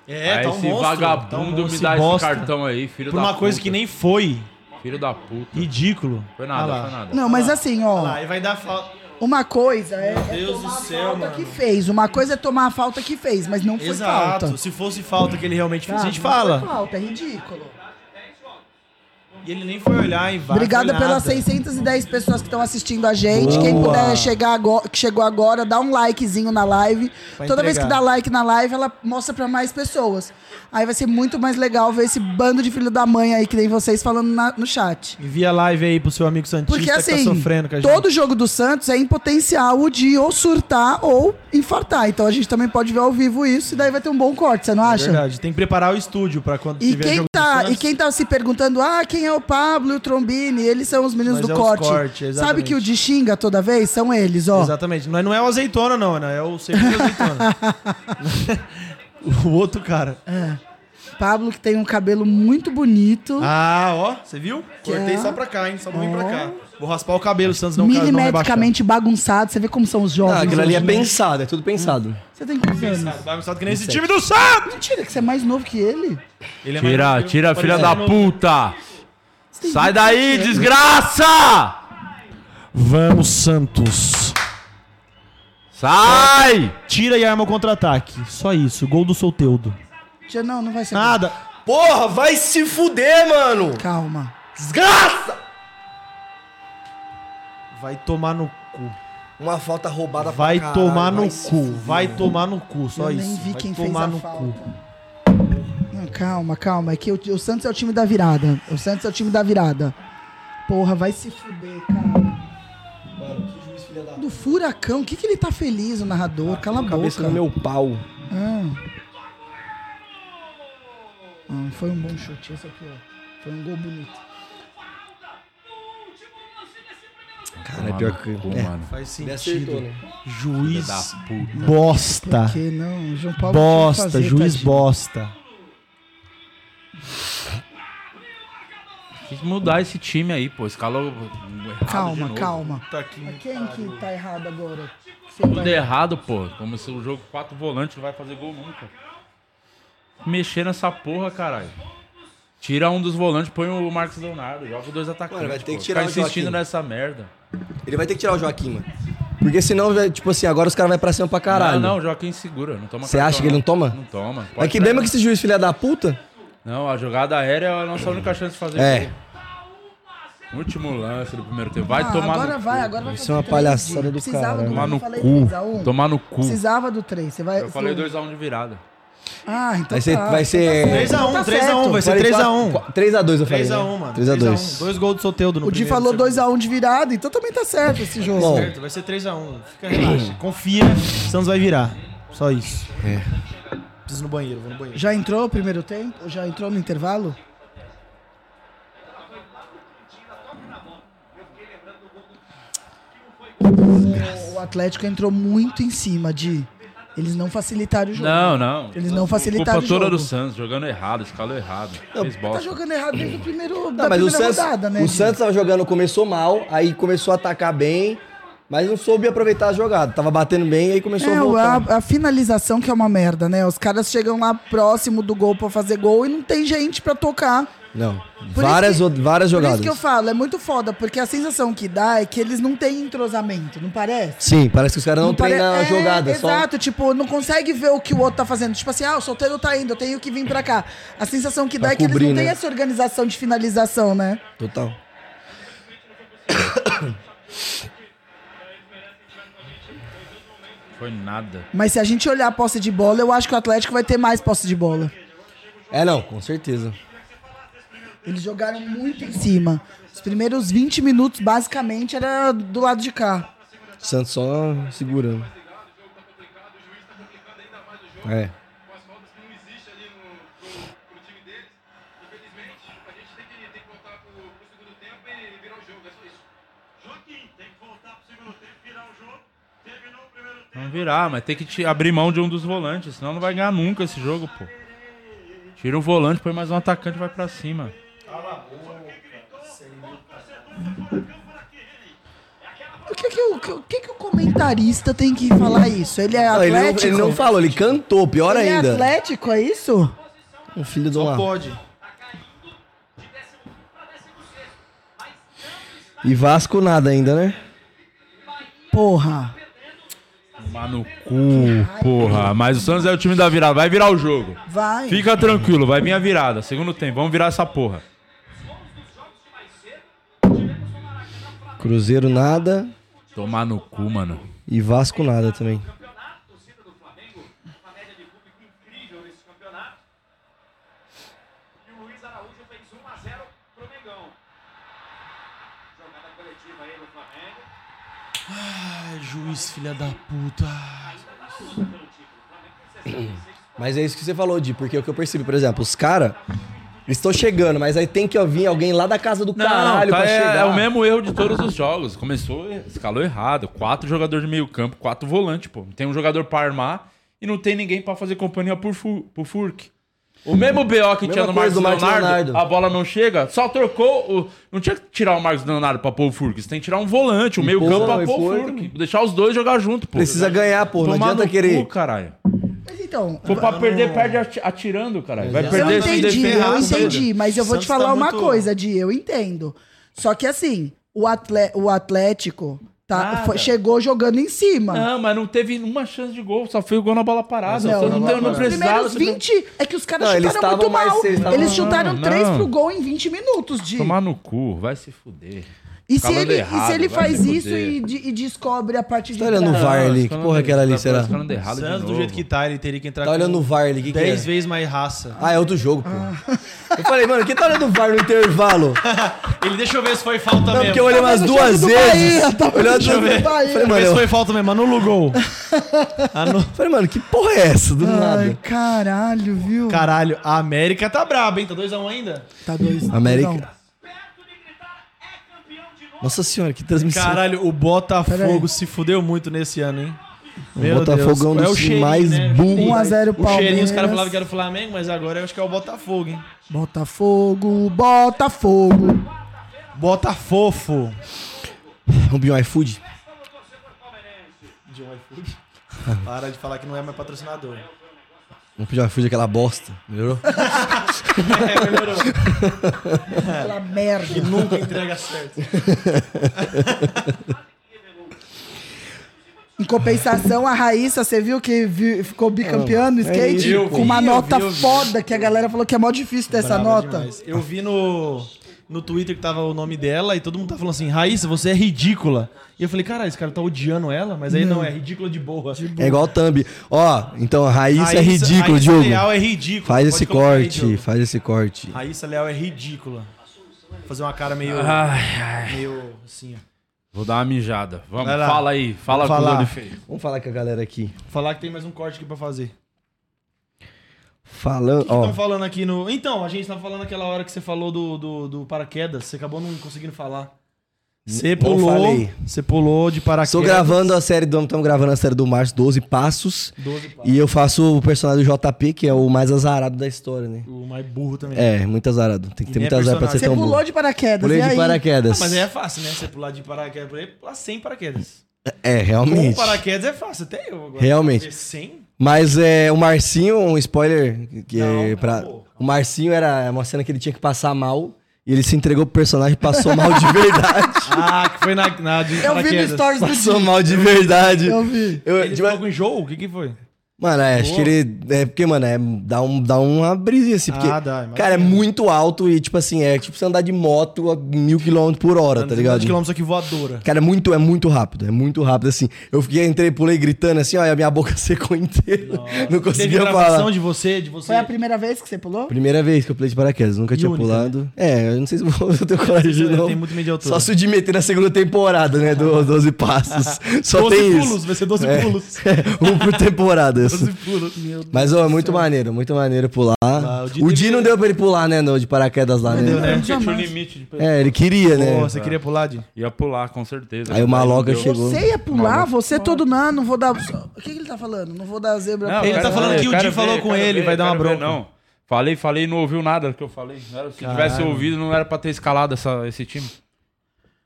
S2: É,
S1: aí
S2: tá um
S1: Ah, esse
S2: monstro,
S1: vagabundo
S2: tá um
S1: me
S2: monstro,
S1: dá
S2: bosta.
S1: esse cartão aí, filho
S2: Por
S1: da
S2: uma
S1: puta.
S2: coisa que nem foi.
S1: Filho da puta.
S2: Ridículo.
S1: Foi nada,
S2: Ah lá.
S1: foi nada.
S4: Não, mas assim, ó.
S2: Aí vai dar falta.
S4: Uma coisa é, é
S2: Deus do
S4: tomar
S2: céu,
S4: a falta
S2: mano.
S4: que fez. Uma coisa é tomar a falta que fez, mas não foi
S2: Exato.
S4: falta.
S2: Se fosse falta que ele realmente fez, a gente
S4: Ah, não
S2: fala.
S4: Foi falta, é ridículo.
S2: E ele nem foi olhar e vai.
S4: Obrigada
S2: foi nada.
S4: pelas 610 pessoas que estão assistindo a gente. Quem
S2: Boa.
S4: puder chegar agora, que chegou agora, dá um likezinho na live.
S2: Pra
S4: Toda vez que
S2: entregar.
S4: dá like na live, ela mostra pra mais pessoas. Aí vai ser muito mais legal ver esse bando de filho da mãe aí que tem vocês falando na- no chat.
S2: Envia a live aí pro seu amigo Santista
S4: Porque assim,
S2: que tá sofrendo com a gente.
S4: todo jogo do Santos é em potencial de ou surtar ou infartar. Então
S2: É
S4: a gente também pode ver ao vivo isso e daí vai ter um bom corte, você não acha?
S2: Verdade, tem que preparar o estúdio pra quando
S4: E
S2: tiver
S4: quem
S2: jogo
S4: tá,
S2: Isso
S4: e quem tá se perguntando, ah, quem é o Pablo e o Trombini? Eles são os meninos
S2: Mas
S4: do
S2: é os
S4: corte.
S2: corte, exatamente.
S4: Sabe que o de xinga toda vez? São eles, ó.
S2: Exatamente. Não é, não é o azeitona, não, Ana. É o cerveja azeitona. o outro cara.
S4: Pablo que tem um cabelo muito bonito.
S2: Ah, ó. Você viu? Cortei
S4: é?
S2: só pra cá, hein? Só não vim pra cá. Vou raspar o cabelo, Santos não não rebaixar.
S4: milimetricamente bagunçado. Você vê como são os jovens.
S3: Ah,
S4: hoje
S3: aquilo ali é
S4: em dia.
S3: pensado, é tudo pensado.
S4: Você tem quantos anos?
S2: Bagunçado que nem esse time do Santos!
S4: Mentira, que você é mais novo que ele.
S2: é Ele é mais
S9: Tira,
S2: novo que eu,
S9: tira, filha
S2: parecendo
S9: da
S2: novo.
S9: puta! Sai daí, desgraça!
S2: Vamos, Santos.
S9: Sai!
S2: Tira e arma o contra-ataque. Só isso. Gol do Solteudo.
S4: Já não, não vai ser.
S2: Nada.
S3: Porra, vai se fuder, mano!
S4: bom. Calma.
S3: Desgraça!
S2: Vai tomar no cu.
S4: Tá
S3: Uma falta roubada
S2: Vai
S3: pra caralho,
S2: tomar no
S3: vai se
S2: cu.
S3: fuder.
S2: Vai tomar no cu. Só
S4: Eu
S2: isso.
S4: nem vi
S2: vai
S4: quem fez
S2: tomar
S4: a
S2: no
S4: falta.
S2: cu.
S4: Não, calma, calma. É que o, o Santos é o time da virada. O Santos é o time da virada. Porra, vai se fuder, cara. Do furacão, o que, que ele tá feliz, o narrador? Cala a
S3: Cabeça
S4: boca.
S3: no meu pau.
S4: Ah. Ah, foi um bom chute esse aqui, ó. Foi um gol bonito.
S3: Cara, é pior que.
S1: Pô, mano.
S2: Faz sentido.
S3: acertou, né?
S2: Juiz
S1: Da puta.
S2: bosta.
S4: Por que não? O João Paulo tinha que
S2: Tá. Bosta,
S4: fazer,
S2: juiz
S4: tadinho.
S2: bosta.
S1: Quis mudar esse time aí, pô. Escalou errado Tá de
S4: Calma,
S1: novo.
S4: calma. Mas Quem que tá errado agora? Você
S1: Tudo
S4: vai-
S1: errado, pô. Começou o jogo quatro volantes, não vai fazer gol nunca. Mexer nessa porra, caralho. Tira um dos volantes, põe o Marcos Leonardo, joga dois atacantes.
S3: Mano, vai ter
S1: pô.
S3: que tirar
S1: Ficar
S3: o
S1: insistindo
S3: Joaquim.
S1: nessa merda.
S3: Ele vai ter que tirar o Joaquim, mano. Porque senão, velho, tipo assim, agora os caras vão pra cima pra caralho.
S1: Não, não, o Joaquim segura, não toma
S3: Você
S1: cartão,
S3: acha que ele não toma?
S1: Não toma.
S3: É
S1: Pode
S3: que
S1: tirar.
S3: mesmo que esse juiz, filha da puta,
S1: Não, a jogada aérea é a nossa única chance de fazer
S3: É.
S1: gol. Último lance do primeiro tempo. Vai
S4: Ah,
S1: tomar
S4: agora
S1: no
S4: vai,
S1: cu.
S4: agora vai
S3: Isso
S4: fazer
S3: é uma
S4: três
S3: palhaçada
S4: de-
S3: do
S4: Precisava
S3: caralho.
S4: do-
S1: Tomar
S4: eu
S1: no
S4: falei
S1: cu.
S4: 3 a 1.
S1: Tomar no cu.
S4: Precisava do 3. Você vai.
S1: Eu falei 2x1 de virada.
S4: Ah, então
S3: vai ser.
S4: tá.
S3: Vai ser
S2: 3x1, 3x1, vai ser 3x1.
S3: 3x2, eu falei. né?
S2: 3x1, mano.
S3: 3x2.
S2: Dois gols do Soteldo no
S4: O Di
S2: primeiro.
S4: falou
S2: no
S4: 2x1 de virada, então também tá certo esse jogo.
S3: Bom.
S2: segundo. Vai ser 3x1. Fica
S3: Hum.
S2: relaxa. Confia, Santos vai virar. Só isso. É. Preciso ir no banheiro, vou no banheiro.
S4: Já entrou o primeiro tempo? Já entrou no intervalo? O Atlético entrou muito em cima de. Eles não facilitaram o jogo.
S1: Não, não.
S4: Eles não facilitaram
S1: Culpa toda
S4: o jogo.
S1: do Santos, jogando errado, escalou errado. Fez
S4: Tá
S1: bosta.
S4: jogando errado desde o primeiro da
S3: Não, mas o
S4: primeira
S3: Santos,
S4: rodada, né?
S3: o
S4: Gil?
S3: Santos tava jogando, começou mal, aí começou a atacar bem, mas não soube aproveitar a jogada. Tava batendo bem, aí começou a
S4: É, o-
S3: voltar.
S4: a, a finalização que é uma merda, né? Os caras chegam lá próximo do gol pra fazer gol e não tem gente pra tocar.
S3: Não,
S4: Por
S3: várias,
S4: isso
S3: o- várias
S4: Por
S3: jogadas.
S4: isso que eu falo, é muito foda, porque a sensação que dá é que eles não têm entrosamento, não parece?
S3: Sim, parece que os caras não,
S4: pare-
S3: treinam a
S4: É,
S3: jogada, só...
S4: Exato, tipo, não consegue ver o que o outro tá fazendo. Tipo assim, ah, o solteiro tá indo, eu tenho que vir pra cá. A sensação que dá
S3: Pra
S4: é que eles
S3: cobrir,
S4: não têm
S3: né?
S4: essa organização de finalização, né?
S3: Total.
S1: Foi nada.
S4: Mas se a gente olhar a posse de bola, eu acho que o Atlético vai ter mais posse de bola.
S3: É, não, com certeza.
S4: Eles jogaram muito em cima. Os primeiros 20 minutos, basicamente, era do lado de cá.
S3: O Santos só segurando. É.
S1: Vamos virar, mas tem que te- abrir mão de um dos volantes, senão não vai ganhar nunca esse jogo, pô. Tira um volante, põe mais um atacante e vai pra cima.
S4: Por que, que, o, que- que que o comentarista tem que falar isso? Ele é
S3: Não, ele, não,
S4: atlético?
S3: ele não falou, ele cantou, pior
S4: Ele é
S3: ainda.
S4: atlético, é isso?
S3: O filho do
S2: Só
S3: mar.
S2: pode.
S3: E Vasco nada ainda, né?
S4: Porra.
S1: Tomar no cu, porra. Mas o Santos é o time da virada, vai virar o jogo.
S4: Vai.
S1: Fica tranquilo, vai vir a virada. Segundo tempo, vamos virar essa porra.
S3: Cruzeiro nada
S1: Tomar no cu, mano.
S3: e Vasco nada também.
S2: Ai, É juiz, filha da puta.
S3: é Mas é isso que você falou, Di, porque o que eu percebi, por exemplo, os caras Estou chegando, mas aí tem que ó, vir alguém lá da casa do caralho
S1: tá,
S3: pra
S1: é,
S3: chegar.
S1: é o mesmo erro de todos os jogos. Começou, escalou errado. Quatro jogadores de meio campo, quatro volantes, pô. Tem um jogador pra armar e não tem ninguém pra fazer companhia pro, Fu- pro Furk. O mesmo BO que tinha no Marcos
S3: coisa do
S1: Leonardo,
S3: Marcos Leonardo.
S1: a bola não chega, só trocou. o- Não tinha que tirar o Marcos Leonardo pra pôr o Furk. Você tem que tirar um volante, o meio campo pra
S3: e
S1: pôr o
S3: Furk.
S1: Furk. Deixar os dois jogar junto, pô. Tá
S3: Precisa ganhar, pô. Não
S1: Tomar
S3: adianta
S1: no
S3: querer.
S1: Cu, caralho.
S4: Mas então.
S1: Pô, pra perder, perde ati- atirando, caralho. Vai
S4: Eu
S1: perder sem
S4: entendi,
S1: defender.
S4: eu entendi, mas eu vou
S2: Santos
S4: te falar
S2: tá
S4: uma
S2: muito-
S4: coisa, Di, eu entendo. Só que assim, o, atle- o Atlético tá,
S1: Nada.
S4: foi- chegou jogando em cima.
S1: Não, mas não teve uma chance de gol, só foi o gol na bola parada.
S4: Não,
S1: Você não,
S4: não,
S1: tem- não
S4: Os
S1: precisava.
S4: primeiros
S1: você tem-
S4: 20 é que os caras
S3: Não, eles
S4: chutaram muito
S3: estavam mais
S4: mal.
S3: seis, estavam-
S4: eles chutaram
S1: Não,
S4: 3
S1: não.
S4: pro gol em 20 minutos, Di.
S1: Tomar no cu, vai se fuder.
S4: E se,
S1: Falando
S4: ele, e se
S1: errado,
S4: ele
S1: vai
S4: faz
S1: se
S4: isso
S1: fuder.
S4: e, de- e descobre a partir de então?
S3: Tá olhando o
S4: trás?
S3: VAR ali, que
S1: Falando
S3: porra que era ali,
S1: errado,
S3: será?
S1: falando errado tá de
S2: Santos, do
S1: novo.
S2: jeito que tá, ele teria que entrar
S3: Tá olhando o VAR ali, que que
S2: 10
S3: é?
S2: vezes mais raça.
S3: Ah, é outro jogo, pô. Eu falei, mano, quem tá olhando o VAR no intervalo?
S2: Ele deixa eu ver se foi falta
S3: Não,
S2: Tá mesmo.
S3: porque eu olhei umas
S4: no
S3: duas
S4: jogo do
S3: vezes.
S4: Bahia, tá tava
S3: Olhei
S4: no
S3: umas
S4: jogo
S3: duas
S4: do Bahia.
S3: vezes. Falei, mano,
S2: Vê se foi
S3: eu...
S2: falta mesmo, anula o gol. Anu-
S3: falei, mano, que porra é essa? Do
S4: Ai,
S3: nada.
S4: caralho, viu?
S2: Caralho, a América tá braba, hein? Tá 2x1 ainda?
S4: Tá dois.
S3: América.
S4: não.
S3: Nossa senhora, que transmissão.
S2: Caralho, o Botafogo
S4: Peraí.
S2: se fudeu muito nesse ano, hein?
S3: o Botafogo é um
S2: Deus.
S3: dos
S2: cheirinho,
S3: mais
S2: né?
S3: burros.
S4: 1 a 0
S2: O cheirinho, os caras
S4: Palmeiras.
S2: falavam que era o Flamengo, mas agora eu acho que é o Botafogo, hein?
S4: Botafogo, Botafogo.
S2: Botafofo.
S3: Vamos pedir um iFood?
S2: De um iFood. Para de falar que não é mais patrocinador.
S3: Vamos pedir um iFood, aquela bosta. Melhorou?
S2: É, melhorou.
S4: Aquela merda.
S2: Nunca entrega certo.
S4: Em compensação, a Raíssa, você viu que vi- ficou bicampeã no
S3: é
S4: skate?
S2: eu
S4: com
S2: vi,
S4: uma
S2: eu
S4: nota
S2: vi, eu vi.
S4: foda que a galera falou que é mó difícil ter essa
S2: Brava
S4: nota.
S2: demais. Eu vi no, no Twitter que tava o nome dela e todo mundo tá falando assim, Raíssa, você é ridícula. E eu falei, cara, esse cara tá odiando ela, mas aí não, é ridícula de boa.
S3: É igual o Thumb. Ó, então, Raíssa, é
S2: Raíssa-
S3: ridículo,
S2: Raíssa
S3: Diogo.
S2: Leal é ridículo.
S3: Faz
S2: Pode
S3: esse
S2: colocar aí,
S3: corte,
S2: Diogo.
S3: faz esse corte.
S2: Raíssa Leal é ridícula. Vou Fazer uma cara meio. Meio assim, ó.
S1: Vou dar uma mijada. Vamos,
S2: Vai lá.
S1: fala aí. Fala
S2: Vamos
S1: com o
S2: falar.
S1: Doni Feio.
S3: Vamos falar com a galera aqui.
S2: Falar que tem mais um corte aqui pra fazer.
S3: Falando,
S2: Estão
S3: ó.
S2: falando aqui no. Então, a gente tava falando aquela hora que você falou do, do, do paraquedas, você acabou não conseguindo falar. Você pulou.
S3: falei.
S2: Você pulou de paraquedas.
S3: Estou gravando a série do. Estamos gravando a série do Márcio, 12 Passos.
S2: 12 pau.
S3: E eu faço o personagem do JP, que é o mais azarado da história, né?
S2: O mais burro também.
S3: É, muito azarado. Tem que
S2: E
S3: ter
S2: nem
S3: muito
S2: é
S3: azar pra
S2: personagem.
S3: ser
S4: Você
S3: tão Então, bom.
S4: pulou de paraquedas,
S3: Pulei
S4: e aí?
S3: de
S2: Ah,
S3: paraquedas.
S2: mas aí é fácil, né? Você pular de paraquedas por aí, pular sem paraquedas.
S3: É,
S2: Com
S3: realmente.
S2: paraquedas é fácil, até eu agora.
S3: Realmente.
S2: Fazer Sem?
S3: Mas é, o Marcinho, um spoiler, que é
S2: Não,
S3: pra...
S2: pô.
S3: O Marcinho era uma cena que ele tinha que passar mal. E ele se entregou pro personagem e passou mal de verdade.
S2: Ah, que foi na. na de
S4: Eu vi no
S2: paraquedas.
S4: stories do
S3: passou
S4: Di.
S3: mal de verdade.
S4: Eu vi.
S3: Eu-
S2: Ele
S3: tipo,
S2: ficou com enjoo? O que que foi?
S3: Mano, é, acho que ele. É porque, mano, é, dá, um, dá uma brisinha assim. Porque,
S2: Ah, dá, imagina.
S3: cara, é muito alto e, tipo assim, é tipo você andar de moto a mil quilômetros por hora, tá ligado?
S2: quilômetros aqui voadora.
S3: Cara, é muito, é muito rápido, é muito rápido, assim. Eu fiquei, entrei, pulei gritando assim, ó, e a minha boca secou inteira. Não
S2: Teve
S3: conseguia
S2: gravação
S3: falar.
S2: de você, de você.
S4: Foi a primeira vez que você pulou?
S3: Primeira vez que eu pulei de paraquedas, nunca tinha
S2: única,
S3: pulado. É, eu não sei se vou eu tenho coragem de
S2: Eu
S3: novo.
S2: tenho muito medo de altura.
S3: Só se o de meter na segunda temporada, né? Do 12 passos. Só
S2: 12
S3: tem
S2: pulos,
S3: isso.
S2: vai ser 12
S3: É.
S2: pulos.
S3: um por temporada. isso.
S2: 12 pulos.
S3: Mas, ó, é muito maneiro, muito maneiro pular.
S2: Ah, o Di
S3: o
S2: teve-
S3: Di não deu pra ele pular, né, no, de paraquedas lá, né?
S1: É,
S2: né?
S1: porque tinha um limite. De...
S3: É, ele queria, né?
S2: Pô, você queria pular, Di?
S1: Ia pular, com certeza.
S3: Aí o Maloca
S1: Não deu.
S3: chegou.
S4: Você ia pular, você todo não, não vou dar. O que, que ele tá falando? Não vou dar zebra.
S1: Não,
S2: Ele
S1: quero
S2: tá falando que o
S1: quero
S2: Di falou
S1: ver,
S2: com
S1: quero
S2: ele,
S1: ver,
S2: vai dar uma
S1: quero ver,
S2: bronca.
S1: Não. Falei, falei, não ouviu nada que eu falei. Não era- se tivesse ouvido, não era pra ter escalado essa- esse time.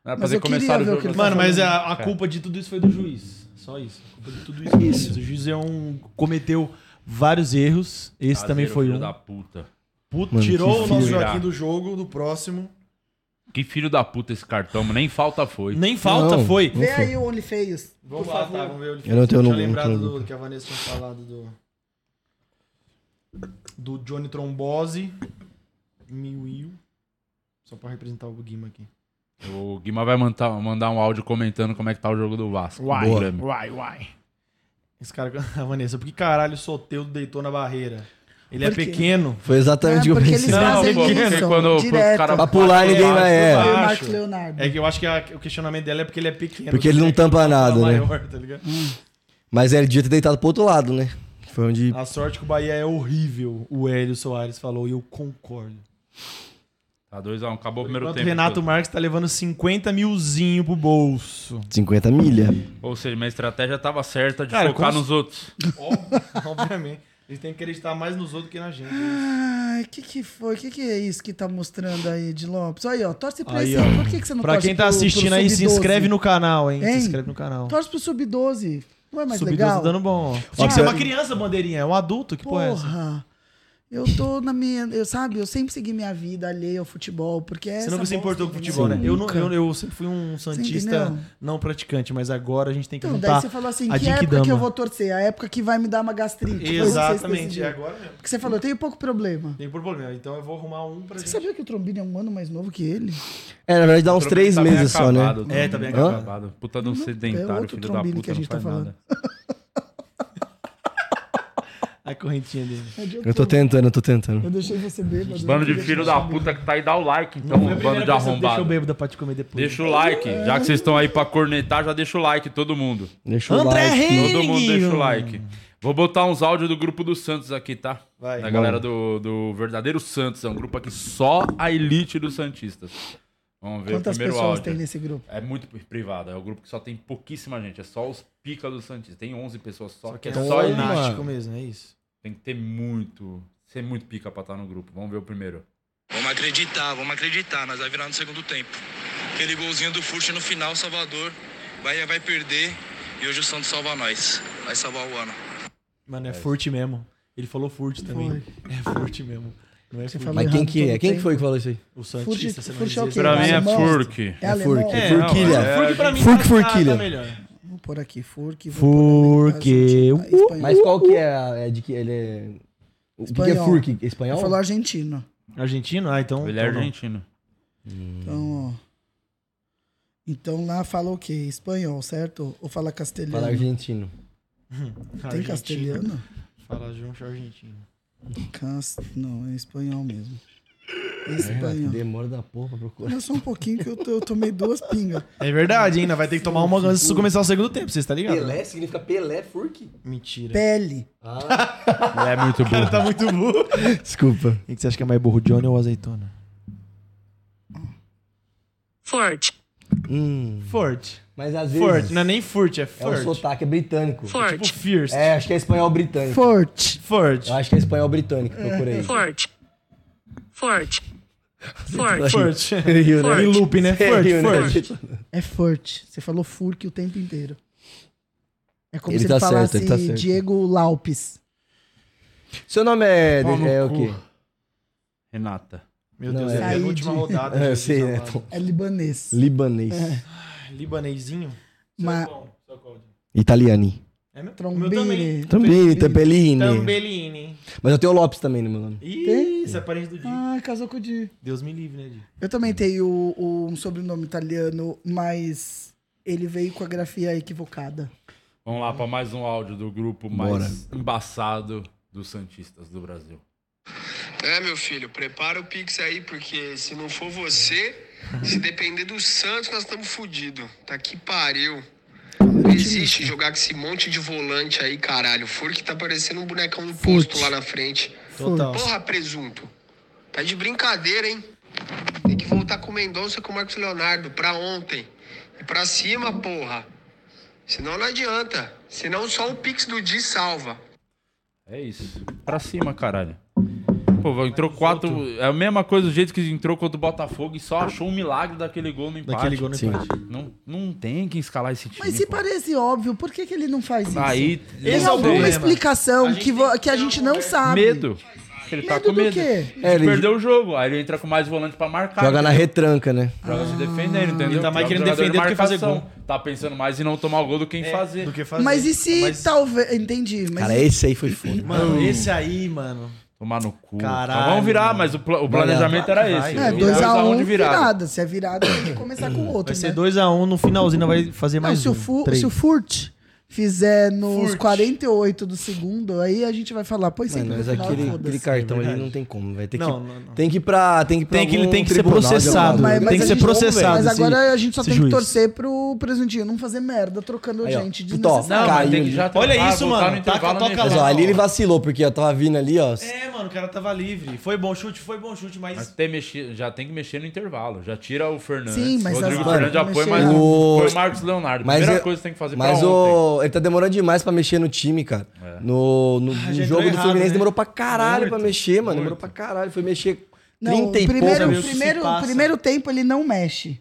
S1: Não era pra
S4: Mas
S1: ter
S4: eu queria
S1: começado o
S4: ver o
S1: jogo.
S4: que ele
S1: assim.
S2: Mano, mas a, a culpa de tudo isso foi do juiz. Só isso. A culpa de tudo isso foi do juiz. O juiz é um. cometeu vários erros. Esse também
S1: Caseiro,
S2: foi
S1: filho
S2: um.
S1: da puta.
S2: Puta,
S3: Mano, que
S2: tirou o nosso
S1: filho.
S2: Joaquim do jogo, do próximo.
S1: Que filho da puta esse cartão, mano. nem falta foi.
S2: Nem falta
S3: Não.
S2: foi.
S4: Vê aí o OnlyFeios.
S2: Vamos lá, tá, vamos ver o
S3: Eu não tenho
S2: Tinha
S3: nome,
S2: lembrado
S3: não tenho
S2: do, que a Vanessa tinha falado do. Do Johnny Trombose. Miuiu. Só pra representar o Guima aqui.
S1: O Guima vai mandar, mandar um áudio comentando como é que tá o jogo do Vasco. Do Grêmio.
S2: uai, uai. Esse cara, a Vanessa, por que caralho o Soteudo deitou na barreira? Ele é
S4: Por quê?
S2: pequeno.
S3: Foi
S4: É,
S3: exatamente o que eu
S4: porque eles
S3: pensei.
S1: Não,
S4: fazem
S1: pô, porque
S4: isso.
S1: quando-
S4: direto.
S1: pro
S3: Pra
S1: cara-
S3: pular ninguém
S2: Baixo,
S3: vai. É.
S4: Foi o
S2: baixo.
S4: Marcos Leonardo.
S2: É que eu acho que a- o questionamento dela é porque ele é pequeno.
S3: Porque ele não
S2: Ele quer
S3: tampa
S2: que
S3: nada,
S2: tava
S3: né?
S2: maior, tá ligado?
S3: Mas é, ele devia ter deitado pro outro lado, né? Foi onde.
S2: Ah. A sorte que o Bahia é horrível, o Hélio Soares falou, e eu concordo.
S1: Tá 2x1, acabou o primeiro
S2: Enquanto
S1: tempo.
S2: Renato Marques tá levando 50 milzinho pro bolso.
S3: 50 milha.
S1: Ou seja, minha estratégia tava certa de
S2: Cara,
S1: focar
S2: com-
S1: nos outros.
S2: Obviamente. A gente tem que acreditar mais nos outros que na gente.
S4: Ai, o que que foi? O que que é isso que tá mostrando aí de Lopes? Aí, ó, torce pra
S2: Aí,
S4: esse
S2: ó.
S4: ano. Por que que você não
S2: Pra
S4: torce
S2: quem tá
S4: pro- pro
S2: assistindo aí, se
S4: Sub-12?
S2: inscreve no canal, hein?
S4: Hein?
S2: Se inscreve no canal.
S4: Torce pro Sub-12. Não é mais
S2: Sub-12
S4: legal?
S2: tá dando bom.
S4: Ó,
S2: Tinha que ser
S4: você-
S2: uma criança, bandeirinha. É um adulto, que porra é essa?
S4: Porra. Eu tô na minha... Eu, sabe, eu sempre segui minha vida alheia ao futebol, porque é
S2: Você
S4: essa
S2: nunca se
S4: bosta,
S2: importou com
S4: né?
S2: futebol, né? Eu, não,
S4: Nunca.
S2: eu, eu sempre fui um santista
S4: entendeu?
S2: não praticante, mas agora a gente tem que
S4: Então,
S2: juntar
S4: daí você falou assim,
S2: tá a
S4: que época que eu
S2: Genkidama.
S4: vou torcer? A época que vai me dar uma gastrite. Foi isso que vocês
S2: Exatamente, é
S4: decidiram.
S2: agora mesmo.
S4: Porque você falou, eu tenho pouco problema.
S2: Tem problema, então eu vou arrumar um pra
S4: Você
S2: gente.
S4: sabia que o Trombini é um ano mais novo que ele?
S3: É, na verdade dá uns
S1: Trombini
S3: três
S1: tá bem
S3: meses só, né?
S1: acabado,
S2: É, tá bem
S1: Trombini
S3: acabado.
S1: Puta de um
S4: é
S1: sedentário,
S4: outro
S1: filho da
S4: Trombini
S1: puta,
S4: que a gente
S1: não faz
S4: tá
S1: nada.
S2: A correntinha dele.
S3: Eu tô tentando, eu tô tentando.
S4: Eu deixei você bêbado. né?
S1: Bando
S4: eu
S1: de
S4: queria
S1: filho
S4: te deixar
S1: da
S4: bêbado.
S1: puta que tá aí, dá o like, então, bando de
S4: é
S2: Deixa eu
S1: arrombado.
S2: bêbado pra te comer depois.
S1: Deixa o like, já que vocês estão aí pra cornetar, já deixa o like, todo mundo.
S3: Deixa o
S2: André
S3: like.
S2: Henrique!
S1: Todo mundo deixa o like. Vou botar uns áudios do grupo do Santos aqui, tá?
S2: Vai.
S1: da galera do, do Verdadeiro Santos. É um grupo aqui só a elite dos Santistas. Vamos ver
S4: Quantas
S1: o primeiro
S4: pessoas
S1: áudio.
S4: tem nesse grupo?
S1: É muito privado. É um grupo que só tem pouquíssima gente. É só os pica dos Santistas. Tem 11 pessoas só, que é
S2: Então,
S1: só
S2: é
S1: elite.
S2: elástico mesmo, é isso.
S1: Tem que ter muito... Ser muito pica pra estar no grupo. Vamos ver o primeiro.
S10: Vamos acreditar, vamos acreditar. Nós vai virar no segundo tempo. Aquele golzinho do Furt no final, Salvador. Bahia vai perder. E hoje o Santos salva nós. Vai salvar o ano.
S2: Mano, é furte mesmo. Ele falou furte também. É furte mesmo. Não é furte.
S4: falou
S3: Mas quem
S4: errado
S3: que é?
S4: todo
S3: Quem que
S4: tempo.
S3: foi que falou isso aí?
S2: O Santista,
S4: Furte-
S2: você não
S4: furte é o
S2: diz
S4: quê?
S1: Pra
S4: Vai,
S1: mim é
S4: irmão.
S1: Furk.
S4: É,
S3: Furk.
S4: alemão?
S3: É, Furquilha.
S1: não, é-
S2: Furk pra mim
S3: Furk,
S2: tá-
S3: furquilha.
S2: tá melhor.
S4: Vou pôr aqui, Furque.
S2: Furque.
S4: tá
S3: Mas qual que é a... É de que ele é... O que que é
S4: Espanhol.
S3: furk? Espanhol?
S4: Falou argentino.
S2: Argentino? Ah, então.
S1: Ele é
S2: então não.
S1: argentino.
S4: Então, ó. Então lá fala o quê? Espanhol, certo? Ou fala castelhano?
S3: Fala argentino.
S4: Tem
S2: Argentino.
S4: castelhano?
S2: Fala junto argentino.
S4: Cas... Não, é espanhol mesmo. É
S3: É, Renato,
S4: Espanhol.
S3: demora da porra pra procurar.
S4: Olha só um pouquinho que eu, to- eu tomei duas pingas.
S2: É verdade, ainda vai ter que tomar uma antes de começar o segundo tempo, vocês tá ligado? né?
S3: significa Pelé Furk?
S2: Mentira.
S4: Pele.
S1: Ele é muito bom.
S2: Tá muito burro.
S3: Desculpa.
S2: Quem que você acha que é mais burro, Johnny ou azeitona?
S8: Fort.
S3: Hum.
S2: Forte.
S3: Mas às vezes...
S2: Forte. Não é nem furte, é
S3: É um
S2: forte.
S3: sotaque, é britânico.
S8: Fort.
S2: Tipo fierce.
S3: É, acho que é espanhol britânico.
S4: Forte.
S2: Forte.
S3: Eu acho que é espanhol britânico, procurei.
S8: Fort. Fort. Fort.
S2: Forte.
S3: Ah, Rio, né?
S2: Em loop, né? Forte,
S3: Rio, né?
S2: forte.
S4: É forte. Você falou furque o tempo inteiro. É como
S3: Ele
S4: se
S3: tá
S4: ele falasse
S3: certo, ele tá certo.
S4: Diego Laupes.
S3: Seu nome é,
S1: Pau no
S3: é o
S1: cu.
S3: quê?
S1: Renata.
S2: Meu
S3: Não,
S2: Deus,
S3: é.
S2: é a
S4: Saí
S2: última
S4: de-
S2: rodada.
S3: É, eu
S2: Jesus
S3: sei, né?
S2: amado.
S4: É libanês.
S3: Libanês.
S2: Libanesinho?
S4: Ma-
S2: Qual? Só qual?
S3: Italiani.
S2: É meu? O meu também.
S4: Trombini.
S3: Também, Tempelini.
S2: Tambelini.
S3: Mas eu tenho o Lopes também né, no meu nome.
S2: Ih, isso é parente do Di.
S4: Ah, casou com o Di.
S2: Deus me livre, né, Di?
S4: Eu também tenho o- o- um sobrenome italiano, mas ele veio com a grafia equivocada.
S1: Vamos lá pra mais um áudio do grupo mais embaçado dos Santistas do Brasil.
S10: É, meu filho, prepara o Pix aí, porque se não for você, se depender do Santos, nós estamos fodidos. Tá que pariu. Não existe jogar com esse monte de volante aí, caralho. O Furk tá parecendo um bonecão do posto lá na frente.
S2: Total.
S10: Porra, presunto. Tá de brincadeira, hein? Tem que voltar com o Mendonça e com o Marcos Leonardo pra ontem. E pra cima, porra. Senão não adianta. Senão só o Pix do Di salva.
S1: É isso. Pra cima, caralho. Pô, entrou quatro. É a mesma coisa do jeito que entrou contra o Botafogo e só achou um milagre daquele gol no empate.
S2: Daquele gol no empate.
S1: Não, não tem que escalar esse time.
S4: Mas se
S1: pô.
S4: parece óbvio, por que, que ele não faz isso?
S1: Aí.
S4: Tem
S1: não
S4: alguma
S1: sei.
S4: explicação que, vo- que a gente não sabe.
S1: Medo. Ele tá
S4: Medo
S1: com
S4: do
S1: medo.
S4: quê?
S3: É, ele
S1: Perdeu o jogo. Aí ele entra com mais volante pra marcar.
S2: Tá
S3: joga na retranca, né?
S1: Joga se defendendo, entendeu?
S2: Ele tá
S1: Joga
S2: mais querendo
S1: jogador de
S2: defender do que fazer
S1: marcação. Tá pensando mais em não tomar o gol do que em fazer.
S2: Do que fazer.
S4: Mas e se
S2: Mas-
S4: talvez. Entendi. Mas é
S3: Cara, esse aí foi foda.
S2: Mano, esse aí, mano.
S1: Tomar no cu.
S2: Caralho,
S1: Então vamos virar,
S2: mano.
S1: mas o, pla- o planejamento
S2: Vai,
S1: era
S2: vai.
S1: esse.
S4: é,
S1: O
S4: 2x1
S1: dois a um
S4: um, virada. Se é virada, tem que começar com o
S2: Vai
S4: outro.
S2: ser
S4: né?
S2: 2x1 no finalzinho, não vai fazer
S4: Não,
S2: mais
S4: se, o
S2: um.
S4: fu
S2: Três.
S4: se o Furt fizer nos 48 do segundo, aí a gente vai falar, pois sim,
S3: Mano, mas
S2: tá
S3: aquele, aquele cartão ali não tem como, vai ter que.
S2: é Não, não, não.
S3: Tem que ir pra. Tem que, ir pra
S2: Tem que-
S3: algum
S2: tem que ser
S3: tribunal de
S2: processado.
S3: alguma
S2: Mas-
S3: coisa.
S2: tem que
S4: a
S2: ser
S4: gente-
S2: processado
S4: Mas
S2: esse-
S4: agora a gente só
S2: esse
S4: tem que
S2: juiz.
S4: torcer pro presuntinho não fazer merda trocando
S3: Aí, ó.
S4: gente
S3: Puta, ó,
S1: Não,
S4: desnecessária.
S1: mas tem
S3: Caiu,
S1: que já
S2: Olha
S1: tentar
S2: isso,
S1: voltar
S2: mano.
S1: no intervalo né,
S2: Taca- toca
S1: nem-
S3: Mas, ó, ali ele vacilou, porque eu tava vindo ali, ó.
S2: É, mano, o cara tava livre. Foi bom chute, foi bom chute, mas.
S1: Mas tem mexi- já tem que mexer no intervalo. Já tira o Fernandes.
S4: Sim, mas
S1: Rodrigo
S4: as-
S1: Fernandes já
S4: mano,
S1: põe,
S4: mexer
S1: mas
S4: na-
S3: O-
S1: foi o Marcos Leonardo.
S3: Mas
S1: Primeira
S3: eu-
S1: coisa que tem que fazer
S3: Mas
S1: pra ontem.
S3: o, ele tá demorando demais pra mexer no time, cara. No, no- no
S2: É. já entrou
S3: jogo do
S2: errado,
S3: Fluminense
S2: né?
S3: demorou pra caralho pra mexer, mano. Demorou pra caralho. Foi mexer 30
S4: o
S3: e
S4: primeiro,
S3: pouco.
S4: o primeiro,
S2: Se passa.
S4: o primeiro tempo ele não mexe.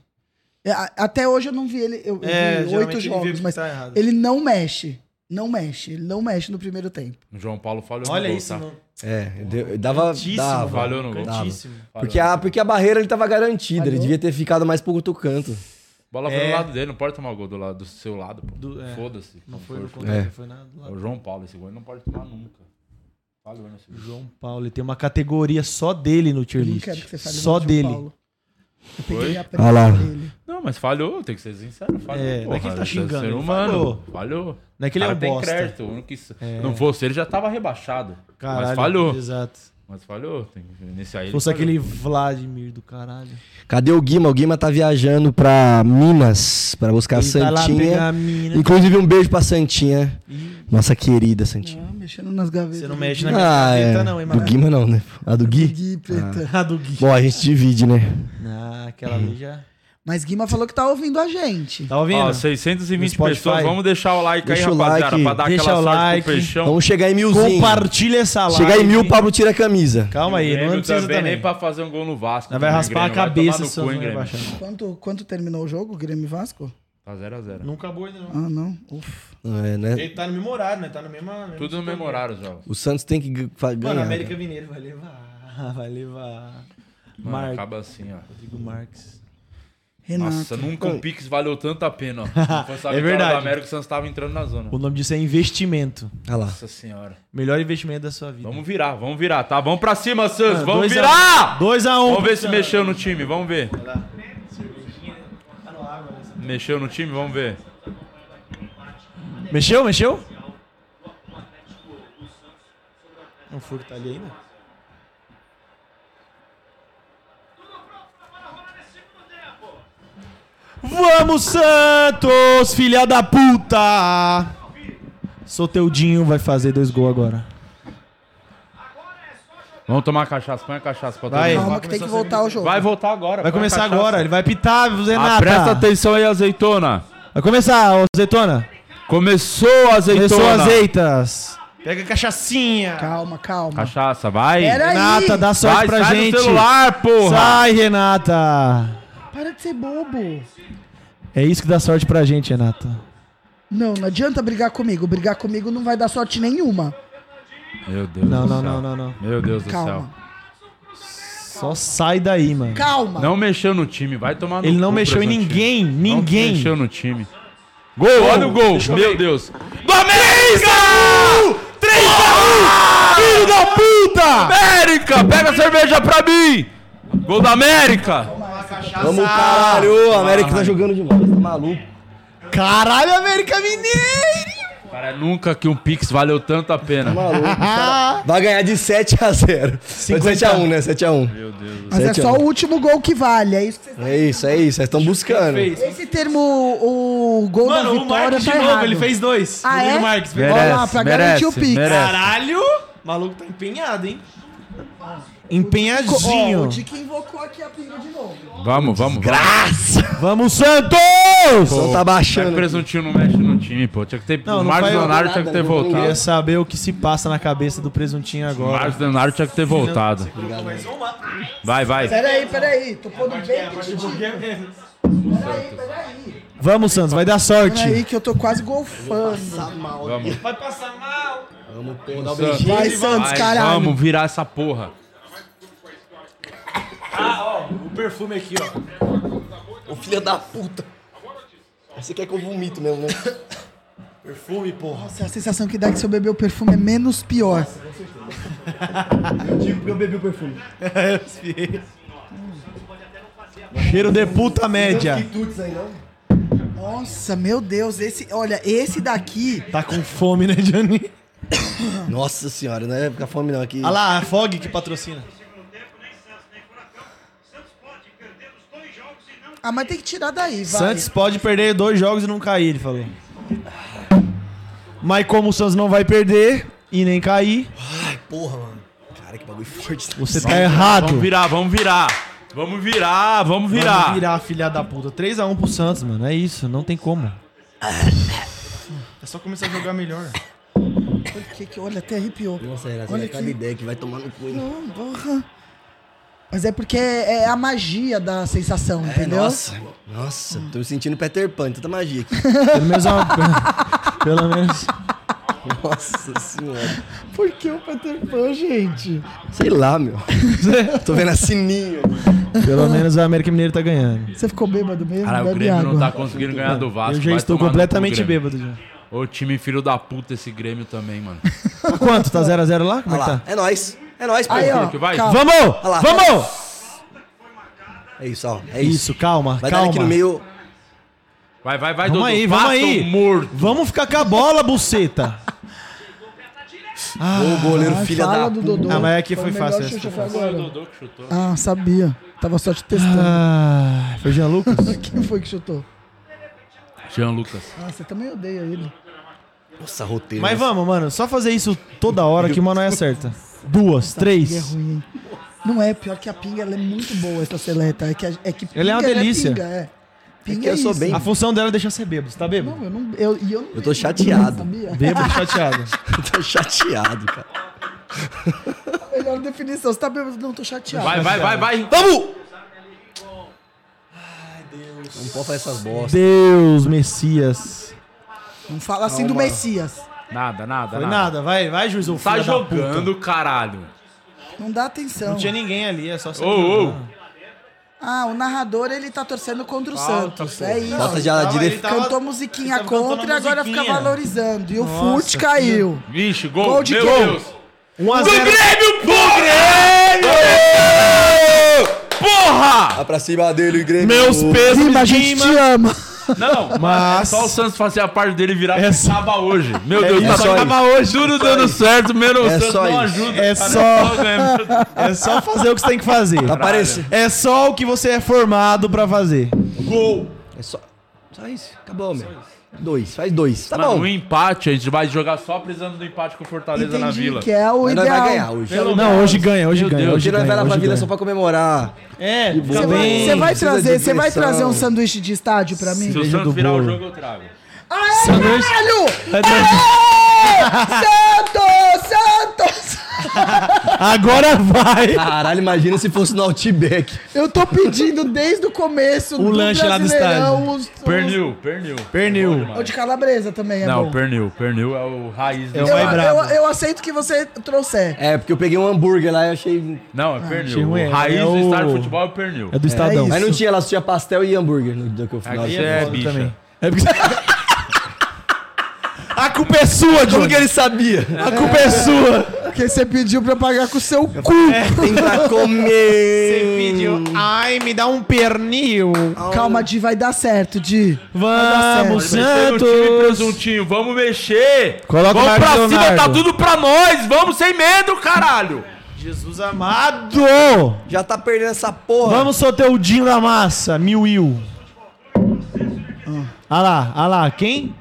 S4: É, a- Até hoje eu não vi ele. Eu, eu
S2: É,
S4: vi
S2: geralmente
S4: oito
S2: ele vê
S4: jogos,
S2: que
S4: mas
S2: tá errado.
S4: ele não mexe. Não mexe. Ele não mexe no primeiro tempo.
S1: O João Paulo falhou no
S2: Olha
S1: gol,
S2: isso,
S1: tá?
S2: mano.
S3: É, deu- dava.
S2: Cantíssimo,
S3: dava
S1: Falhou no gol.
S2: Cantíssimo.
S3: Porque a, porque a barreira ele tava garantida. Ele devia ter ficado mais pro outro canto.
S1: Bola foi
S2: É.
S1: do lado dele, não pode tomar o gol do, lado, do seu lado, pô.
S2: Do- é.
S1: Foda-se.
S2: Não foi no
S1: Foda-se. É
S2: contra,
S4: é.
S2: não foi nada.
S1: O João Paulo, esse gol ele não pode tomar nunca. Falhou nesse gol.
S2: João Paulo, ele tem uma categoria só dele no tier
S4: Eu não
S2: list.
S4: quero que você fale
S2: Só
S4: mal de João
S2: dele.
S4: Paulo. Eu peguei
S1: Oi?
S4: a pressa
S3: lá.
S4: dele.
S1: Não, mas falhou, tem que ser sincero. Falhou.
S2: É,
S1: porra,
S2: daqui ele tá
S1: é
S2: xingando,
S1: Ser
S2: ele
S1: humano.
S2: falhou.
S1: Falhou.
S2: Não é que ele é
S1: Cara,
S2: um
S1: tem
S2: bosta.
S1: crédito. O único que... Não fosse ele, já tava rebaixado.
S2: Caralho,
S1: mas falhou.
S2: Exato. Se
S1: Mas falhou. Tem... Nesse aí. ele
S2: fosse
S1: falhou.
S2: aquele Vladimir do caralho.
S3: Cadê o Guima? O Guima tá viajando pra Minas pra buscar a
S2: ele vai lá pegar
S3: Santinha.
S2: a mina.
S3: Inclusive, um beijo pra Santinha. Nossa querida Santinha.
S4: Ah, mexendo nas gavetas.
S2: Você não mexe na minha
S3: Ah,
S2: gaveta,
S3: é.
S2: não, hein, É
S3: Do
S2: mano?
S3: Guima não, né? A do Gui?
S4: Gui, preta.
S2: Ah, do Gui.
S3: Bom, a gente divide, né?
S2: Ah, aquela ali já.
S4: Mas Guima falou que tá ouvindo a gente.
S2: Tá ouvindo?
S1: Ó,
S2: No
S1: 620
S2: Spotify.
S1: pessoas. Vamos deixar o like aí,
S3: Deixa o
S1: rapaziada,
S3: like,
S1: pra dar
S2: deixa
S1: aquela
S2: o
S1: sorte
S2: like. Então,
S1: pro peixão.
S3: Vamos chegar em milzinho.
S2: Compartilha essa live.
S3: Chegar em mil, o Pablo tira a camisa.
S2: Calma aí,
S1: E o Grêmio
S2: não precisa
S1: também,
S2: também.
S1: nem pra fazer um gol no Vasco.
S2: Vai
S1: também,
S2: raspar a
S1: Grêmio. Vai
S2: cabeça
S1: tomar no
S2: se
S1: cu,
S2: não
S1: hein, Grêmio.
S2: rebaixar.
S4: Quanto, quanto terminou o jogo, Grêmio e Vasco?
S1: Tá 0x0.
S2: Não acabou ainda,
S1: Hum.
S2: não.
S4: Ah, não. Ufa.
S3: É, né?
S2: Ele tá no mesmo horário, né? Tá no mesmo. mesmo
S1: Tudo no mesmo horário, João.
S3: O Santos tem que g- fa- ganhar.
S2: Mano, América Mineiro vai levar. Vai levar.
S1: Mano,
S2: Marcos.
S1: acaba assim, ó.
S2: Rodrigo Marques.
S4: Renato.
S1: Nossa, nunca um Pix valeu tanto a pena, ó. Se fosse a
S2: É
S1: vitória
S2: verdade.
S1: do América, o Santos tava entrando na zona.
S2: O nome disso é investimento.
S3: Olha lá.
S1: Nossa senhora.
S2: Melhor investimento da sua vida.
S1: Vamos virar, vamos virar, tá? Vamos pra cima, Santos.
S2: Mano,
S1: vamos
S2: Ah, dois a-
S1: virar!
S2: 2x1.
S1: Vamos ver se mexeu no time, vamos ver.
S2: tá né?
S1: Mexeu no time, vamos ver.
S2: Mexeu, mexeu? O Furco tá ali ainda? Vamos, Santos, filha da puta! Soteudinho vai fazer dois gols agora.
S1: Vamos tomar cachaça, põe a cachaça pra
S2: Vai.
S1: todo mundo.
S4: Calma que tem que voltar o jogo.
S1: Vai voltar agora.
S2: Vai
S1: põe a
S2: começar
S1: cachaça.
S2: agora, ele vai pitar,
S1: Ah,
S2: Zenata.
S1: presta atenção aí, azeitona.
S2: Vai começar, ô Zetona.
S1: Começou, azeitona.
S2: Começou azeitas. Pega a cachacinha.
S4: Calma, calma.
S1: Cachaça, vai.
S4: Pera aí.
S2: Renata, dá sorte
S1: Vai,
S2: pra
S1: sai do
S2: gente.
S1: celular, porra.
S2: Sai, Renata.
S4: Para de ser bobo.
S2: É isso que dá sorte pra gente, Renata.
S4: Não, não adianta brigar comigo. Brigar comigo não vai dar sorte nenhuma.
S1: Meu Deus
S2: Não,
S1: do
S2: não,
S1: céu.
S2: não, não, não.
S1: Meu Deus do céu.
S4: Calma.
S2: Só sai daí, mano.
S4: Calma.
S1: Não mexeu no time, vai tomar no
S2: Ele não
S1: cu,
S2: mexeu em
S1: Bragantino.
S2: ninguém, ninguém.
S1: Não mexeu no time. Gol, olha o gol. Meu Deus. Do América! 3 a 1! Filho da puta! América, pega a cerveja pra mim! Gol da América!
S3: Vamos, caralho! A América tá jogando demais, tá maluco.
S2: Caralho, América Mineiro!
S1: Cara, nunca que um Pix valeu tanto a pena.
S3: Vai ganhar de 7 a 0. 7 a 1, né? 7 a 1.
S4: Mas é
S3: Sete
S4: só
S3: anos.
S4: o último gol que vale. É isso que vocês...
S3: É isso, é isso. Vocês estão buscando.
S4: Esse termo, o gol
S2: Mano,
S4: da
S2: o
S4: vitória
S2: Marques de
S4: tá
S2: novo,
S4: errado.
S2: ele fez dois.
S4: Ah,
S2: Rodrigo
S4: é?
S2: Marques.
S4: Merece, Olha lá, pra garantir o Pix.
S2: Caralho! O maluco tá empenhado, hein?
S4: Co- Ó,
S2: Empenhadinho.
S4: o Dick invocou aqui a pinga de novo.
S1: Vamos, vamos.
S2: Vamos, Santos!
S3: Então tá
S1: Mas o
S3: baixando.
S1: presuntinho não mexe no time, pô. Tinha que ter.
S2: Não,
S1: o
S2: não
S1: Marcos
S2: faz
S1: Leonardo
S3: nada,
S1: tinha que ter
S3: não
S2: Queria
S1: voltado.
S2: saber o que se passa na cabeça do presuntinho
S1: O
S2: agora.
S1: Marcos Leonardo tinha que ter voltado. Vai, vai.
S4: Peraí, peraí. Tô
S2: É,
S4: pondo bem pedir. Peraí, peraí.
S2: Vamos, Santos, vai dar sorte.
S4: Peraí que eu tô quase golfando.
S1: Vamos.
S2: Vai passar mal.
S3: um
S4: Vai, Santos,
S1: Vai,
S4: caralho.
S1: Vamos virar essa porra.
S2: O perfume aqui, ó.
S3: Ô filho da puta. Você quer que eu vomito mesmo, né?
S2: Perfume, porra.
S4: Nossa, a sensação que dá que se eu beber o perfume é menos pior.
S2: Cheiro de puta média.
S4: Não Nossa, meu Deus, esse. Olha, esse daqui.
S2: Tá com fome, né, Johnny?
S3: Nossa senhora, não é ficar fome não aqui.
S2: Olha lá, a Fog que patrocina.
S4: Ah, mas tem que tirar daí, vai.
S2: Santos pode perder dois jogos e não cair, ele falou. Mas como o Santos não vai perder e nem cair,
S3: Ai, porra, mano. Cara, que bagulho forte.
S2: você tá errado.
S1: Vamos virar, vamos virar. Vamos virar, vamos virar.
S2: Vamos virar, filha da puta. 3x1 pro Santos, mano. É isso, não tem como. É só começar a jogar melhor.
S4: Por que que- olha, até arrepiou.
S3: Nossa, era
S4: Olha
S3: Olha cada
S4: aqui.
S3: ideia que vai tomar no cu. hein?
S4: Não, porra. Mas é porque é a magia da sensação,
S3: É,
S4: entendeu?
S3: nossa, nossa, tô sentindo Peter Pan, tanta magia aqui.
S2: Pelo menos é uma... Pelo menos...
S3: Nossa senhora.
S4: Por que o Peter Pan, gente?
S3: Sei lá, meu. é Tô vendo a sininho.
S2: Pelo menos o América Mineiro tá ganhando.
S4: Você ficou bêbado mesmo?
S1: Cara, o
S4: Bebe
S1: Grêmio
S4: água.
S1: não tá conseguindo ganhar do Vasco.
S2: Eu já
S1: vai
S2: estou
S1: tomar no cu,
S2: completamente
S1: Grêmio.
S2: bêbado já.
S1: Ô, time filho da puta esse Grêmio também, mano.
S2: Tá quanto? Tá 0x0 lá? Como
S3: Olha
S2: é que
S3: lá,
S2: tá?
S3: é nóis. É nóis, pô.
S4: Aí, ó.
S1: que vai?
S4: calma.
S2: Vamos!
S3: lá.
S2: Vamos!
S3: É isso, ó. É isso.
S2: Isso, calma,
S3: Vai dar
S2: calma.
S3: aqui no meio.
S1: Vai, vai, vai,
S2: Vamos
S1: Dodô.
S2: aí, vamos
S1: Passa o
S2: aí.
S1: morto.
S2: Vamos ficar com a bola, buceta.
S3: Ô, goleiro,
S4: Ai,
S3: filha
S4: fala
S3: da
S4: do
S3: puta.
S4: Dodô.
S2: Ah, mas aqui foi
S4: o melhor
S2: fácil,
S4: chute
S2: essa
S4: que eu
S2: foi
S4: fiz agora.
S1: Dodô que chutou.
S4: Ah, sabia. Tava só te testando.
S2: Ah, foi Jean Lucas?
S4: Quem foi que chutou?
S1: Jean Lucas.
S4: Ah, você também odeia ele.
S3: Nossa, roteiro. né?
S2: Mas vamos, mano. Só fazer isso toda hora que uma não é certa. Duas,
S4: Ele é
S2: três.
S4: ruim, hein? Não é, pior que a pinga, ela é muito boa, essa seleta. É que, a- é que pinga,
S2: Ela é uma delícia.
S4: pinga, é. Pinga
S3: que eu sou
S4: isso.
S3: bem-
S2: A função dela é deixar você bêbado. Você tá bêbado?
S4: Não, eu não... Eu, e eu, não
S3: Eu tô
S4: bebo, né,
S3: chateado.
S4: Sabia?
S2: Bêbado, chateado.
S3: Tô chateado, cara.
S4: Melhor definição. Você tá bêbado? Não, tô chateado.
S1: Vai, vai, vai, vai.
S3: Vamos! Não pode fazer essas bosta.
S2: Deus, Messias.
S4: Não fala assim do Messias.
S1: Nada, nada,
S2: Foi
S1: nada.
S2: nada, vai, vai, juiz. ô
S1: Tá
S2: filho da puta.
S1: jogando, caralho.
S4: Não dá atenção.
S2: Não tinha ninguém ali, é só você.
S1: Ô, ô.
S4: Ah, o narrador, ele tá torcendo contra o
S1: Falta,
S4: Santos.
S1: pô.
S4: É isso.
S3: Falta já direito.
S4: Cantou musiquinha
S2: Ah, ele tava
S4: contra e
S2: cantando
S4: agora
S2: musiquinha.
S4: fica valorizando. E o
S2: Nossa,
S4: Fute caiu.
S1: Vixe, gol.
S4: Gol de
S1: Meu
S4: gol.
S1: Deus.
S2: 1 a
S1: Do
S2: 0.
S1: Grêmio, porra! Porra!
S3: Vai pra cima dele, Grêmio.
S2: Meus pesos,
S4: Mas a gente te ama.
S1: Não,
S2: Mas-
S1: mas só o Santos fazer a parte dele e virar
S2: É
S1: é
S2: só- É
S1: tava hoje. Meu Deus,
S2: isso,
S1: tava,
S2: só
S1: tava hoje. Tudo dando certo, menos o
S3: É
S1: Santos
S3: só Tá
S1: não
S3: isso.
S1: ajuda. né?
S2: É
S1: cara.
S2: só-
S1: Só ganha, meu Deus.
S2: É só fazer o que você tem que fazer.
S3: Tá parecendo.
S2: É só o que você é formado pra fazer.
S3: É só. Só isso. Acabou, meu. Dois. Faz dois. Tá
S1: Mano,
S3: bom.
S1: o empate, a gente vai jogar só precisando do empate com o Fortaleza na Vila.
S4: que é o
S3: Mas nós
S4: ideal.
S3: vai ganhar hoje.
S1: Pelo
S2: Não, hoje ganha, hoje
S1: Meu
S2: ganha.
S1: Deus,
S2: hoje
S3: Hoje nós vai
S2: ganha,
S3: lá pra
S2: hoje
S3: vila
S2: ganha.
S3: só pra comemorar.
S2: É, fica
S4: Você vai,
S2: bem.
S4: você vai
S3: precisa de
S4: trazer, você vai
S3: diversão.
S4: trazer um sanduíche de estádio pra mim?
S1: Se o
S2: Beijo do
S1: Santos virar o
S2: bolo.
S1: jogo, eu trago.
S4: Aê,
S2: Sanduíche-
S4: caralho!
S2: Vai trazer-
S4: Santos! Santos!
S2: Agora vai!
S3: Caralho, imagina se fosse no Outback.
S4: Eu tô pedindo desde o começo
S2: O Um lanche lá do
S4: Brasileirão, os- os-
S1: Pernil, pernil.
S2: Pernil.
S1: Bom
S4: O
S1: demais.
S4: de calabresa também é
S1: Não,
S4: bom.
S1: pernil. Pernil é o raiz do...
S2: É o
S4: Eu,
S2: mais brabo.
S4: eu, eu aceito que você trouxer.
S3: É, porque eu peguei um hambúrguer lá e achei.
S1: Não, é
S2: achei
S1: pernil.
S2: ruim, é.
S1: O raiz
S2: É
S1: do
S2: o-
S1: estádio de futebol é o pernil.
S2: É do Estadão.
S4: isso.
S3: Mas não tinha lá, só tinha pastel e hambúrguer no dia que eu fui lá.
S1: Aqui é bicha.
S2: É porque... A culpa é sua, Diogo.
S3: Como que ele sabia?
S2: A culpa é sua.
S4: Porque você pediu pra pagar com o seu cu.
S2: É,
S3: Tem pra comer.
S2: Ai, me dá um pernil.
S4: Calma, Di, vai dar certo, Di.
S2: Vamos,
S1: Santos. um Time
S2: Santos.
S1: presuntinho, vamos mexer.
S2: Coloca o
S1: vamos
S2: Marcos
S1: pra cima,
S2: Leonardo.
S1: tá tudo pra nós. Vamos sem medo, caralho.
S2: Jesus amado.
S3: Já tá perdendo essa porra.
S2: Vamos soltar o Dinho da massa. Mil Will. Ah lá, ah lá. Quem?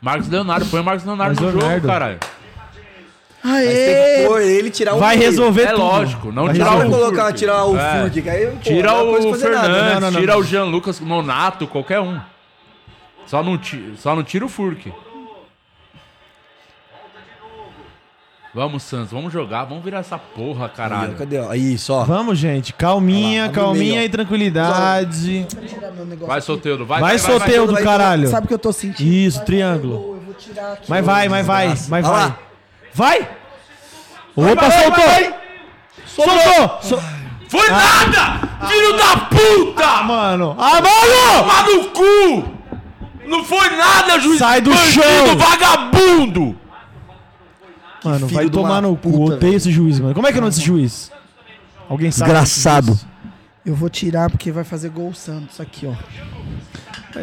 S1: Marcos Leonardo, põe o Marcos Leonardo
S2: Mas
S1: no
S2: Leonardo-
S1: jogo, caralho.
S3: Tem que
S4: Aê!
S3: pôr ele e tirar o.
S2: Vai
S3: meio.
S2: resolver
S1: É
S2: tudo.
S1: lógico, não
S2: Vai
S1: tirar
S3: Não
S2: resolver.
S3: vai colocar,
S1: Furk.
S3: tirar o
S1: É.
S3: Furk. que Aí, pô,
S1: Tira
S3: não é coisa
S1: o
S3: fazer nada, né?
S1: Fernandes,
S2: Não, não, não,
S1: tira
S2: não.
S1: o Jean Lucas, Nonato, qualquer um. Só não, ti- só não tira o Furk. Vamos, Santos, vamos jogar, vamos virar essa porra,
S3: Aí, ó,
S1: caralho.
S3: Cadê? ó? Isso, ó.
S2: Vamos, gente. Calminha,
S3: Olha lá, abre o
S2: calminha
S3: meio, ó.
S2: e tranquilidade.
S1: Vai, Soteudo, vai, vai.
S2: Vai, Soteudo,
S3: vai, vai.
S2: caralho.
S4: Sabe o que eu tô sentindo?
S2: Isso, triângulo.
S4: Eu vou tirar aqui.
S2: Mas vai, mas vai, mas
S3: Olha
S2: vai.
S3: lá.
S2: Vai! Opa, soltou! Soltou! Sol-
S1: Foi nada! Filho da puta!
S2: Ah, mano! Ah, mano!
S1: Toma no cu! Não foi nada, juiz!
S2: Sai do
S1: Bandido,
S2: chão!
S1: vagabundo!
S2: Mano,
S3: filho
S2: vai
S3: de uma
S2: tomar no cu.
S3: puta,
S2: Odeio esse juiz, mano. Como é que é o nome desse juiz? Alguém sabe?
S3: Desgraçado.
S2: esse juiz?
S4: Eu vou tirar porque vai fazer gol o Santos aqui, ó.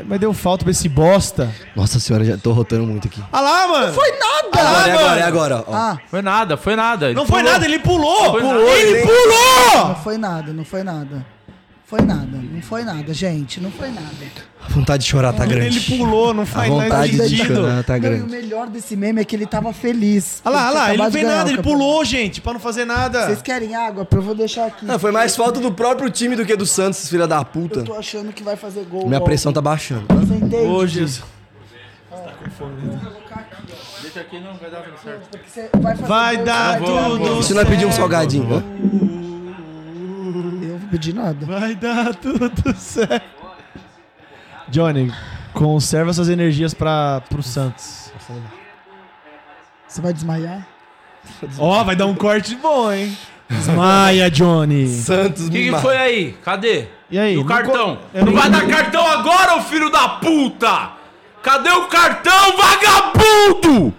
S2: Mas deu falta pra esse bosta.
S3: Nossa senhora, já tô rotando muito aqui.
S2: Ah lá, mano!
S4: Foi nada!
S3: Agora, é
S2: mano.
S3: agora, é agora. ó.
S4: Ah,
S1: Foi nada, foi nada. Então, Ele
S2: Não foi
S1: pulou.
S2: nada, ele pulou!
S1: Foi nada.
S2: ele pulou!
S4: não foi nada, não foi nada. Foi nada, não foi nada, gente, não foi nada.
S3: A vontade de chorar tá grande.
S2: Ele pulou, não
S3: A
S2: faz mais
S3: vontade de
S2: sentido.
S3: chorar tá
S4: Não, e o
S3: grande.
S4: melhor desse meme é que ele tava feliz.
S2: Ah lá, ah lá, ele não
S4: acabado de
S2: fez
S4: ganhar
S2: nada,
S4: o
S2: ele
S4: campeonato.
S2: pulou, gente, pra não fazer nada.
S4: Vocês querem água? Eu vou deixar aqui.
S3: Não, Ah, foi mais falta do próprio time do que do Santos, esses filha da puta.
S4: Eu tô achando que vai fazer gol.
S3: Minha
S4: ó.
S3: pressão tá baixando.
S4: Você entende?
S2: Ô, Jesus.
S1: Deixa aqui, não, vai dar tudo certo.
S4: Porque você vai fazer
S2: Vai
S1: Tá
S4: gol,
S2: dar
S4: você vai-
S2: tudo
S3: Se nós pedir um salgadinho, ó.
S4: Eu não pedi nada.
S2: Vai dar tudo certo. Johnny, conserva suas energias pra, pro Santos.
S4: Você vai desmaiar?
S2: Ó, vai dar um corte bom, hein? Desmaia, Johnny.
S3: Santos,
S1: O que, que
S3: mano.
S1: foi aí? Cadê?
S2: E aí?
S1: E o
S2: Não
S1: cartão?
S2: co- é, eu
S1: Não
S2: não-
S1: vai dar cartão agora, ô filho da puta! Cadê o cartão, vagabundo?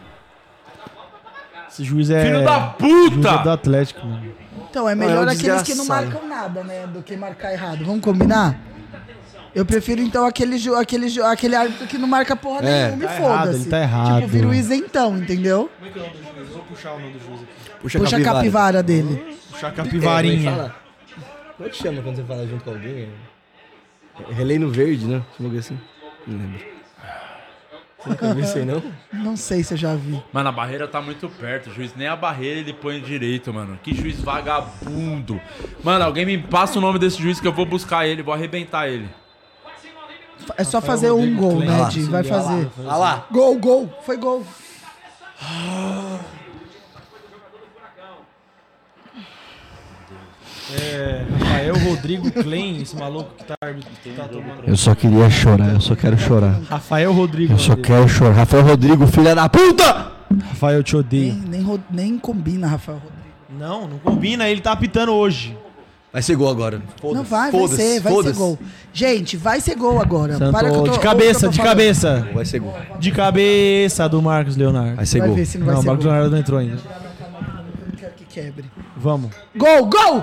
S2: Esse juiz é.
S1: Filho da
S2: juiz é do
S1: puta!
S2: Atlético, mano.
S4: Então, é melhor
S3: é um
S4: aqueles que não
S3: desgraçado.
S4: marcam nada, né? Do que marcar errado. Vamos combinar? Eu prefiro, então, aquele, ju- aquele, ju- aquele árbitro que não marca porra
S3: É,
S4: nenhuma
S2: tá
S4: e
S2: errado,
S4: foda-se.
S2: ele tá errado.
S4: Tipo, vira o isentão, entendeu?
S3: Puxa,
S4: Puxa a capivara dele.
S1: Tá
S2: Puxar
S3: É,
S2: capivarinha.
S3: mas fala- Como é que chama quando você fala junto com alguém? É Relém no verde, né? Você falou assim? Não lembro. Você nunca viu isso aí, não?
S4: Não sei se eu já vi.
S1: Mano, a barreira tá muito perto. O juiz nem a barreira ele põe direito, mano. Que juiz vagabundo. Mano, alguém me passa o nome desse juiz que eu vou buscar ele, vou arrebentar ele.
S4: É só fazer um gol, né, Di? Vai fazer.
S3: Olha lá.
S4: Gol, gol. Foi gol.
S2: É, Rafael Rodrigo Klein, esse maluco que tá, arbit- que tá tomando.
S3: Eu só queria chorar, eu só quero chorar.
S2: Rafael Rodrigo. o nome dele.
S3: quero chorar. Rafael Rodrigo, filha da puta!
S2: Rafael, eu te
S4: Nem,
S2: odeio.
S4: nem, ro- nem combina, Rafael Rodrigues.
S2: Não, não combina, ele tá apitando hoje.
S3: Vai ser gol agora.
S4: Não vai, vai
S3: Foda-se,
S4: ser, vai ser
S3: foda-se.
S4: gol. Gente, vai ser gol agora. Para
S2: Santo,
S4: que eu tô-
S2: de
S4: ouça
S2: cabeça,
S4: o que
S2: de
S4: eu tô falando.
S2: cabeça.
S3: Vai ser gol.
S2: De cabeça do Marcos Leonardo.
S3: Vai ser
S4: Vai
S3: gol.
S4: ver se não vai
S2: Não, o
S4: ser
S2: Marcos
S4: gol.
S2: Leonardo não entrou ainda.
S4: Eu não quero que quebre.
S2: Vamos.
S4: Gol, gol!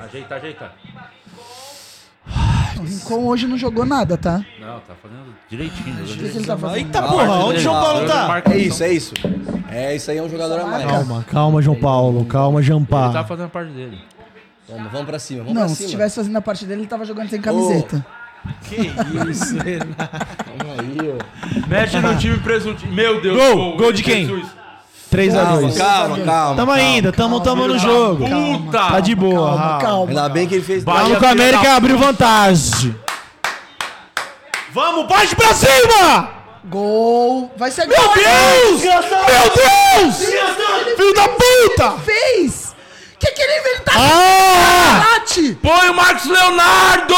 S1: Ajeita, ajeita.
S4: O Rincon hoje não jogou nada, tá?
S1: Não, tá fazendo direitinho. jogando
S4: O que, que
S1: direitinho.
S4: ele tá fazendo?
S2: Eita porra,
S1: Marcos
S2: onde o João
S1: Leonardo.
S2: Paulo tá?
S1: Marcos
S3: É isso, é isso. É, isso aí é um jogador a mais.
S2: Calma, calma, João Paulo. Calma,
S1: Ele tá
S2: Jampá.
S1: fazendo a parte dele.
S3: Vamos, vamos pra cima, vamos
S4: Não,
S3: pra
S4: se
S3: cima.
S4: estivesse fazendo a parte dele, ele tava jogando sem camiseta.
S3: Calma aí, ó.
S1: Mexe no time presuntinho. Meu Deus.
S2: Gol, gol de quem?
S1: Jesus.
S2: 3x2.
S3: Calma, calma, calma.
S2: Tamo ainda, tamo, tamo no jogo.
S1: Puta!
S2: Tá de boa,
S4: Calma,
S2: Rafa.
S4: calma.
S3: Ainda bem que ele fez.
S1: Bahia,
S2: Maluco
S1: filha da
S2: América abriu vantagem. Vamos, bate pra cima!
S4: Gol! Vai ser
S2: Meu
S4: gol!
S2: Deus! Meu Deus!
S4: Ele
S2: Filho da puta!
S4: fez! Que que ele ele tá
S2: Ah!
S4: bate?
S1: Põe o Marcos Leonardo!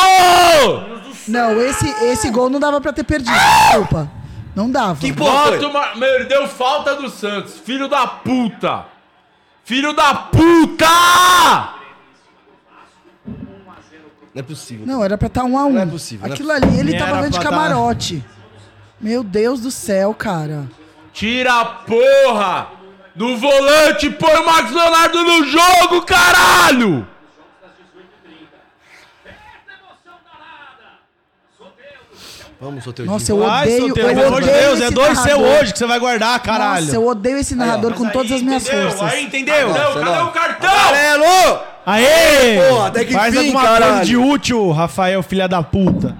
S4: Não, esse, esse gol não dava pra ter perdido. Desculpa. Não dava.
S3: Ah! Que porra
S1: Bota
S3: foi?
S1: o Mar... Meu, ele deu falta do Santos. Filho da puta! Filho da puta!
S3: Não é possível.
S4: Não, era pra estar um a um.
S3: Não é possível, não é
S4: Aquilo ali, ele
S2: Nem
S4: tava
S2: era
S4: vendo de
S2: pra tá-
S4: camarote. Meu Deus do céu, cara.
S1: Tira a porra! Do volante, põe o Marcos Leonardo no jogo, caralho!
S3: Vamos, Soteudo.
S4: Nossa, eu
S2: Ai,
S4: odeio.
S2: Soteldo,
S4: eu
S2: pelo amor de
S4: odeio
S2: Deus, é
S4: esse
S2: dois seu
S4: narrador.
S2: hoje que você vai guardar, caralho.
S4: Nossa, eu odeio esse narrador com todas as minhas
S2: entendeu?
S4: forças.
S2: Aí, entendeu?
S3: Agora.
S1: Não,
S3: sei
S1: cadê
S3: lá.
S1: o cartão?
S3: Amarelo!
S2: Aê!
S3: Porra, até que
S2: Faz
S3: fim,
S2: alguma coisa
S3: caralho.
S2: de útil, Rafael, filha da puta.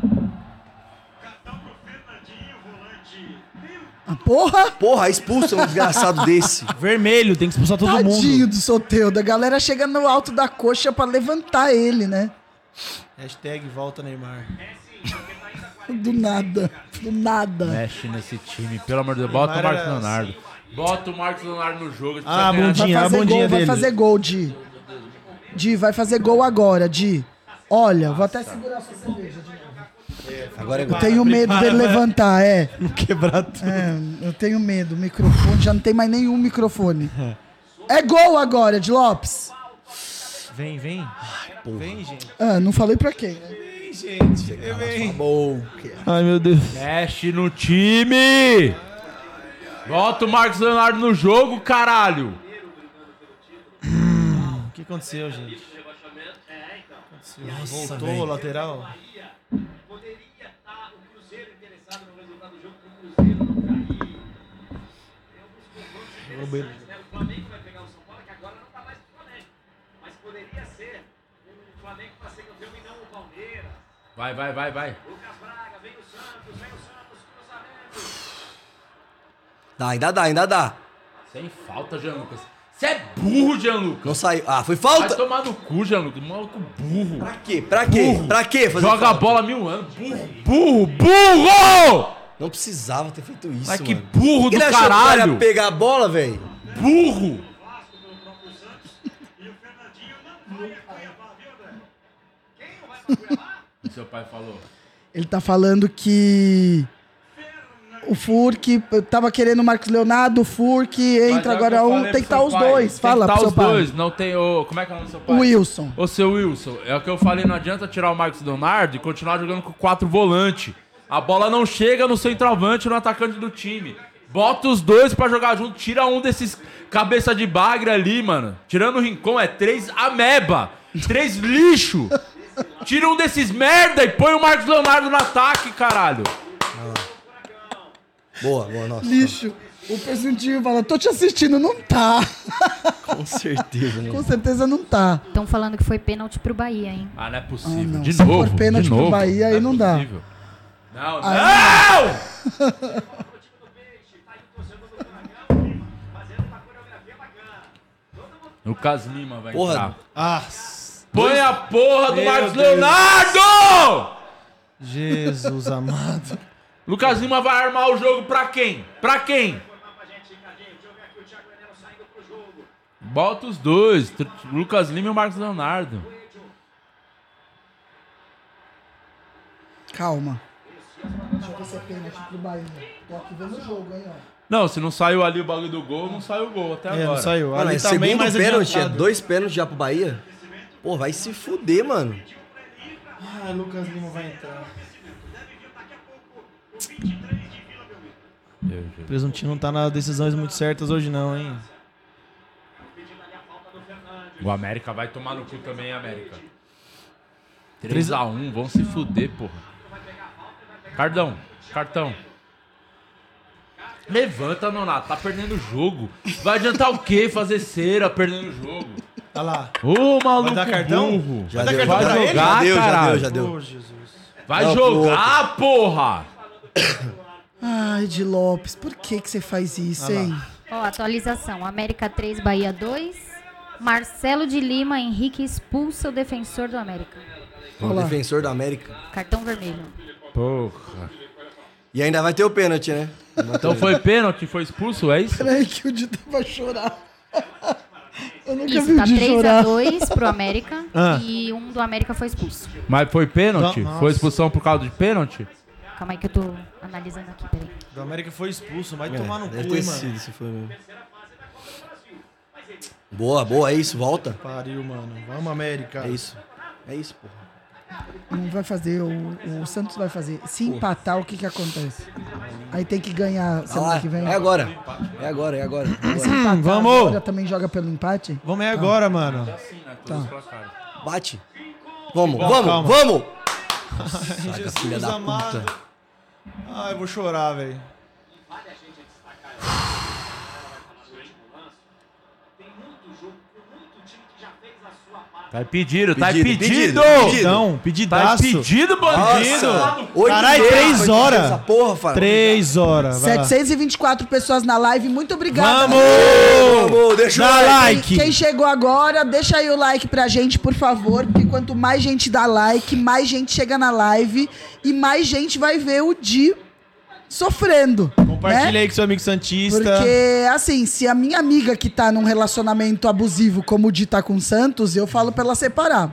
S4: Ah, Porra!
S3: Porra, expulsa um desgraçado desse.
S2: Vermelho, tem que expulsar todo
S4: Tadinho
S2: mundo.
S4: do Soteldo. A galera chega no alto da coxa pra levantar ele, né?
S2: Hashtag volta Neymar.
S4: Do nada. Do
S3: É,
S4: nada.
S1: Mexe nesse time, pelo amor de Deus. Bota o
S2: Neymar
S1: Marcos
S2: era assim.
S1: Leonardo. Bota o Marcos Leonardo no jogo.
S2: Ah,
S1: precisa ganhar.
S2: bundinha. Tadinho,
S4: Vai
S2: a
S4: fazer
S2: bundinha
S4: gol, vai
S2: dele.
S4: fazer gol, Di. Di, vai fazer gol agora, Di. Olha, vou até segurar sua cerveja. Di.
S3: Agora é
S4: Eu tenho medo dele levantar, é.
S2: Quebrar tudo.
S4: É, eu tenho medo. O microfone, já não tem mais nenhum microfone. É gol agora, de Lopes.
S2: Vem, vem. Vem, gente.
S4: Ah, não falei pra quem, né?
S2: Vem, gente. Vem.
S3: Bom.
S2: Ai, meu Deus.
S1: Mexe no time! Bota o Marcos Leonardo no jogo, caralho!
S2: O que aconteceu, gente? Aconteceu. Voltou o lateral? Vou no banheiro.
S1: Vai, vai, vai, vai.
S3: Dá, ainda dá, ainda dá.
S1: Sem falta, Lucas. Você é burro, Lucas.
S3: Não saiu. Ah, foi
S1: Vai
S3: falta?
S1: tomar no cu, Lucas. Maluco burro.
S3: Pra quê? Pra quê? Pra quê fazer
S1: Joga a
S3: falta?
S1: bola mil anos. Burro, burro, burro!
S3: Não precisava ter feito isso,
S1: Mas que
S3: mano.
S1: burro do
S3: Ele achou que o cara
S1: caralho!
S3: ia pegar a bola, velho?
S1: Burro! E Seu pai falou.
S4: Ele tá falando que o Furk tava querendo o Marcos Leonardo, o Furk
S1: Mas é
S4: entra
S1: o
S4: agora
S1: que eu
S4: um,
S1: falei
S4: tem que
S1: pro
S4: estar
S1: seu
S4: os
S1: pai.
S4: dois. Fala
S1: tem que
S4: pro
S1: tá
S4: seu
S1: os
S4: pai.
S1: dois, não tem o... Como é que é o nome do seu pai?
S4: Wilson.
S1: Ô, seu Wilson, é o que eu falei, não adianta tirar o Marcos Leonardo e continuar jogando com quatro volante. A bola não chega no centroavante, no atacante do time. Bota os dois pra jogar junto, tira um desses cabeça de bagre ali, mano. Tirando o Rincon, é três ameba, três lixo. Tira um desses merda e põe o Marcos Leonardo no ataque, caralho.
S3: Boa, boa, nossa.
S4: Lixo. O presuntinho fala, tô te assistindo, não tá.
S3: Com certeza, né?
S4: Com certeza não tá.
S11: Estão falando que foi pênalti pro Bahia, hein?
S1: Ah, não é
S4: Ah,
S1: possível.
S4: não.
S1: De
S4: Se
S1: novo,
S4: for pênalti
S1: de
S4: pro
S1: novo. é
S4: Bahia, aí não dá.
S1: possível. Não, não. Lucas Lima vai
S3: Porra.
S1: entrar.
S2: Ah,
S1: Põe a porra do
S2: Meu
S1: Marcos
S2: Deus.
S1: Leonardo!
S2: Jesus amado.
S1: Lucas Lima vai armar o jogo pra quem? Pra quem? Bota os dois, tr- Lucas Lima e o Marcos Leonardo.
S4: Calma. Deixa eu ver se é pênalti pro Bahia. Tô aqui vendo o jogo, hein, ó.
S1: Não, se não saiu ali o bagulho do gol, não saiu o gol até
S2: É,
S1: agora.
S2: não saiu.
S3: Mano,
S2: Ali
S3: é
S2: tá bem
S3: segundo
S2: mais
S3: pênalti, é
S2: adiantado.
S3: dois pênaltis já pro Bahia? Pô, vai se fuder, mano.
S2: Ah, Lucas Lima vai entrar. Presuntinho não tá nas decisões muito certas hoje, não, hein?
S1: O América vai tomar no cu também, América. 3x1, vão se fuder, porra. Cardão, cartão. Levanta, Nonato, tá perdendo o jogo. Vai adiantar o quê? Fazer cera perdendo o jogo.
S2: Olha lá.
S1: Ô, maluco
S2: Vai dar cartão?
S1: burro.
S3: Já
S2: Vai
S3: deu,
S2: dar
S3: já
S2: cartão pra
S3: deu,
S2: ele?
S3: já deu, já
S1: caralho.
S3: deu, já deu.
S2: Ô, Jesus.
S1: Vai
S3: Não, pro
S1: jogar, porra.
S4: Ai, de Lopes, por que que você faz isso, hein?
S11: Ó, atualização. América 3, Bahia 2. Marcelo de Lima, Henrique expulsa o defensor do América.
S3: O defensor da América.
S11: Cartão vermelho.
S1: Porra.
S3: E ainda vai ter o pênalti, né?
S1: Então foi pênalti, foi expulso, é isso?
S4: Peraí que o Dito vai chorar. Eu nunca vi
S11: Isso,
S4: o
S11: tá
S4: Dito chorar.
S11: 3x2 pro América.
S2: Ah.
S11: E um do América foi expulso.
S1: Mas foi pênalti?
S2: Nossa.
S1: Foi expulsão por causa de pênalti?
S11: Calma aí que eu tô analisando aqui, peraí.
S2: O América foi expulso, vai tomar no cu,
S3: Deve ter
S2: hein, mano.
S3: sido, se foi mesmo. Boa, boa, é isso, volta.
S2: Pariu, mano. Vamos, América.
S3: É isso. É isso, porra.
S11: um.
S4: Não vai fazer, o, o Santos vai fazer. Se empatar, o que que acontece? Aí tem que ganhar
S3: Ah
S4: semana
S3: lá,
S4: que vem.
S3: é agora. É agora, é agora. é agora.
S4: Empatar
S2: Hum, vamos!
S4: Agora também joga pelo empate?
S2: Vamos aí agora, mano.
S3: Bate. Vamos,
S2: calma.
S3: vamos, vamos!
S2: Jesus
S3: filha da
S2: amado. Ai, Ah, eu vou chorar, velho.
S1: Tá pedido, tá
S3: Pedido,
S1: pedido.
S3: pedido, pedido.
S2: Então,
S1: Tá
S2: pedidaço.
S1: pedido, bandido.
S3: Oito
S2: Caralho,
S3: vezes
S2: três
S3: foi feita
S2: horas.
S3: Essa porra, Fábio.
S2: Três horas. vai lá.
S4: 724 pessoas na live, muito obrigado.
S2: Vamos!
S3: Vamos, deixa o
S2: Dá
S3: like.
S2: like!
S4: Quem chegou agora, deixa aí o like pra gente, por favor, porque quanto mais gente dá like, mais gente chega na live e mais gente vai ver o Di sofrendo.
S2: Compartilha
S4: né?
S2: aí com seu amigo Santista.
S4: Porque, assim, se a minha amiga que tá num relacionamento abusivo, como o Di tá com o Santos, eu falo pra ela separar.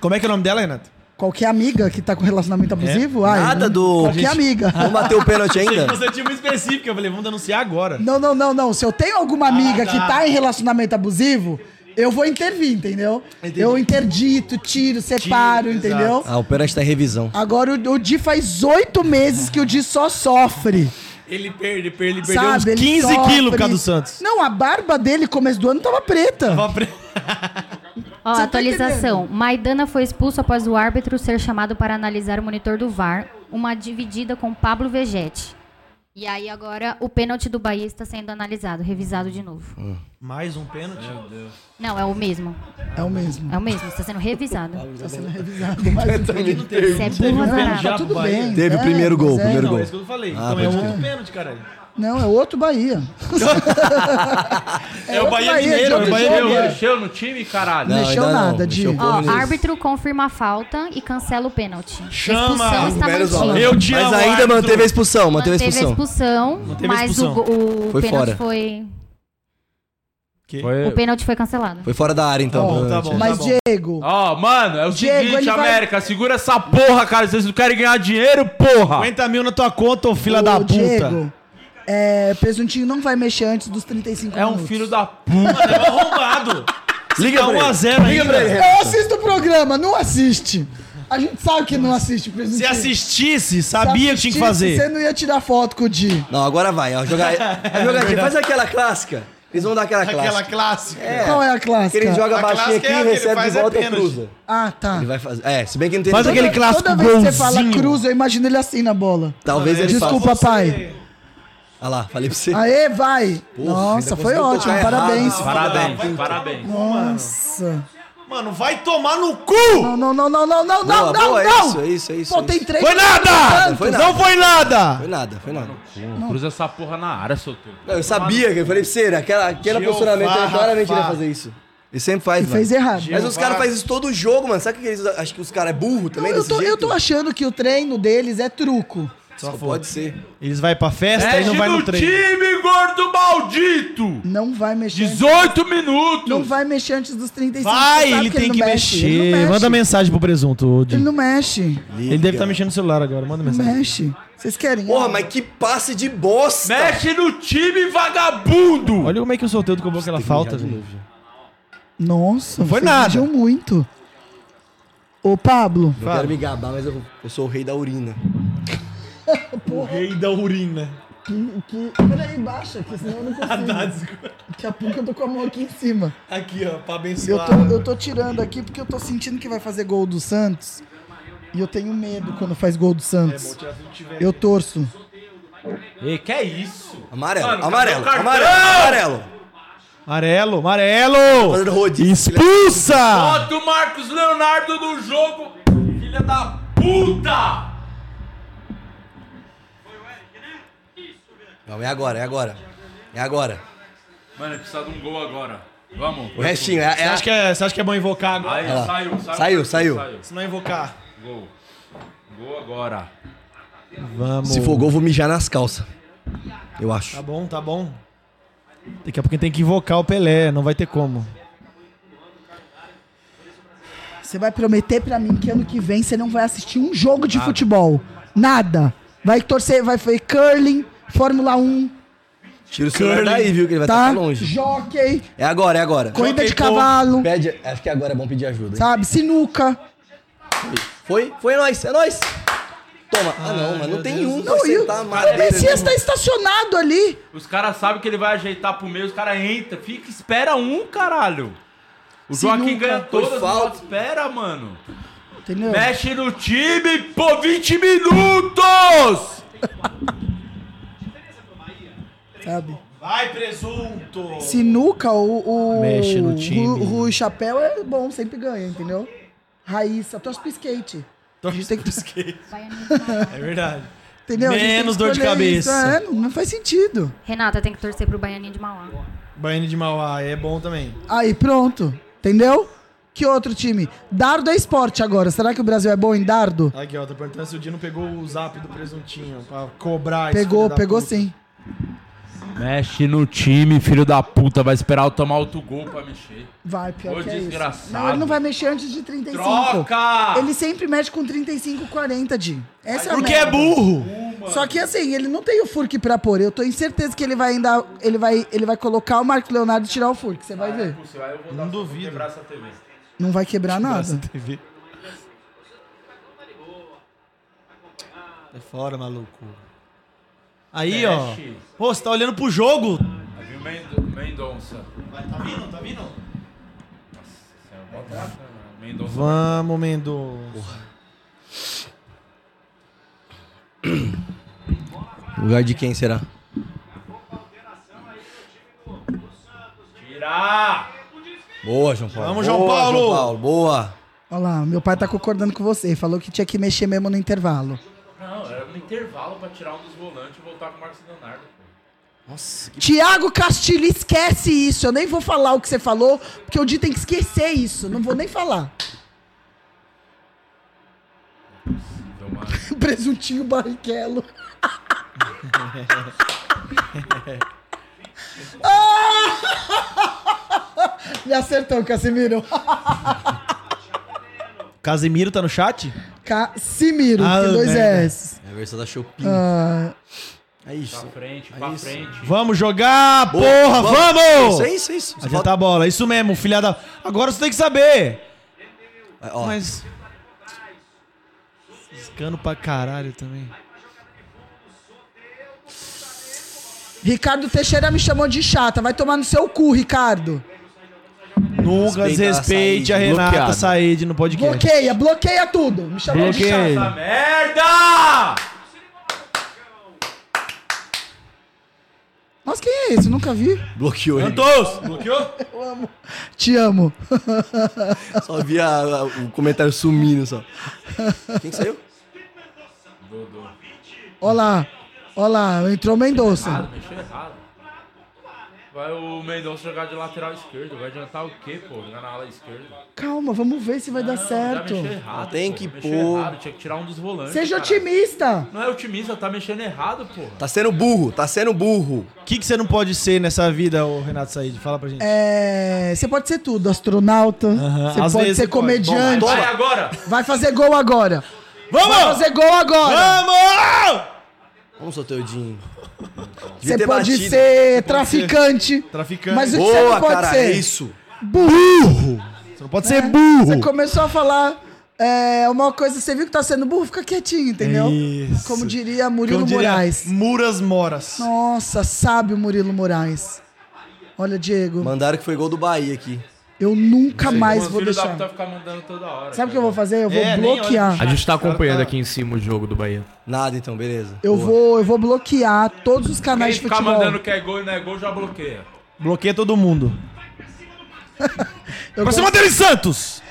S2: Como é que é o nome dela, Renato?
S4: Qualquer amiga que tá com
S2: É.
S4: relacionamento abusivo, ai,
S3: Nada
S4: não-
S3: do-
S4: Qualquer
S3: gente-
S4: amiga.
S3: Vamos bater o pênalti ainda?
S2: Você tinha uma específica, eu falei, vamos denunciar agora.
S4: Não, não, não, não. Se eu tenho alguma amiga
S2: tá.
S4: que tá em relacionamento abusivo, eu vou intervir, entendeu? Eu interdito, tiro, separo,
S2: Tiro,
S4: entendeu?
S3: Ah, o pênalti tá em revisão.
S4: Agora o, o Di faz oito meses que o Di só sofre.
S2: Ele perde, perde, ele perdeu
S4: sabe?
S2: uns
S4: Ele
S2: 15
S4: sofre.
S2: quilos por causa do Santos.
S4: Não, a barba dele começo do ano tava preta.
S11: Ó,
S4: Você tá
S11: atualização. Maidana foi expulso após o árbitro ser chamado para analisar o monitor do VAR. Uma dividida com Pablo Vegete. E aí agora o pênalti do Bahia está sendo analisado, revisado de novo.
S4: Ah.
S2: Mais um pênalti? Meu Deus.
S11: Não, é o mesmo.
S4: É o mesmo.
S11: É o mesmo, está sendo revisado.
S4: Tá sendo revisado. Mas
S11: Você é burro azarado.
S4: tá tudo bem.
S3: Teve o
S4: É,
S3: primeiro gol,
S4: mas é,
S3: primeiro
S4: não,
S3: gol.
S4: é isso
S2: que eu falei. então
S3: Ah,
S2: é
S3: pode
S2: outro
S3: crer.
S2: pênalti, caralho.
S4: Não, é outro Bahia.
S1: É, o
S4: outro
S1: Bahia
S4: Bahia,
S1: Mineiro,
S4: de
S1: o Bahia
S4: outro
S1: Mineiro.
S4: jogo.
S1: Mexeu no time, caralho.
S3: Não,
S4: mexeu
S3: ainda não.
S4: nada, Di.
S3: Mexeu com
S11: Ó,
S3: eles.
S11: árbitro confirma a falta e cancela o pênalti.
S2: Chama!
S4: Então,
S11: Expulsão está
S3: Velhos
S11: mantida.
S3: olhos.
S9: Eu te
S3: Mas
S9: amo,
S3: ainda
S9: árbitro.
S3: manteve a expulsão, manteve a expulsão.
S11: expulsão, mas
S2: expulsão.
S11: o, go- o
S3: Foi
S11: pênalti
S3: fora.
S11: foi.
S2: Que?
S11: O pênalti foi cancelado.
S3: Foi fora da área, então.
S2: Bom, tá
S3: provavelmente.
S2: bom.
S4: Mas,
S2: bom.
S4: Diego,
S1: Ó, mano, é o
S4: Diego,
S1: seguinte,
S4: ele vai-
S1: América, segura essa porra, cara. Vocês não querem ganhar dinheiro, porra.
S2: 50 mil na tua conta, ô filha
S4: o
S2: da puta.
S4: Diego, é, Presuntinho não vai mexer antes dos 35
S1: É um
S4: minutos.
S1: filho da puta.
S2: Mano, é um arrombado.
S3: Liga
S2: Tá
S3: pra
S2: 1 a
S3: ele.
S2: 0
S3: Liga pra ele,
S2: ainda.
S4: Eu assisto o programa, não assiste. A gente sabe que não assiste,
S2: Se
S4: Presuntinho.
S2: assistisse,
S4: Se
S2: sabia o que tinha que
S4: assistisse, Você
S2: fazer.
S4: não ia tirar foto com o Di.
S3: Não, agora vai, ó. Jogar,
S2: É
S3: a jogadinha. Faz aquela clássica. Eles vão dar aquela clássica.
S2: clássica.
S3: É.
S4: Qual é a
S3: Que ele
S4: clássica?
S3: joga
S2: A
S3: baixinho
S2: clássica é
S3: aqui,
S2: a que ele
S3: recebe de
S2: faz é
S3: volta e
S2: pênalti.
S3: cruza.
S4: Ah, tá.
S3: Ele vai fazer. É, se bem que não tem
S2: Faz
S3: tanto-
S2: aquele clássico
S4: toda vez que você fala
S2: golzinho.
S4: cruz, eu imagino ele assim na bola.
S3: Talvez ele
S4: Desculpa,
S3: faça.
S4: pai.
S3: Olha lá, falei pra você.
S4: Aê, vai.
S3: Porra,
S4: Nossa,
S3: ainda
S4: foi
S3: conseguiu
S4: ótimo.
S3: tocar
S4: Parabéns.
S3: errado.
S1: Parabéns, parabéns.
S4: Nossa.
S2: Mano, vai tomar no cu!
S4: Não, não, não, não, não, não,
S3: Boa,
S4: não, não,
S3: boa, é
S4: não.
S3: isso, é isso, é isso,
S4: Pô,
S3: é
S4: tem
S3: isso.
S4: três.
S2: Foi nada!
S3: Foi nada.
S2: Não foi nada!
S3: Foi nada, foi nada.
S1: Pô, Cruza essa porra na área, seu teu.
S3: Não, eu sabia, que eu falei pra você, aquela, aquele
S2: Jeová,
S3: posicionamento ele claramente
S2: Rafa.
S3: ia fazer isso. Ele sempre faz,
S4: E
S3: mano.
S4: fez errado.
S3: Mas os caras fazem isso todo jogo, mano. Sabe o que eles acham que os caras é burro também?
S4: Então, Eu
S3: desse
S4: tô,
S3: jeito?
S4: eu tô achando que o treino deles é truco.
S3: Só pode ser.
S2: Eles vai pra festa e
S1: Mexe
S2: não vai
S1: no
S2: no treino.
S1: time, gordo maldito.
S4: Não vai mexer. antes-
S1: 18 minutos.
S4: Não vai mexer antes dos 35.
S2: Vai,
S4: Sabe
S2: ele tem
S4: não
S2: que
S4: mexe,
S2: mexer.
S4: ele não mexe.
S2: Manda mensagem pro presunto, ô, Di.
S4: Ele não mexe.
S2: Ele deve estar mexendo no celular agora, manda
S4: Não
S2: mensagem.
S4: mexe. Vocês querem?
S3: Porra, mas que passe de bosta!
S1: Mexe no time, vagabundo.
S2: Olha como é que o sorteio cobrou aquela falta, velho.
S4: Nossa,
S2: foi
S4: vocês
S2: nada.
S4: mijam muito. Ô, Pablo.
S3: Eu quero me gabar, mas eu, eu sou o rei da urina.
S2: O rei da urina.
S4: Que, que... Peraí, baixa, que senão eu não
S2: Ah,
S4: consigo. Daqui a pouco eu tô com a mão aqui em cima.
S2: Aqui, ó, pra
S4: Eu
S2: abençoar.
S4: tô, eu tô tirando aqui porque eu tô sentindo que vai fazer gol do Santos. E eu tenho medo quando faz gol
S2: É,
S4: do Santos. Eu torço.
S1: Ei, que é isso?
S3: Amarelo,
S1: Mano, cadê
S3: amarelo,
S1: o cartão?
S3: amarelo, amarelo.
S2: Amarelo, amarelo!
S3: Fazendo rodízio.
S2: Expulsa!
S1: Bota o Marcos Leonardo no jogo, filha da puta!
S3: Não, é agora, é agora. É agora.
S1: Mano, precisa de um gol agora. Vamos.
S3: O restinho, é,
S2: Você
S3: é
S2: acha, que é, você acha que é bom invocar agora?
S1: Aí,
S3: Olha lá.
S1: saiu, saiu,
S3: Saiu, saiu.
S2: Se não invocar.
S1: Gol. Gol agora.
S2: Vamos.
S3: Se for gol, vou mijar nas calças. Eu
S2: Tá
S3: acho.
S2: bom, tá bom. Daqui a pouco tem que invocar o Pelé, não vai ter como.
S4: Você vai prometer pra mim que ano que vem você não vai assistir um jogo de futebol. Nada. Vai torcer, vai fazer curling, Fórmula 1,
S3: Tira o celular daí, viu? Que ele vai estar
S4: tá?
S3: longe.
S4: Jockey,
S3: É agora, é agora.
S4: corrida de cavalo,
S3: Pede, acho que agora é bom pedir ajuda. hein?
S4: sabe? Sinuca.
S3: Foi? Foi nós, é nós. Toma. Ah, não, mas não tem um pra
S4: Não, e o,
S3: sentar a
S4: o
S3: madeira. né?
S4: Messias tá estacionado ali.
S1: Os caras sabem que ele vai ajeitar pro meio, os caras entram. Fica, espera um, caralho. O
S4: Se
S1: Joaquim
S4: nunca
S1: ganha
S3: foi
S1: todas,
S3: falta.
S1: mas espera, mano.
S4: Entendeu?
S1: Mexe no time, pô, 20 minutos!
S4: Sabe?
S2: Vai, presunto!
S4: Sinuca, o, o
S2: Mexe no time.
S4: Ru- Rui Chapéu é bom, sempre ganha, entendeu? Raíssa, torce pro skate.
S2: Então
S4: A gente tem que,
S2: É verdade.
S4: entendeu? A gente tem que
S2: Menos dor de
S4: escolher
S2: cabeça.
S4: é, não, não faz sentido.
S11: Renata tem que torcer pro Baianinho de Mauá.
S2: Baiano de Mauá é bom também.
S4: Aí, pronto. Entendeu? Que outro time? Dardo é esporte agora. Será que o Brasil é bom em dardo?
S2: Aqui, ó, tá perguntando se o Dino pegou o zap do presuntinho pra cobrar esse filho
S4: Pegou,
S2: da
S4: pegou
S2: puta.
S4: sim.
S1: Mexe no time, filho da puta. Vai esperar eu tomar outro gol pra mexer.
S4: Vai, pior
S1: Ô,
S4: que é isso.
S1: desgraçado.
S4: Não, ele não vai mexer antes de 35.
S1: Troca!
S4: Ele sempre mexe com 35, 40, Di. Essa
S2: Porque
S4: é a
S2: é
S4: merda.
S2: burro!
S4: Só que assim, ele não tem o Furk pra pôr. Eu tô em certeza que ele vai ainda. Ele vai, ele vai colocar o Marco Leonardo e tirar o Furk. Você
S2: Ah,
S4: vai
S2: é
S4: ver.
S2: Não duvido.
S1: essa TV.
S4: Não vai quebrar nada.
S2: TV. Sai É fora, maluco. Aí, ó.
S1: Mexe.
S2: Pô, você tá olhando pro jogo?
S1: Aí viu Mendo- Mendonça.
S2: Tá vindo, tá vindo?
S1: Mendonça.
S2: Vamos, Mendonça.
S3: No lugar de quem será?
S1: Tirar!
S3: Boa, João Paulo.
S2: Vamos,
S3: Boa,
S2: João Paulo!
S3: Boa.
S4: Olha lá, meu pai tá concordando com você. Falou que tinha que mexer mesmo no intervalo.
S1: Não, era no intervalo pra tirar um dos volantes e voltar com o Marcos Leonardo. Nossa,
S4: Tiago Castilho, esquece isso. Eu nem vou falar o que você falou, porque o Di tem que esquecer isso. Não vou nem falar. Presuntinho barriquelo. Ah! Me acertou, Casimiro.
S2: Casimiro tá no chat?
S4: Casimiro,
S2: Ah,
S4: que dois
S2: merda.
S4: S.
S3: É a versão da Chopin.
S4: Ah,
S3: É isso.
S1: Pra frente, pra frente.
S2: Vamos jogar,
S3: Boa,
S2: porra,
S3: vamos.
S2: vamos!
S3: Isso, é isso, é isso. Só
S2: Adiantar
S3: falta-
S2: a tá bola, isso mesmo, filha da... Agora você tem que saber.
S3: Ó,
S2: Mas... Escano pra caralho também.
S4: Ricardo Teixeira me chamou de chata. Vai tomar no seu cu, Ricardo.
S2: Nunca
S3: Respeita a
S2: desrespeite a,
S3: Said,
S2: Renata
S3: bloqueado.
S2: Said no podcast.
S4: Bloqueia, bloqueia tudo. Me chamou de
S2: Bloqueia
S4: chata.
S2: ele.
S1: Essa merda!
S4: Nossa, quem é esse? Eu nunca vi.
S3: Bloqueou ele.
S2: Santos! Bloqueou?
S4: Te amo.
S3: Só via a- o comentário sumindo só. Quem que saiu?
S4: Olá. Olá, entrou Mendonça.
S1: Mexeu errado. Vai o Mendonça jogar de lateral esquerdo. Vai adiantar o quê, pô? Jogar na ala esquerda.
S4: Calma, vamos ver se vai dar certo.
S1: Já mexeu errado.
S3: Ah, tem
S1: pô.
S3: que
S1: Mexeu
S3: pôr.
S1: errado, Tinha que tirar um dos volantes.
S4: Seja
S1: cara.
S4: otimista.
S1: Não é otimista, tá mexendo errado, porra.
S3: Tá sendo burro, tá sendo burro.
S2: O que, que você não pode ser nessa vida, ô Renato Said? Fala pra gente.
S4: É, você pode ser tudo, astronauta.
S2: Aham,
S4: Você
S2: às
S4: pode
S2: vezes
S4: ser
S2: você pode.
S4: comediante.
S1: Vai agora!
S4: Vai fazer gol agora.
S2: Vamos!
S4: Vai fazer gol agora.
S2: Vamos!
S3: Vamos, Soteudinho. Devia
S4: Você
S3: ter
S4: pode
S3: batido.
S4: ser traficante.
S2: Traficante.
S4: Mas o que você
S3: Boa,
S4: não pode
S3: cara, é
S4: ser?
S3: isso.
S4: Burro.
S2: É. Você não pode ser burro!
S4: Você começou a falar é, uma coisa, você viu que tá sendo burro, fica quietinho, entendeu?
S2: Isso.
S4: Como diria Murilo Moraes.
S2: Muras moras.
S4: Nossa, sábio Murilo Moraes. Olha, Diego,
S3: Mandaram que foi gol do Bahia aqui.
S4: eu nunca mais
S1: Os
S4: vou
S1: filhos da
S4: deixar.
S1: puta ficar mandando toda hora.
S4: Sabe o que
S1: cara.
S4: eu vou fazer? Eu vou
S2: É, nem olha
S4: bloquear.
S5: A gente tá acompanhando aqui em cima o jogo do Bahia.
S3: Nada então, beleza.
S4: Eu
S3: Boa.
S4: vou, eu vou bloquear todos os
S1: Quem
S4: canais de
S1: ficar
S4: futebol.
S1: mandando que é gol e não é gol, já bloqueia.
S2: Bloqueia todo mundo.
S4: Eu,
S2: Pra
S4: gosto,
S2: cima dele, Santos!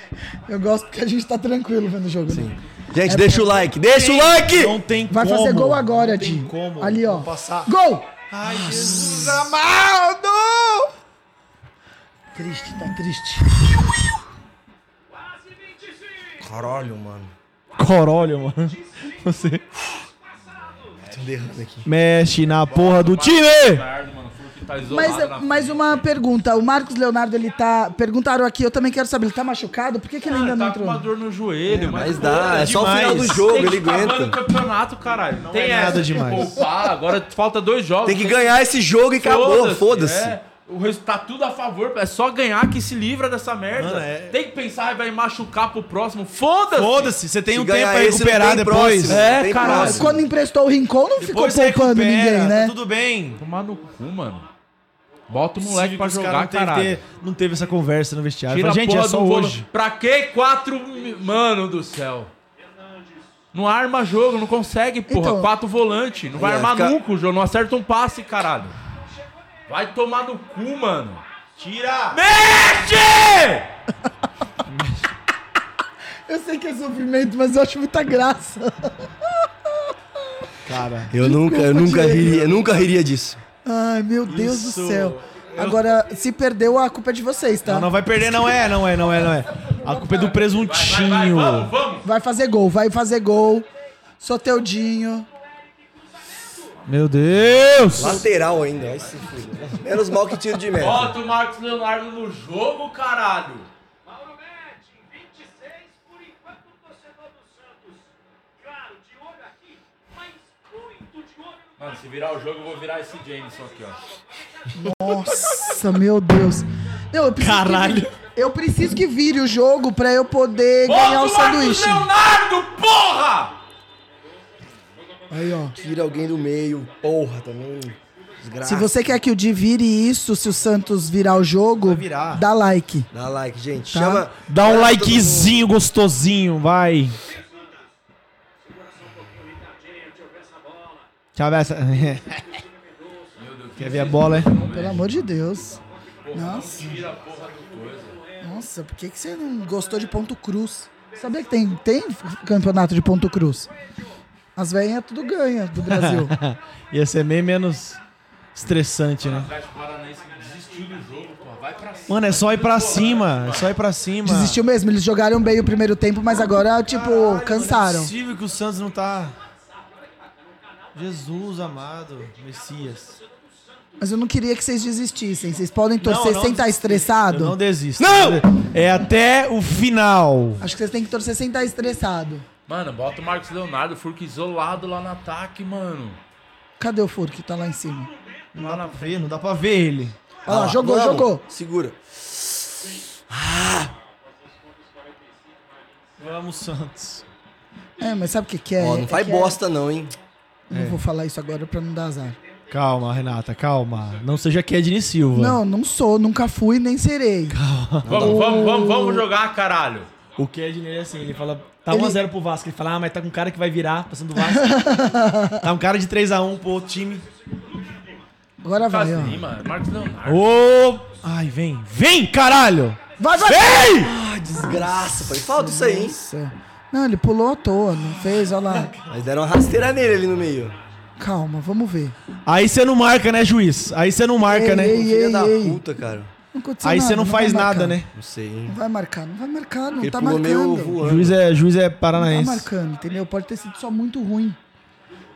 S4: eu gosto porque a gente tá tranquilo vendo o jogo. né?
S3: Gente, deixa o like, deixa o like!
S2: Não tem
S4: Vai
S2: como.
S4: fazer gol agora,
S2: Não tem
S4: Di.
S2: como.
S4: Ali, ó.
S2: Vou passar.
S4: Gol!
S2: Ai, Jesus amado!
S4: Triste, tá triste.
S3: Caralho, mano.
S2: Corolho, mano. Você
S3: Tô derrando aqui.
S2: mexe na porra do time!
S1: Leonardo, mano, o Furk tá isolado
S4: Mas,
S1: na
S4: mas uma pergunta. O Marcos Leonardo, ele tá... Perguntaram aqui, eu também quero saber. Ele tá machucado? Por que, que
S2: Ah,
S4: ele ainda
S1: Cara,
S4: não
S1: tá com
S4: entrou?
S1: uma dor no joelho,
S3: Mas dá, é só o
S2: demais.
S3: final do
S1: Tem
S3: jogo,
S1: que
S3: ele
S1: acabar no
S3: aguenta.
S1: campeonato, caralho. Não tem
S2: é nada
S1: essa de
S2: demais.
S1: poupar, agora falta dois jogos.
S3: Tem que ganhar esse jogo e acabou, foda-se.
S1: é. O resultado tá tudo a favor, é só ganhar que se livra dessa merda.
S2: Mano, é-
S1: Tem que pensar e vai machucar pro próximo. Foda-se!
S2: Foda-se, você tem
S3: Se
S2: um tempo
S3: ganhar
S2: pra
S3: esse, não
S2: recuperar
S3: tem
S2: depois.
S3: próximo,
S2: É,
S3: não tem
S1: caralho.
S3: próximo.
S4: Quando emprestou o Rincon, não ficou
S2: depois você
S4: poupando
S2: recupera,
S4: ninguém,
S2: tá
S4: né?
S2: tudo bem.
S1: Tomar no cu, mano. Bota o
S2: Sim,
S1: moleque pra
S2: os caras
S1: jogar,
S2: não teve
S1: caralho.
S2: ter- não teve essa conversa no vestiário.
S1: Tira
S2: Fala,
S1: a
S2: gente,
S1: porra
S2: é só
S1: do vôlei.
S2: hoje.
S1: Pra que quatro... mi- Mano do céu. Não arma jogo, não consegue, porra.
S4: Então-
S1: quatro volante. Não vai
S3: Aí, ó,
S1: armar
S3: fica-
S1: nunca o jogo. Não acerta um passe, caralho. Vai tomar no cu, mano. Tira! Mexe!
S4: Eu sei que é sofrimento, mas eu acho muita graça.
S2: Cara,
S3: Eu nunca, eu nunca riria, eu nunca riria disso.
S4: Ai, meu Deus
S2: Isso.
S4: do céu. Agora, se perdeu, a culpa é de vocês, tá?
S2: não, não vai perder, não é, não é, não é, não é. A culpa é do
S1: Vai, vai,
S2: presuntinho.
S1: vamos, vamos.
S4: Vai fazer gol, vai fazer gol. Soteudinho.
S2: Meu Deus!
S3: Lateral ainda, vai se fuder. Menos mal que tiro de meta.
S1: Bota o Marcos Leonardo no jogo, caralho. Mano, se virar o jogo, eu vou virar esse Jameson aqui, ó.
S4: Nossa, meu Deus. Não, eu preciso
S2: Caralho.
S4: que- eu preciso que vire o jogo pra eu poder
S1: Bota
S4: ganhar o
S1: o Marcos
S4: sanduíche.
S1: Leonardo, porra!
S4: Aí, ó.
S3: Tira alguém do meio, porra, também.
S4: Se você quer que o Di vire isso, se o Santos virar o jogo,
S2: virar.
S4: dá like.
S3: Dá like, gente.
S4: Tá.
S3: Chama.
S2: Dá um
S3: chama
S2: likezinho gostosinho, vai. Tchau, Bessa. Quer ver a bola, hein?
S4: Pelo amor de Deus. Nossa. Nossa, por que, que você não gostou de ponto cruz? Sabia que tem, tem campeonato de ponto cruz? As velhinhas tudo ganha do Brasil.
S2: Ia ser meio menos estressante, né?
S1: Atlético Paranaense desistiu do jogo, porra. Vai pra cima.
S2: Mano, é só ir pra cima. É só ir pra cima.
S4: Desistiu mesmo, eles jogaram bem o primeiro tempo, mas agora, tipo,
S2: Não é
S4: cansaram.
S2: possível que o Santos não tá. Jesus amado, Messias.
S4: Mas eu não queria que vocês desistissem. Vocês podem torcer
S2: Não, não
S4: sem estar
S2: desistir.
S4: tá estressado?
S2: Eu não desisto. Não! É até o final.
S4: Acho que vocês têm que torcer sem estar estressado.
S1: Mano, bota o Marcos Leonardo, o Furco isolado lá no ataque, mano.
S4: Cadê o furo que tá lá em cima?
S2: Não dá pra ver, não dá pra ver ele.
S4: Olha lá, Ah, jogou,
S12: vamos.
S4: jogou.
S12: Segura.
S2: Vamos, Santos.
S4: É, mas sabe o que, que é?
S3: Ó, não
S4: É
S3: faz
S4: que é-
S3: bosta não, hein?
S4: Eu Não vou falar isso agora pra não dar azar.
S2: Calma, Renata, calma. Não seja Kedney Silva.
S4: Não, não sou, nunca fui nem serei.
S1: Vamos, vamos, vamos, vamos jogar, caralho.
S2: O Kedney é assim, ele fala. Tá
S4: Ele-
S2: 1x0 pro Vasco. Ele fala, ah, mas tá com um cara que vai virar, passando do Vasco. tá um cara de 3x1 pro outro time.
S4: Agora
S1: Lucas
S4: vai, ó.
S1: Lima, assim, Marcos Leonardo.
S2: Ô! Ai, vem. Vem, caralho!
S4: Vai, vai!
S2: Vem!
S3: Desgraça, foi falta isso aí, hein?
S4: Nossa. Não, ele pulou à toa, não fez, olha lá.
S3: Mas deram uma rasteira nele ali no meio.
S4: Calma, vamos ver.
S2: Aí você não marca, né, juiz? Aí você não marca,
S4: Ei,
S2: né?
S4: ei,
S3: Filha
S4: ei,
S3: da
S4: ei.
S3: puta, cara.
S4: Não aconteceu
S2: Aí
S4: nada,
S2: você não, faz
S4: vai
S2: nada,
S4: marcar.
S2: né?
S3: Não sei, hein?
S4: Não vai marcar, não vai marcar, não
S3: Ele
S4: tá
S3: pulou meio
S4: marcando.
S3: voando.
S2: Juiz é, juiz é
S4: Não tá
S2: paranaense.
S4: marcando, entendeu? Pode ter sido só muito ruim.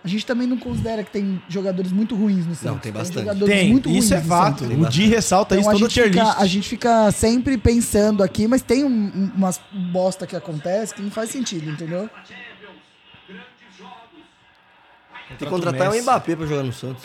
S4: A gente também não considera que tem jogadores muito ruins no Santos.
S3: tem bastante.
S4: jogadores
S2: Tem,
S4: muito ruins
S2: isso é
S4: no
S2: fato. Tá
S4: Santos.
S2: O Di ressalta
S4: Então
S2: isso
S4: a
S2: todo
S4: gente,
S2: tier
S4: fica,
S2: list.
S4: a gente fica sempre pensando aqui, mas tem um- um- umas bosta que acontece que não faz sentido, entendeu?
S3: Tem que contratar
S2: Messi.
S3: um Mbappé pra jogar no Santos.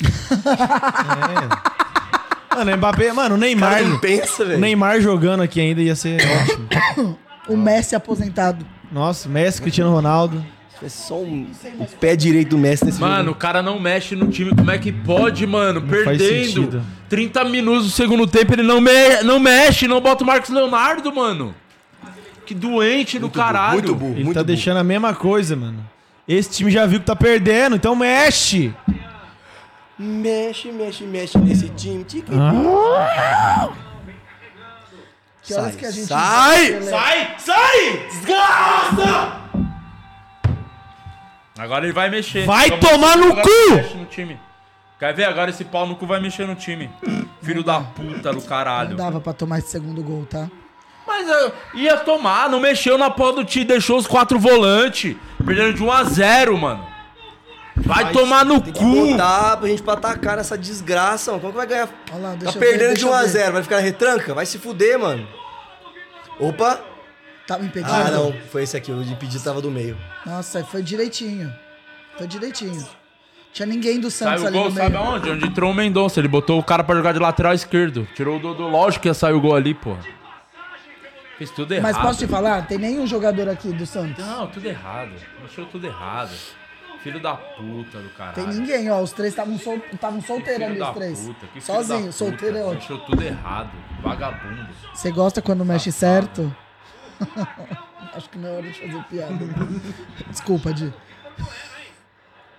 S2: Mano, Mbappé, mano, o Neymar.
S3: Cara, não pensa,
S2: O
S3: velho.
S2: Neymar jogando aqui ainda ia ser ótimo.
S4: O Messi aposentado.
S2: Nossa, Messi, Cristiano Ronaldo.
S3: É só um, o pé direito do Messi nesse
S1: Mano, o cara não mexe no time. Como é que pode, mano?
S2: Não faz
S1: Perdendo
S2: sentido.
S1: 30 minutos do segundo tempo, ele não, me- não mexe, não bota o Marcos Leonardo, mano. Que doente do caralho.
S3: Muito burro,
S2: Ele
S3: muito
S2: tá
S3: burro.
S2: deixando a mesma coisa, mano. Esse time já viu que tá perdendo, então mexe!
S3: Mexe, mexe, mexe nesse time. Tique,
S4: Que horas
S3: Sai,
S4: que a gente. né?
S3: sai!
S1: Sai! Sai! Desgraça! Agora ele vai mexer. um
S2: Vai
S1: Agora
S2: tomar
S1: ele
S2: no
S1: vai
S2: cu!
S1: mexer no time. Quer ver? Agora esse pau no cu vai mexer no time. Filho da puta do
S4: Não
S1: caralho.
S4: dava pra tomar esse segundo gol, tá?
S1: Mas eu ia tomar, não mexeu na porra do time, deixou os quatro volantes. Perdendo de 1 a 0 mano. Vai tomar no
S3: Tem que
S1: cu!
S3: botar pra gente pra atacar nessa desgraça, mano. Como que vai ganhar?
S4: Olha lá,
S3: Tá
S4: deixa eu ver,
S3: perdendo de
S4: deixa eu
S3: 1 a
S4: ver.
S3: 0 vai ficar na retranca? Vai se fuder, mano. Opa!
S4: Tava Tá um impedido.
S3: Ah, não, foi esse aqui, o de pedir tava do meio.
S4: Nossa, foi direitinho. Foi direitinho. Tinha ninguém do
S1: Saiu
S4: Santos
S1: o
S4: ali
S1: gol,
S4: no meio.
S1: sabe aonde? Onde entrou o Mendonça. Ele botou o cara pra jogar de lateral esquerdo. Tirou o Dodô. Lógico que ia sair o gol ali, pô. Fez tudo errado.
S4: Mas posso te falar? Tem nenhum jogador aqui do Santos.
S1: Não, tudo errado. Mexeu tudo errado. Filho da puta do caralho.
S4: Tem ninguém, ó. Os três estavam sol... tavam solteiros
S1: Filho
S4: ali,
S1: da
S4: os três.
S1: puta, que filho da
S4: Sozinho,
S1: puta.
S4: solteiro é ótimo.
S1: Mexeu tudo errado. Vagabundo.
S4: Você gosta
S1: Tá
S4: quando mexe certo? Acho que não é hora de fazer piada. Desculpa, Di.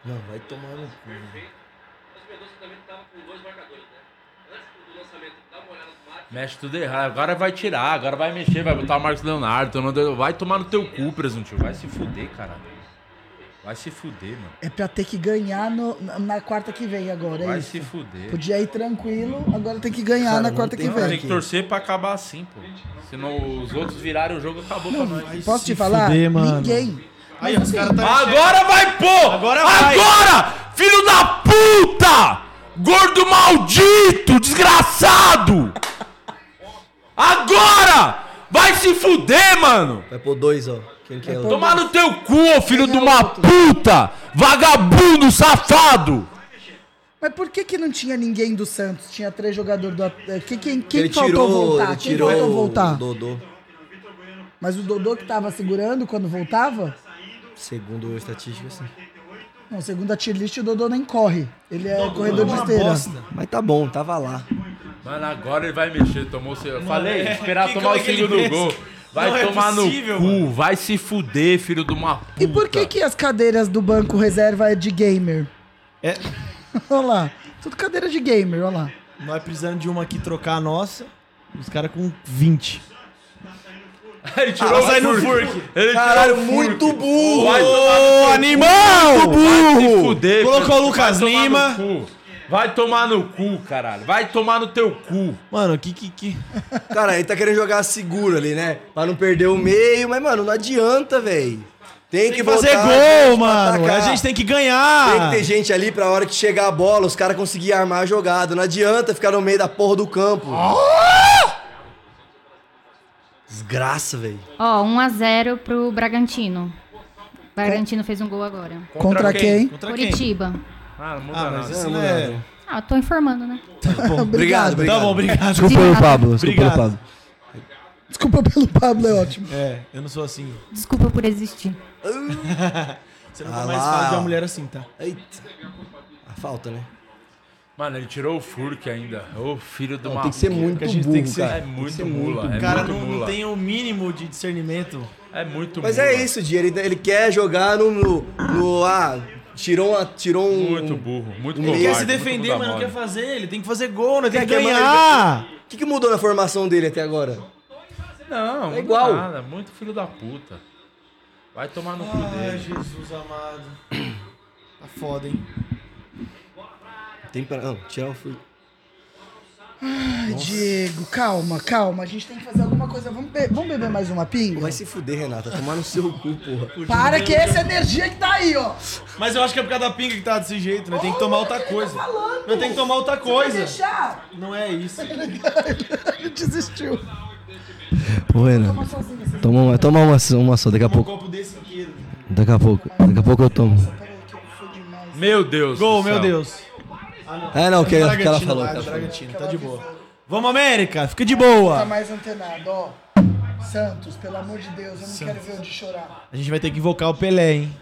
S3: Não, vai tomar no cu.
S1: Mexe tudo errado. Agora vai tirar, agora vai mexer, vai botar o Marcos Leonardo. tomando- Vai tomar no teu cu, presuntinho. Vai se fuder, caralho. Vai se fuder, mano.
S4: É pra ter que ganhar no- na, na quarta que vem agora, é
S1: Vai
S4: isso.
S1: se fuder.
S4: Podia ir tranquilo, agora tem que ganhar
S3: Cara,
S4: na
S3: não
S4: quarta que
S3: tem
S4: vem.
S1: Tem que torcer pra acabar assim, pô. Senão os outros virarem o jogo, acabou pra nós.
S4: Posso
S2: se
S4: te falar?
S2: fuder, mano.
S4: Ninguém.
S2: Aí, os caras tá
S1: Agora vai, pô!
S2: Agora vai!
S1: Agora! Filho da puta! Gordo maldito! Desgraçado! Agora! Vai se fuder, mano!
S3: Vai pôr dois, ó. Quem que é o...
S1: Tomar no teu cu, ô filho de uma puta! Vagabundo, safado!
S4: Mas por que que não tinha ninguém do Santos? Tinha três jogadores do... At- eh, Quem, quem, quem
S3: Ele
S4: faltou
S3: tirou,
S4: voltar?
S3: ele
S4: Quem
S3: tirou
S4: faltou
S3: o
S4: voltar?
S3: Dodô.
S4: Mas o Dodô que tava segurando quando voltava?
S3: Segundo assim. estatísticas, sim.
S4: Não, segundo a tier list, o Dodô nem corre. Ele é corredor de
S2: uma
S4: esteira.
S2: bosta.
S3: Mas tá bom, tava lá.
S1: Mano, agora ele vai mexer, tomou o seu. Eu Falei,
S2: é.
S1: esperar
S2: Que
S1: tomar
S2: como
S1: o
S2: é que ele
S1: segundo
S2: fez?
S1: gol. Vai
S2: Não é
S1: tomar no
S2: possível,
S1: cu,
S2: mano.
S1: vai se fuder, filho de uma puta.
S4: E por que que as cadeiras do banco reserva é de gamer?
S2: É.
S4: olha lá. Tudo cadeira de gamer, olha lá.
S2: Nós precisamos de uma aqui trocar a nossa. Os caras com 20.
S1: Ele tirou
S2: Ah,
S1: o
S2: sai no
S1: furk.
S2: furk.
S1: Ele
S2: Caralho,
S1: tirou o
S2: muito
S1: furk.
S2: burro.
S1: Vai tomar no cu.
S2: animal!
S1: Vai se
S2: Burro.
S1: fuder,
S2: Colocou
S1: Pedro.
S2: o Lucas
S1: Vai tomar
S2: Lima.
S1: no cu. Vai tomar no cu, caralho. Vai tomar no teu cu.
S2: Mano, que que que.
S3: Cara, ele tá querendo jogar seguro ali, né? Pra não perder o meio, mas, mano, não adianta, velho. Tem, que
S2: que fazer
S3: botar
S2: gol,
S3: gente pra
S2: mano.
S3: atacar.
S2: A gente tem que ganhar.
S3: Tem que ter gente ali pra hora que chegar a bola, os caras conseguir armar a jogada. Não adianta ficar no meio da porra do campo.
S2: Ah!
S3: Desgraça, velho.
S11: Ó, 1x0 pro Bragantino. O Bragantino fez um gol agora.
S4: Contra, quem?
S11: Curitiba.
S1: Ah, não muda
S2: Ah,
S1: nada.
S2: mas isso não é.
S11: Ah, tô informando, né?
S3: Obrigado, obrigado.
S2: Tá bom, obrigado.
S3: Desculpa pelo Pablo, desculpa
S2: Obrigado.
S3: pelo Pablo.
S4: Desculpa pelo Pablo, é ótimo.
S2: É, eu não sou assim.
S11: Desculpa por existir.
S2: Você nunca
S3: Ah
S2: mais
S3: lá,
S2: fala de
S3: ó.
S2: uma mulher assim, tá?
S3: Eita. A falta, né?
S1: Mano, ele tirou o furk ainda. Ô, filho do
S3: Não,
S1: maluco.
S3: tem que ser muito
S2: a gente
S3: burro,
S2: tem que ser-
S3: cara.
S1: É muito mula.
S2: O
S1: é
S2: cara
S1: muito
S2: não, não
S1: mula.
S2: tem o mínimo de discernimento.
S1: É muito
S3: Mas
S1: mula.
S3: é isso, Di. Ele, ele quer jogar no. no, no- ah, tirou, uma, tirou um.
S1: Muito burro. Muito
S3: Ele
S1: burro.
S2: Ele quer se
S3: Guarda,
S2: defender, mas não quer fazer. Ele tem que fazer gol, nós
S3: Ele
S2: tem que
S3: quer
S2: ganhar.
S3: O que, que mudou na formação dele até agora?
S1: Não, é
S3: igual.
S1: igual. Nada, muito filho da puta. Vai tomar no cu
S2: Ai,
S1: dele.
S2: Jesus amado. Tá foda, hein?
S3: Tem pra. Não, tirar o furo.
S4: Ai, Diego, calma, calma. A gente tem que fazer alguma coisa. Vamos, be- vamos beber mais uma pinga?
S3: Vai se fuder, Renata. Tomar no seu cu, porra.
S2: um
S4: Para que essa energia que tá aí, ó.
S2: Mas eu acho que é por causa da pinga que tá desse jeito, né? Tem que tomar outra coisa.
S4: falando?
S2: Não tem que tomar outra
S4: Vai
S2: coisa.
S4: deixar.
S2: Não é isso.
S4: Ele desistiu.
S3: Pô, Renata. Toma uma, toma uma, uma só, daqui a
S2: Um
S3: pouco.
S2: copo desse né? inteiro.
S3: Daqui a pouco. Daqui a pouco eu tomo.
S1: Meu Deus.
S2: Gol,
S1: do
S2: meu
S1: céu.
S2: Deus.
S3: É, não, o que, o que ela
S2: Bragantino,
S3: falou.
S2: lá,
S3: É,
S2: do Bragantino, tá de boa. Vamos, América, fica de boa.
S4: Tá mais antenado, ó. Santos, pelo amor de Deus, eu não quero ver onde chorar.
S2: A gente vai ter que invocar o Pelé, hein?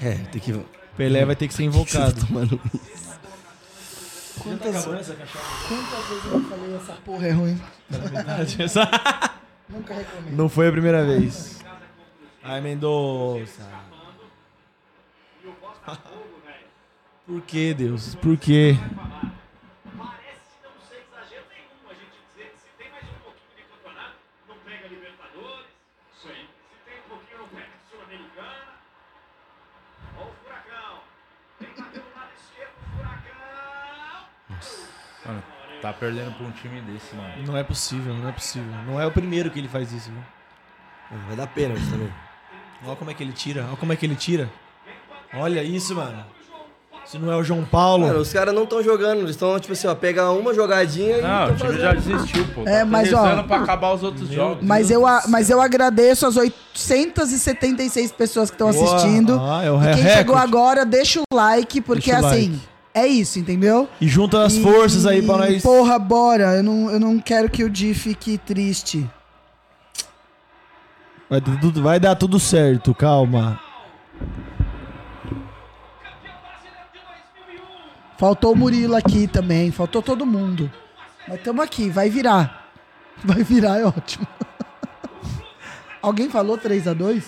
S3: É, tem que.
S2: Pelé vai ter que ser
S3: Você tá
S2: invocado.
S3: tomando.
S4: Quantas, quantas vezes eu falei essa porra é ruim?
S3: Tá
S4: Nunca reclamei.
S2: Não foi a primeira vez. Ai, Mendonça. Por que, Deus? Por quê?
S1: Mano, tá perdendo pra um time desse, mano.
S2: Não é possível, não é possível. Não é o primeiro que ele faz isso, viu?
S3: Vai dar pena isso também.
S2: Olha como é que ele tira, olha como é que ele tira. Olha isso, mano. Se não é o João Paulo.
S3: Mano, os caras não estão jogando. Eles estão, tipo assim, ó, pega uma jogadinha e.
S2: Ah.
S1: Não, o
S3: tão
S1: time
S3: fazendo.
S1: já desistiu, pô.
S4: É,
S1: tá
S4: mas, ó,
S1: rezando pra acabar os outros jogos.
S4: Mas eu, a- mas eu agradeço as 876 pessoas que estão
S2: Boa.
S4: assistindo.
S2: Ah, é o
S4: e quem
S2: recorde.
S4: chegou agora, deixa o like, porque
S2: Deixa o
S4: assim,
S2: like.
S4: é isso, entendeu?
S2: E junta as
S4: E-
S2: forças aí pra nós.
S4: Porra, bora. Eu não, eu não quero que o Di fique triste.
S2: Vai, dar tudo- vai dar tudo certo, calma.
S4: Faltou o Murilo aqui também, faltou todo mundo. Mas tamo aqui, vai virar. Vai virar, é ótimo. Alguém falou 3x2?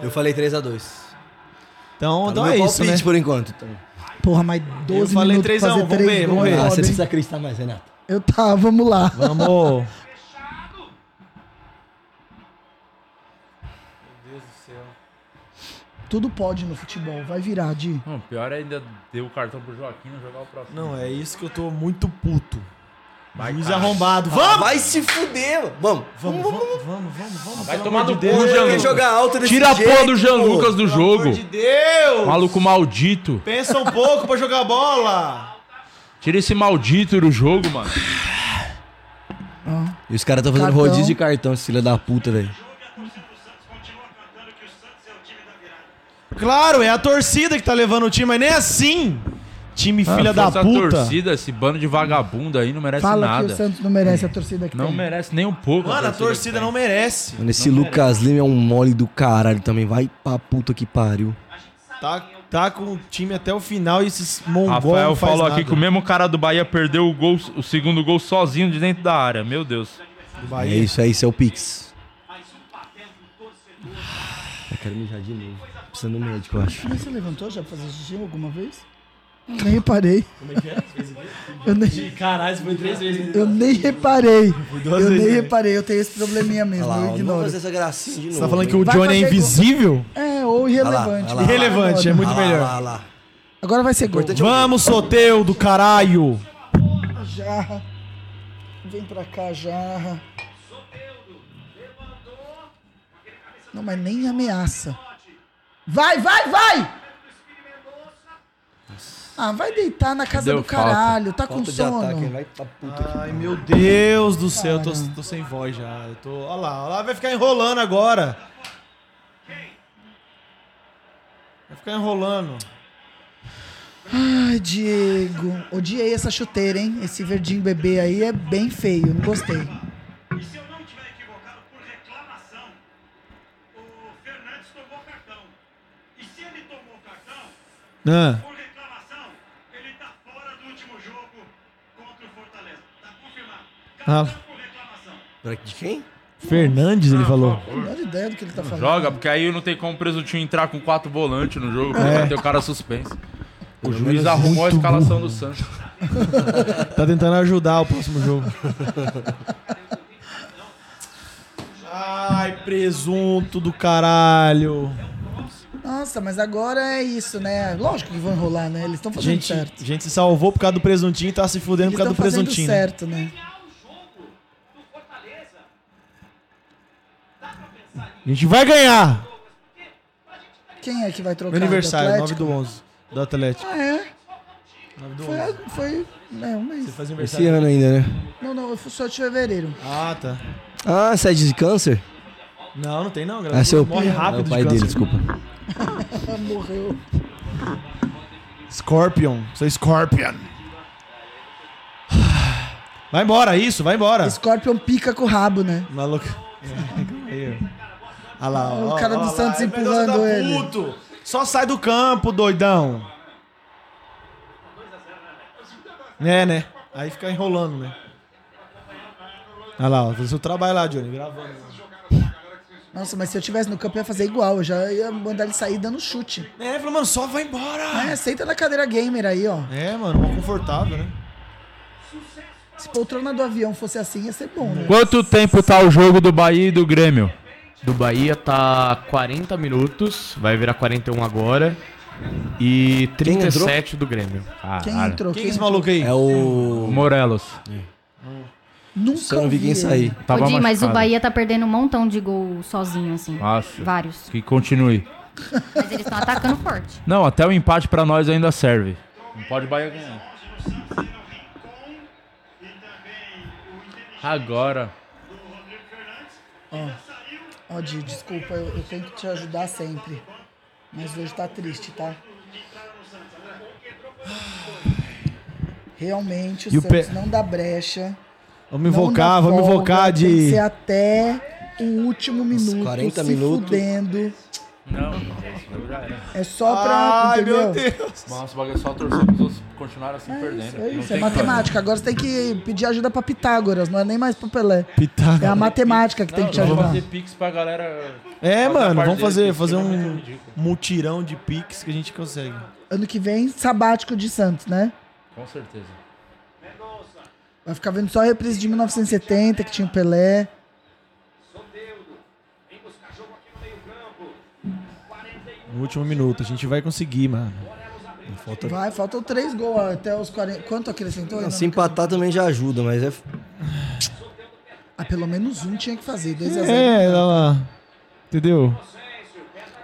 S3: Eu falei 3x2.
S2: Então, então
S3: Tá meu
S2: é isso, né?
S3: palpite por enquanto. então.
S4: Porra, mais 12
S2: Eu falei
S4: minutos pra
S2: 3x1,
S4: fazer
S2: vamos
S4: 3
S2: ver,
S4: gols,
S2: vamos ver.
S4: é
S3: Ah,
S4: foda,
S3: você
S4: hein?
S3: precisa acreditar mais, Renata.
S4: Eu tá, vamos lá.
S2: Vamos.
S4: Tudo pode no futebol, vai virar, Di.
S1: Não, pior ainda deu o cartão pro Joaquim não jogar o próximo.
S2: Não, é isso que eu tô muito puto.
S1: Vai,
S2: Juiz
S1: cara.
S2: arrombado. Vamos!
S3: Vai se fuder, mano.
S2: Vamos,
S3: Vamos.
S2: vamos, vamos, vamos, vamos.
S1: Vai
S2: pelo
S1: tomar
S2: amor
S1: no
S2: de
S1: cu,
S2: Deus.
S1: Jean
S3: Quer
S1: Lucas.
S3: jogar alto desse
S1: Tira a porra do Jean
S3: jeito, pô.
S1: Lucas do
S2: Pelo amor
S1: jogo.
S2: de Deus!
S1: Maluco maldito.
S2: Pensa um pouco pra jogar bola.
S1: Tira esse maldito do jogo, mano.
S3: E os caras estão fazendo
S4: Cartão.
S3: rodízio de cartão, esse filho da puta, velho.
S2: Claro, é a torcida que tá levando o time, mas nem assim. Time filha
S1: Ah,
S2: da
S1: força
S2: puta.
S1: torcida, esse bando de vagabundo aí não merece
S4: Fala que o
S1: nada.
S4: Santos não merece a torcida que
S1: Não
S4: tem.
S1: merece nem um pouco.
S2: Mano, a torcida tá não merece.
S3: Mano, esse Lucas Lima é um mole do caralho também. Vai pra puta que pariu.
S2: Tá, tá com o time até o final e esses mongol
S1: Rafael
S2: não faz
S1: falou aqui
S2: nada.
S1: que o mesmo cara do Bahia perdeu o, gol, o segundo gol sozinho de dentro da área. Meu Deus.
S2: Do
S3: É
S2: Bahia.
S3: isso, é isso, é o Pix. Eu quero mijar de novo. precisa no médico, eu acho.
S4: Mas você levantou já pra fazer xixi alguma vez? Nem reparei.
S2: Como é que é?
S4: Eu nem,
S2: Caralho, você foi três vezes.
S4: eu nem reparei.
S2: duas
S4: Eu
S2: vezes,
S4: nem
S2: né?
S4: reparei. Eu tenho esse probleminha mesmo.
S3: Olha lá, ó,
S4: eu
S3: não
S4: ignoro.
S3: vou fazer essa gracinha de novo. né?
S2: Você tá falando que
S3: hein?
S2: o
S4: Vai
S2: Johnny é
S4: fazer
S2: invisível?
S4: É, ou irrelevante.
S3: Olha lá, olha lá.
S2: Irrelevante, é muito
S3: Ah lá,
S2: melhor.
S3: lá, lá.
S4: Agora vai ser gol.
S3: é
S2: Vamos, sorteio do caralho!
S4: Jarra. Vem pra cá, Jarra. Não, mas nem ameaça. Vai, vai, vai! Ah, vai deitar na casa
S1: Deu
S4: do caralho. Tá com
S3: Falta de
S4: sono.
S3: ataque, vai pra puta aqui.
S2: Ai, meu Deus do céu, eu tô, tô sem voz já. Eu tô, olha lá, olha lá, vai ficar enrolando agora. Vai ficar enrolando.
S4: Ai, Diego. Odiei essa chuteira, hein? Esse verdinho bebê aí é bem feio. Não gostei.
S2: Ah,
S4: tá
S2: ah,
S3: Pra- De quem?
S2: Fernandes, ele falou.
S4: Não tenho ideia do que ele tá falando.
S1: Joga, porque aí não tem como o presuntinho entrar com quatro volantes no jogo,
S2: É.
S1: porque vai ter o cara suspenso. O juiz arrumou a
S2: muito
S1: escalação do Santos.
S2: Tá tentando ajudar o próximo jogo. Ai, presunto do caralho.
S4: Tá Nossa, mas agora é isso, né? Lógico que vão enrolar, né? Eles estão fazendo
S2: Gente,
S4: certo.
S2: gente se salvou por causa do presuntinho e tá se fudendo
S4: Eles
S2: por causa
S4: estão
S2: do
S4: fazendo
S2: presuntinho. né?
S4: certo, né?
S2: A gente vai ganhar
S4: Quem é que vai
S2: no
S4: trocar?
S2: aniversário,
S4: Do
S2: 9
S4: Atlético? né?
S2: do 11, do Atlético.
S4: Ah, é?
S2: 9 do 11.
S4: Foi, foi né, um mês.
S2: Você faz
S3: Esse
S2: aniversário.
S3: ano ainda, né?
S4: Não, não, eu fui só de fevereiro.
S2: Ah, tá.
S3: Ah, você é de câncer?
S2: Não, não tem não, galera.
S3: Ah, seu
S2: Morre rápido
S3: é o pai
S2: de
S3: dele,
S2: câncer.
S3: desculpa.
S4: Ah, morreu.
S2: Scorpion. Você é Scorpion. Vai embora, isso, vai embora.
S4: Scorpion pica com o rabo, né?
S2: Maluco. Aí, ó. Olha lá,
S4: O
S2: ó,
S4: cara do
S2: ó lá,
S4: Santos
S2: é melhor
S4: empurrando
S2: você tá
S4: ele.
S2: puto. Só sai do campo, doidão. É, né? Aí fica enrolando, né? Olha lá, ó, faz o seu trabalho lá, Johnny, gravando.
S4: Nossa, mas se eu tivesse no campo, eu ia fazer igual. Eu já ia mandar ele sair dando chute.
S2: É, falou, mano, só vai
S4: Ah,
S2: embora.
S4: é, senta na cadeira gamer aí, ó.
S2: É, mano, mó confortável, né?
S4: Se poltrona do avião fosse assim, ia ser bom, né?
S9: Quanto tempo tá o jogo do Bahia e do Grêmio?
S5: Do Bahia tá 40 minutos, vai virar 41 agora. E
S3: Quem entrou?
S5: 37 do Grêmio.
S1: Ah.
S4: Quem
S5: Caralho.
S4: entrou?
S2: Quem é esse maluco aí?
S3: É o.
S1: Morelos.
S4: Nunca
S3: Só não vi quem
S4: ouvi ele.
S3: sair.
S1: Tava
S11: Ô, Di, mas o
S1: machucado.
S11: Bahia tá perdendo um montão de gol sozinho, assim.
S1: Nossa.
S11: Vários.
S1: Que continue.
S11: Mas eles estão atacando forte.
S1: Não, até o empate pra nós ainda serve. Não pode Bahia ganhar. Agora.
S4: Ó, Di, desculpa, eu, eu tenho que te ajudar sempre. Mas hoje tá triste, tá? Realmente, o
S2: E o
S4: Santos
S2: pe-
S4: não dá brecha.
S2: Vamos invocar, vamos invocar
S4: Tem que
S2: de.
S4: ser até o último minuto,
S3: 40
S4: se
S3: minutos.
S4: fudendo.
S1: Não.
S4: É só pra,
S2: Ai,
S4: entendeu?
S2: meu Deus.
S1: Nossa, o bagulho é só torcer pros outros continuarem assim
S4: É
S1: perdendo.
S4: isso, é
S1: Não
S4: isso, é
S1: tem
S4: matemática. Agora você tem que pedir ajuda pra Pitágoras, não é nem mais pro Pelé. É a
S2: Pitaco.
S4: matemática que tem que te
S1: Vamos
S4: ajudar.
S1: fazer pix pra galera. fazer
S2: É,
S1: a parte
S2: mano, vamos
S1: dele,
S2: fazer,
S1: que
S2: fazer
S1: senão vai ser
S2: um
S1: ridículo.
S2: mutirão de pix que a gente consegue.
S4: Ano que vem, sabático de Santos, né?
S1: Com certeza.
S4: Vai ficar vendo só a reprise de 1970, que tinha o Pelé.
S2: No último minuto, a gente vai conseguir, mano.
S4: Vai, faltam três gols até os 40. Quanto acrescentou?
S3: Não,
S4: Não,
S3: se empatar também já ajuda, mas é.
S4: Ah, pelo menos um tinha que fazer. 2x0.
S2: É, olha lá. Entendeu?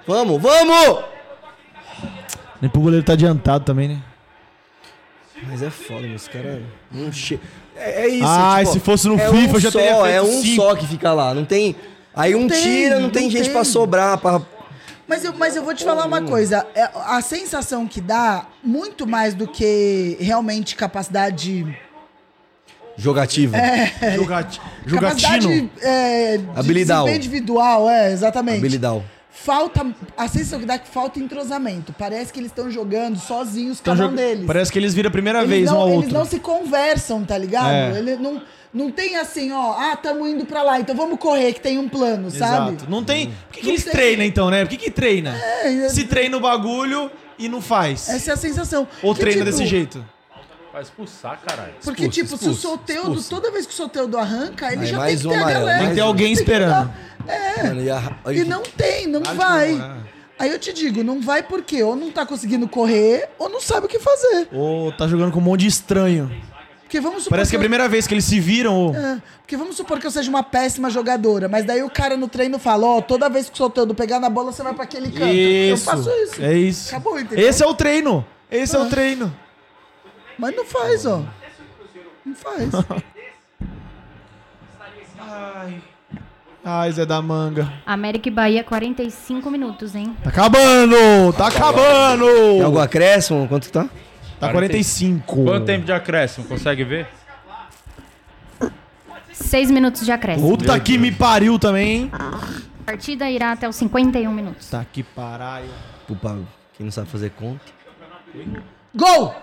S3: Vamos, vamos!
S2: Nem pro goleiro tá adiantado também, né?
S3: Mas é foda, meu, esse cara não che... é, é isso.
S2: Ah,
S3: tipo,
S2: se fosse no
S3: é
S2: FIFA,
S3: um
S2: eu já
S3: só,
S2: teria feito
S3: É um
S2: cinco.
S3: só que fica lá, não tem... Aí um
S4: tem,
S3: tira, não
S4: não
S3: tem gente
S4: tem.
S3: pra sobrar, pra...
S4: Mas eu, mas eu vou te falar uma coisa. é, A sensação que dá, muito mais do que realmente capacidade.
S3: Jogativa.
S2: Jogati-
S4: É. Capacidade
S2: Jogatino.
S4: é, de
S3: Habilidal.
S4: desempenho individual, é, exatamente.
S3: Habilidal.
S4: Falta. A sensação que dá é que falta entrosamento. Parece que eles estão jogando sozinhos, cada um
S2: jog-
S4: deles.
S2: Parece que eles viram a primeira
S4: Eles
S2: vez
S4: não,
S2: um ao
S4: eles
S2: outro.
S4: não se conversam, tá ligado?
S2: É.
S4: Ele não, não tem assim, ó, ah, tamo indo pra lá, então vamos correr que tem um plano, sabe?
S2: Exato. Não tem. Por que, que
S4: Não
S2: eles
S4: tem-
S2: treinam então, né? Por que, que treina?
S4: É,
S2: Se treina o bagulho e não faz.
S4: Essa é a sensação.
S2: Ou
S4: Que,
S2: treina
S4: tipo,
S2: desse jeito.
S1: Vai expulsar, caralho.
S4: Porque, tipo, se o Soteudo, toda vez que o Soteudo arranca, ele
S3: Aí
S4: já tem
S3: mais
S4: que
S3: um
S4: ter a
S3: amarelo,
S4: galera.
S3: mais Tem que ter um.
S2: alguém
S4: que
S2: esperando.
S4: dar- É.
S3: Mano, e a- olha
S4: E
S3: que-
S4: não tem, não
S2: Ah,
S3: Para de
S4: vai.
S3: namorar.
S2: então, é.
S4: Aí eu te digo, não vai porque ou não tá conseguindo correr ou não sabe o que fazer.
S2: Ou tá jogando com um monte de estranho.
S4: Porque vamos supor
S2: Parece que é a
S4: eu-
S2: primeira vez que eles se viram. Ou...
S4: É, porque vamos supor que eu seja uma péssima jogadora, mas daí o cara no treino fala, ó, toda vez que o Soteudo pegar na bola, você vai pra aquele canto.
S2: Isso.
S4: Eu faço isso.
S2: É isso.
S4: Acabou, entendeu?
S2: Esse é o treino. Esse é o
S4: Ah.
S2: treino.
S4: Mas não faz, ó. Não faz.
S2: Ai, Zé da manga.
S11: América e Bahia, 45 minutos, hein?
S2: Tá acabando! Tá acabando!
S3: Tem algum acréscimo? Quanto que tá?
S2: Tá 45.
S1: Quanto tempo de acréscimo? Consegue ver?
S11: 6 minutos de acréscimo.
S2: Puta que me pariu também, hein? Uh.
S11: A partida irá até os 51 minutos.
S2: Tá que paralho.
S3: Pupa, quem não sabe fazer conta.
S4: Gol!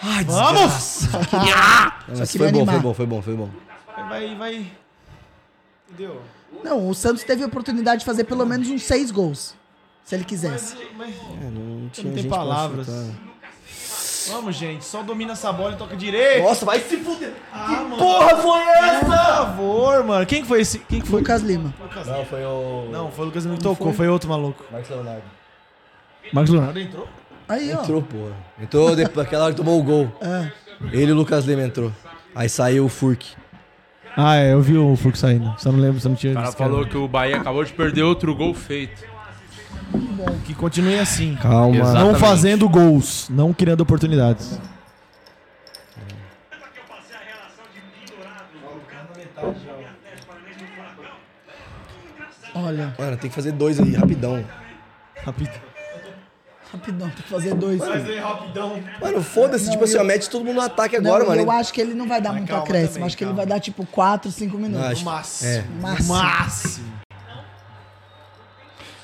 S3: Ai,
S2: Vamos!
S3: Não,
S4: Só
S3: mas
S4: queria
S3: foi bom, foi
S4: animar.
S3: bom, foi bom, foi bom.
S2: Vai, vai. Entendeu?
S4: Não, o Santos teve a oportunidade de fazer pelo menos uns seis gols. Se ele quisesse.
S3: É, não tinha
S2: não tem
S3: gente pra
S2: palavras.
S3: chutar.
S2: Vamos, gente. Só domina essa bola e toca direito.
S3: Nossa, vai se fuder.
S2: Ah, mano.
S3: Porra, foi
S2: Por
S3: essa?
S2: favor, mano. Quem que foi esse? Quem que foi?
S4: Lucas Lima.
S3: Não, foi o...
S2: Não, foi o Lucas Lima que tocou. Foi? outro maluco.
S3: Marcos Leonardo.
S2: Marcos Leonardo entrou?
S4: Aí, ó.
S3: Entrou, porra. Entrou depois, aquela hora que tomou o gol.
S4: É.
S3: Ele e o Lucas Lima entrou. Aí saiu o Furk.
S2: Ah, é. Eu vi o Furco saindo. Só não lembro, só não tinha
S1: O cara
S2: visto, cara.
S1: falou que o Bahia acabou de perder outro gol feito.
S2: Que continue assim.
S3: Calma.
S2: Não fazendo gols. Não criando oportunidades.
S4: Olha,
S3: Mano, tem que fazer dois aí, rapidão.
S2: Rapidão.
S4: rapidão, tem que fazer dois.
S2: é,
S4: Né,
S2: rapidão.
S3: Mano, foda-se, tipo assim, ó, mete todo mundo no ataque
S4: Não,
S3: agora, mano.
S4: eu acho que ele não vai dar muito
S2: calma
S4: acréscimo.
S2: também,
S4: acho que ele
S2: calma.
S4: vai dar tipo 4, 5 minutos.
S3: Acho-
S2: Máximo.
S3: É.
S4: Máximo.
S2: Máximo.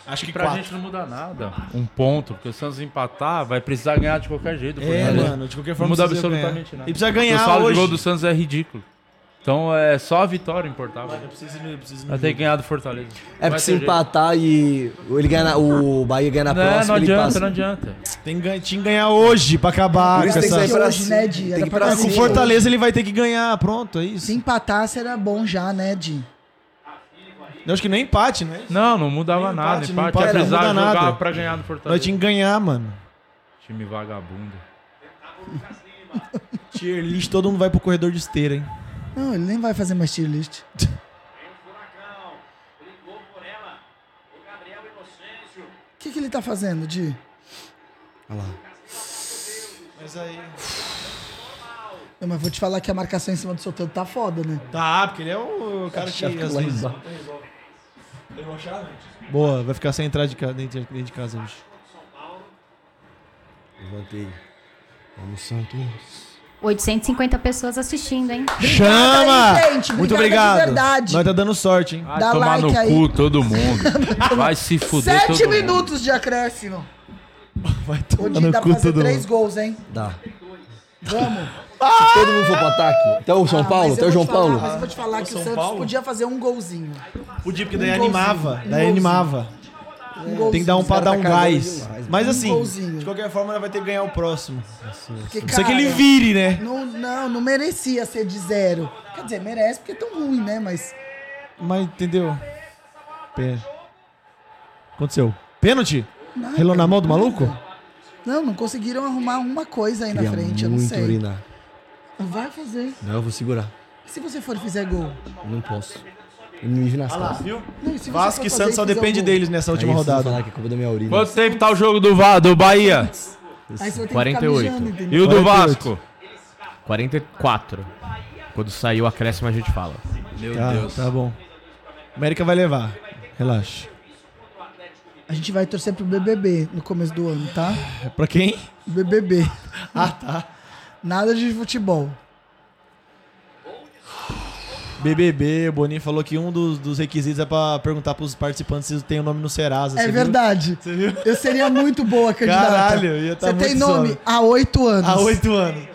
S2: Acho que
S1: Pra
S2: quatro.
S1: gente não muda nada. Um ponto, porque o Santos empatar vai precisar ganhar de qualquer jeito. porque
S2: É,
S1: não-
S4: né?
S2: mano, de qualquer
S1: Não
S2: forma
S1: muda
S2: precisa
S1: absolutamente
S2: ganhar.
S1: nada.
S2: E precisa
S1: o
S2: ganhar
S1: saldo
S2: hoje.
S1: de gol do Santos é ridículo. Então é só a vitória importava.
S2: Precisa, precisa-
S1: Vai ter que ganhar do Fortaleza.
S3: É pra se empatar e ele ganhar na- o Bahia ganhar na
S1: Não,
S3: próxima,
S1: não
S3: ele
S1: adianta,
S3: passa.
S1: não adianta.
S2: Tem que ganhar- tinha que ganhar hoje pra acabar
S3: Por
S2: com
S3: isso tem que
S2: essa...
S3: sair
S4: Porque
S3: pra
S4: hoje,
S3: cima.
S4: né, Di,
S3: Tem
S4: era
S3: que ir
S4: pra
S3: pra
S2: Ah,
S4: fazer
S2: com
S3: cima.
S4: hoje.
S2: Fortaleza ele vai ter que ganhar, pronto, é isso.
S4: Se empatasse era bom já, né, Di?
S2: Eu acho que nem empate, né?
S1: Não, não mudava
S2: Nem
S1: nada.
S2: empate,
S1: Empate,
S2: não
S1: empate,
S2: empata,
S1: ia precisar
S2: não muda
S1: jogar
S2: nada.
S1: pra ganhar do
S2: Nós
S1: Fortaleza.
S2: tinha que ganhar, mano.
S1: Time vagabundo.
S2: Tier list, todo mundo vai pro corredor de esteira, hein?
S4: Não, ele nem vai fazer mais tier list. O que, que ele tá fazendo, Di?
S3: Olha lá.
S2: Mas aí...
S4: Não, mas vou te falar que a marcação em cima do Soteldo tá foda, né?
S2: Tá, porque ele é o cara que
S3: Chave
S2: às
S3: lá
S2: vezes...
S3: embaixo.
S2: Boa, vai ficar sem entrar de casa, dentro, dentro de casa hoje.
S3: Levantei. Vamos, Santos.
S11: 850 pessoas assistindo, hein?
S2: Chama!
S4: aí, gente,
S2: Muito
S4: obrigada
S2: obrigado.
S4: de verdade.
S2: Nós tá dando sorte, hein?
S1: Vai
S4: Dá
S1: tomar
S4: like
S1: no
S4: aí.
S1: cu todo mundo. Vai se fuder todo
S4: Sete
S1: mundo.
S4: minutos de acréscimo.
S2: Vai
S4: O
S2: tomar
S4: Di
S2: no
S4: dá pra
S2: cu
S4: fazer
S2: todo
S4: três
S2: mundo.
S4: gols, hein?
S3: Dá.
S4: Vamos.
S3: Se todo mundo for pro ataque, até o São
S4: Ah,
S3: Paulo,
S4: mas
S3: até
S4: eu vou
S3: o João
S4: te falar-
S3: Paulo.
S4: Mas eu vou te falar que o
S2: São
S4: Santos
S2: Paulo?
S4: podia fazer um golzinho.
S2: Podia, porque daí
S4: Um golzinho.
S2: animava.
S4: Um
S2: Daí
S4: golzinho.
S2: animava.
S4: Um golzinho.
S2: Tem que dar um pra
S3: cara
S2: dar
S3: tá
S2: um
S3: cagando
S2: gás.
S3: demais,
S2: Mas assim,
S4: Um golzinho.
S2: de qualquer forma, ela vai ter que ganhar o próximo.
S4: Porque,
S2: Só que ele
S4: cara,
S2: vire, né?
S4: Não, não, não merecia ser de zero. Quer dizer, merece porque é tão ruim, né? Mas.
S2: Mas entendeu? Pé. Aconteceu. Pênalti? Relou na mão do maluco?
S4: Não, não conseguiram arrumar uma coisa aí na
S3: Queria
S4: frente, eu não
S3: muito
S4: sei.
S3: urinar.
S4: Vai fazer.
S3: Não, eu vou segurar.
S4: E se você for e fizer gol?
S3: Não posso. Eu me mijo nas costas.
S2: Viu?
S4: Não, e se você for
S2: Vasco e
S4: fazer
S2: Santos
S4: e
S2: só
S4: fizer
S2: depende
S4: um gol?
S2: deles nessa última
S3: Aí vocês vão
S2: rodada.
S3: falar que é culpa da minha urina.
S1: Quanto tempo tá o jogo do, Va- do Bahia?
S4: Aí você vai ter que
S5: 48.
S4: ficar mijando,
S1: E
S4: entendeu?
S1: o do
S2: 48.
S1: Vasco?
S5: 44. Quando sair o acréscimo a gente fala.
S1: Meu
S2: Tá,
S1: Deus.
S2: tá bom. América vai levar. Relaxa.
S4: A gente vai torcer pro BBB no começo do ano, tá?
S2: É pra quem?
S4: BBB. ah, tá. Nada de futebol.
S2: BBB, o Boninho falou que um dos, dos requisitos é pra perguntar pros participantes se tem o nome no Serasa. você
S4: É
S2: viu?
S4: verdade. Eu seria muito boa candidata.
S2: Caralho, ia tá
S4: Você tem
S2: muito
S4: nome
S2: zoado.
S4: há oito anos.
S2: Há oito anos.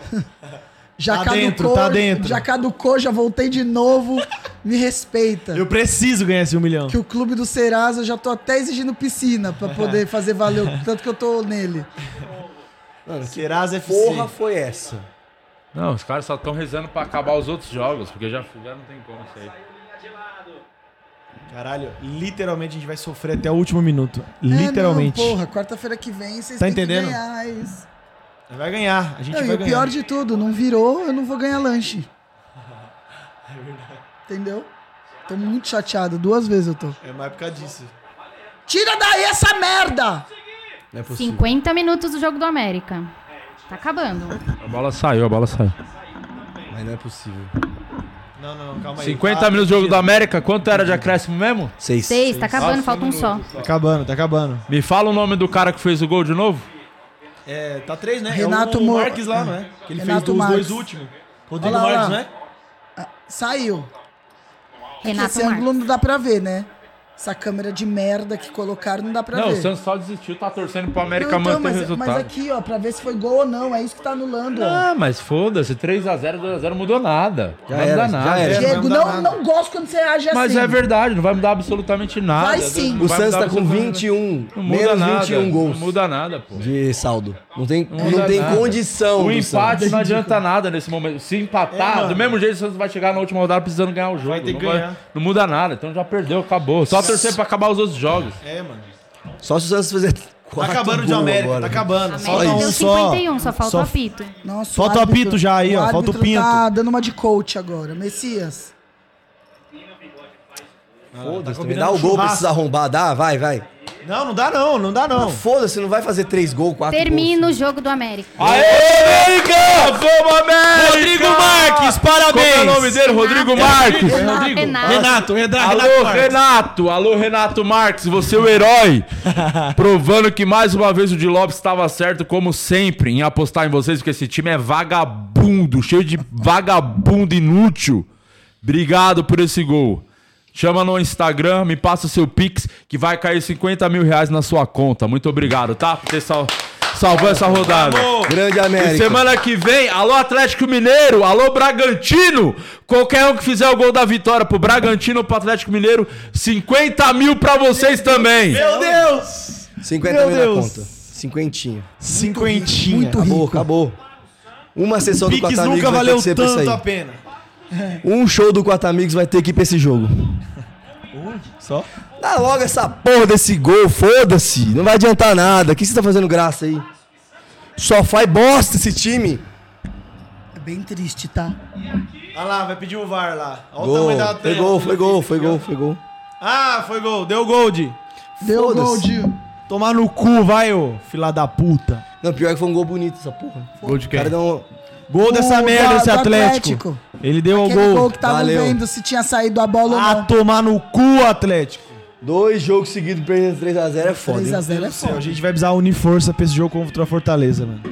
S4: Já
S2: Tá
S4: caducou,
S2: dentro, tá dentro.
S4: Já caducou, já voltei de novo. Me respeita.
S2: Eu preciso ganhar esse um milhão.
S4: Que o clube do Serasa, eu já tô até exigindo piscina pra poder fazer valer o tanto que eu tô nele. É,
S3: Mano, que
S2: Serasa FC.
S3: porra foi essa?
S1: Não, os caras só estão rezando pra acabar os outros jogos, porque já, já não tem como isso aí.
S2: Caralho, literalmente a gente vai sofrer até o último minuto. Literalmente.
S4: É, não, porra, quarta-feira que vem vocês
S2: Tá
S4: têm
S2: entendendo?
S4: que ganhar é isso.
S2: Vai ganhar, a gente
S4: Não,
S2: vai
S4: e o
S2: ganhar.
S4: pior de tudo, não virou, eu não vou ganhar lanche.
S2: É
S4: Entendeu? Tô muito chateado, duas vezes eu tô.
S2: É mais por causa disso.
S4: Tira daí essa merda!
S3: Não é possível.
S11: 50 minutos do jogo do América. Tá acabando.
S1: A bola saiu, a bola saiu.
S3: Mas não é possível.
S2: Não, não, calma aí. Tá
S1: 50 minutos do jogo do América, quanto era de acréscimo mesmo?
S3: Seis.
S11: Seis, tá acabando, falta um só.
S2: Tá acabando, tá acabando.
S1: Me fala o nome do cara que fez o gol de novo?
S2: É, tá três, né?
S4: Renato
S2: é o, o
S4: Mo-
S2: Marques lá, não é? Que ele
S4: Renato
S2: fez os
S4: Marques.
S2: dois últimos. Rodrigo
S4: Olha lá,
S2: Marques,
S4: olha
S2: não
S4: lá.
S2: é?
S4: Saiu. Porque
S11: Renato
S4: esse ângulo
S11: Marques.
S4: não dá pra ver, né? Essa câmera de merda que colocaram não dá pra
S1: não,
S4: ver.
S1: o Santos só desistiu, tá torcendo pro América
S4: Não, então,
S1: manter o
S4: mas,
S1: resultado.
S4: mas aqui, ó, pra ver se foi gol ou não. É isso que tá anulando,
S3: Então.
S4: ó.
S1: Ah, mas foda-se, 3x0, 2x0 mudou nada.
S3: Já
S1: não
S3: era,
S1: dá
S3: já
S1: nada.
S3: era.
S4: Diego,
S2: é, não dá
S4: não,
S2: nada.
S4: não gosto quando você age assim.
S1: Mas é verdade, não vai mudar absolutamente nada.
S4: Vai sim.
S1: Não
S3: O
S1: vai
S3: Santos
S1: mudar
S3: tá com
S1: absolutamente
S3: 21,
S1: nada. Não muda
S3: menos
S1: nada.
S3: 21 gols
S1: Não muda nada, pô.
S3: de saldo. Não tem, não
S1: muda
S3: tem
S1: nada.
S3: condição.
S1: O
S3: do
S1: empate
S3: Santos.
S1: não adianta nada nesse momento. Se
S2: É,
S1: empatar,
S2: mano.
S1: do mesmo jeito o Santos vai chegar na última rodada precisando ganhar o jogo.
S2: Vai ter
S1: não,
S2: que ganhar.
S1: não muda nada, então já perdeu, acabou. Só torcer pra acabar os outros jogos.
S2: É, mano.
S3: Só se o Santos fizer
S2: Tá
S3: quatro
S2: acabando de
S3: gols
S2: América,
S3: agora.
S2: tá acabando. Falta
S11: América
S2: um
S11: deu
S2: só.
S11: 51, só falta o
S2: Só-
S11: apito.
S4: Nossa,
S2: Falta o
S4: árbitro-
S2: apito já aí, ó, falta o
S4: árbitro
S2: pinto.
S4: tá dando uma de coach agora. Messias.
S3: Foda-se,
S2: combinando
S3: também dá Tá o gol pra
S2: churrasco.
S3: esses arrombados. Dá, vai, vai.
S2: Não, não dá não, não dá não.
S3: Foda-se, não vai fazer três gols, quatro
S11: Termina o jogo do América.
S2: Ah,
S1: América! Vamos, América!
S9: Rodrigo Marques,
S1: Como
S9: parabéns!
S1: é o nome dele? Rodrigo Marques!
S11: Renato. Renato.
S1: Ah, então
S2: Renato, Renato,
S1: Alô, Renato! Alô, Renato Marques, você é o herói! Provando que mais uma vez o de Lopes estava certo, como sempre, em apostar em vocês, porque esse time é vagabundo, cheio de vagabundo inútil. Obrigado por esse gol. Chama no Instagram, me passa o seu Pix, que vai cair 50 mil reais na sua conta. Muito obrigado, tá? Por ter sal- salvou essa rodada.
S3: gols. Grande
S1: E
S3: América.
S1: semana que vem, alô Atlético Mineiro, alô Bragantino. Qualquer um que fizer o gol da vitória pro Bragantino ou pro Atlético Mineiro, 50 mil pra vocês também.
S2: Meu Deus!
S3: 50
S2: Meu
S3: mil na
S2: Deus.
S3: conta. Cinquentinho.
S2: Cinquentinha.
S3: Acabou, acabou. Uma sessão do
S2: Pix
S3: Quatro
S2: nunca
S3: Amigos vai ter
S2: valeu
S3: que ser pra isso
S2: tanto a
S3: aí.
S2: pena.
S3: Um show do Quatro Amigos vai ter que ir pra esse jogo.
S2: Só?
S3: Dá logo essa porra desse gol, foda-se. Não vai adiantar nada. O que você tá fazendo graça aí? Só faz bosta esse time.
S4: É bem triste, tá?
S2: Olha lá, vai pedir o VAR lá. Olha o
S3: Gol.
S2: tamanho da
S3: Foi
S2: tela.
S3: gol, foi gol, foi gol, foi gol.
S2: Ah, foi gol. Deu gol, Di.
S4: Deu
S3: Foda-se.
S4: gol de...
S2: Tomar no cu, vai, ô. Fila da puta.
S3: Não, pior que foi um gol bonito essa porra.
S5: Gol de
S3: O
S5: quem?
S3: cara deu um...
S2: Gol dessa
S4: O
S2: merda,
S4: da-
S2: esse
S4: do
S2: Atlético. Ele deu o
S4: Aquele gol,
S2: gol.
S4: que tá tava
S3: Valeu.
S4: vendo se tinha saído a bola
S2: Ah,
S4: ou não.
S2: tomar no cu, Atlético.
S3: Dois jogos seguidos perdendo 3x0 é foda. hein?
S4: 3x0 é
S2: Céu, a
S4: foda.
S2: gente vai precisar unir força pra esse jogo contra a Fortaleza, mano.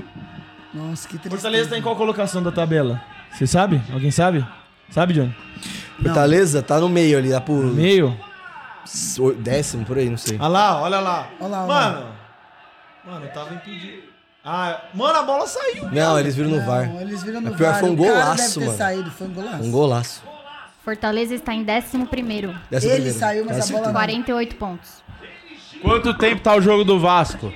S4: Nossa, que triste.
S2: Fortaleza tá em qual colocação da tabela? Você sabe? Alguém sabe? Sabe, Johnny?
S3: Fortaleza tá no meio ali, tá por
S2: Meio.
S3: oi- décimo, por aí, não sei.
S2: Olha lá, olha lá.
S4: Olha lá, olha
S2: mano. Mano, eu tava impedido. Ah, mano, a bola saiu.
S3: Não, eles viram no VAR.
S4: Não, eles viram no
S3: É pior,
S4: VAR.
S3: foi um
S4: O cara
S3: golaço,
S4: deve ter
S3: mano.
S4: saído, foi um golaço.
S3: Um golaço.
S11: Fortaleza está em 11º,
S3: Décimo
S4: Ele
S3: primeiro.
S4: saiu, mas a
S3: Décimo
S4: bola...
S11: 48 pontos.
S1: Quanto tempo tá o jogo do Vasco?